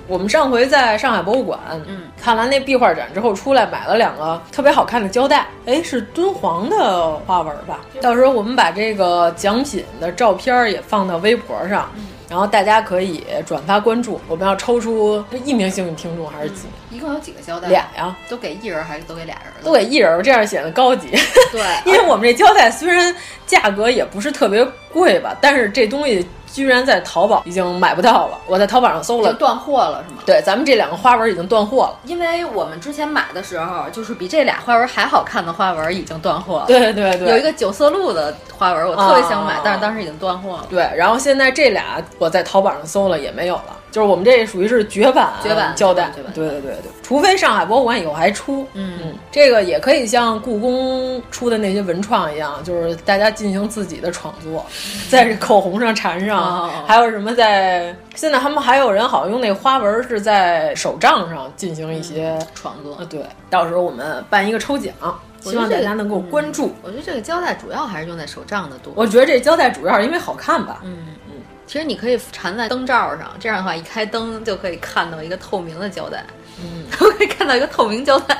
S4: 我们上回在上海博物馆，
S6: 嗯，
S4: 看完那壁画展之后出来，买了两个特别好看的胶带，哎，是敦煌的花纹吧？到时候我们把这个奖品的照片儿也放到微博上。然后大家可以转发关注，我们要抽出一名幸运听众还是几名？
S6: 一共有几个胶带？
S4: 俩，呀、
S6: 都给一人还是都给俩人的？
S4: 都给一人儿，这样显得高级。
S6: 对，啊
S4: 因为我们这胶带虽然价格也不是特别贵吧，但是这东西居然在淘宝已经买不到了。我在淘宝上搜
S6: 就
S4: 了，
S6: 断货了是吗？
S4: 对，咱们这两个花纹已经断货了。
S6: 因为我们之前买的时候，就是比这俩花纹还好看的花纹已经断货了。，
S4: 对对对，
S6: 有一个九色鹿的花纹，我特别想买，
S4: 啊
S6: 但是当时已经断货了。
S4: 对，然后现在这俩我在淘宝上搜了也没有了，就是我们这属于是绝版
S6: 绝版
S4: 胶带，
S6: 绝版
S4: 对对对对，除非上海博物馆以后还出，
S6: 嗯
S4: 这个也可以像故宫出的那些文创一样，就是大家进行自己的创作，在这口红上缠上，
S6: 哦
S4: 还有什么在现在他们还有人好像用那花纹是在手杖上进行一些。
S6: 创作
S4: 啊，，对，到时候我们办一个抽奖，希望大家能够
S6: 嗯
S4: 关注。
S6: 我觉得这个胶带主要还是用在手杖的多。
S4: 我觉得这胶带主要是因为好看吧，
S6: 嗯嗯，其实你可以缠在灯罩上，这样的话一开灯就可以看到一个透明的胶带。嗯， 可以看到一个透明胶带。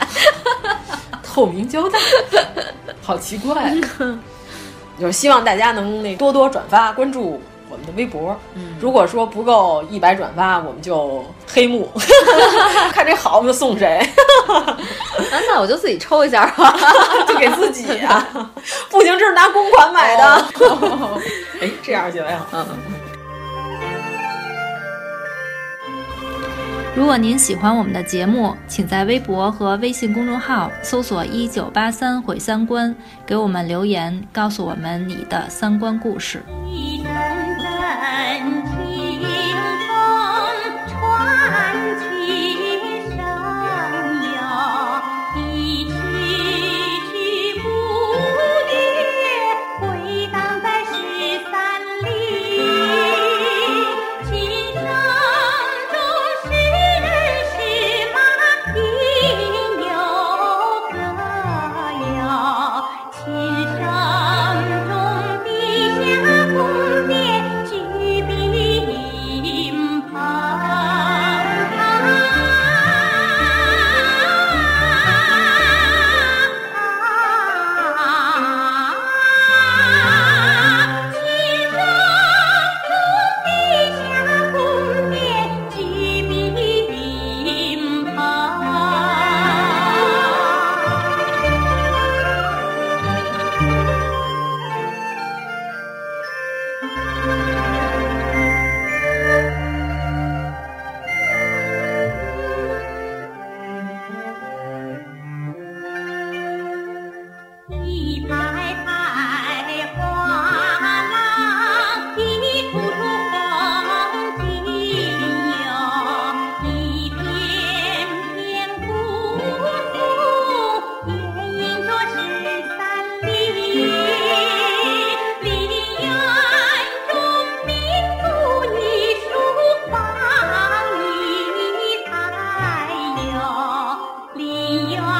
S4: 透明胶 带，好奇怪。 就是希望大家能那多多转发关注我们的微博。嗯，如果说不够一百转发，我们就黑幕， 看谁好我们就送谁，
S6: 啊， 那我就自己抽一下 吧。
S4: 就给自己啊。不行，这是拿公款买的。 哎，这样行呀？嗯，
S9: 如果您喜欢我们的节目，请在微博和微信公众号搜索“一九八三毁三观”，给我们留言，告诉我们你的三观故事。
S2: 一阵阵清风传起声哟，一曲曲古乐回荡在十三里。琴声中是人是马，应有歌谣。琴声中地下宫殿举碧舫。琴声中地下宫殿举碧舫。一排排画廊，一处处风景哟，一片片古树，掩映着十三陵。陵园中民族艺术放异彩哟，陵园。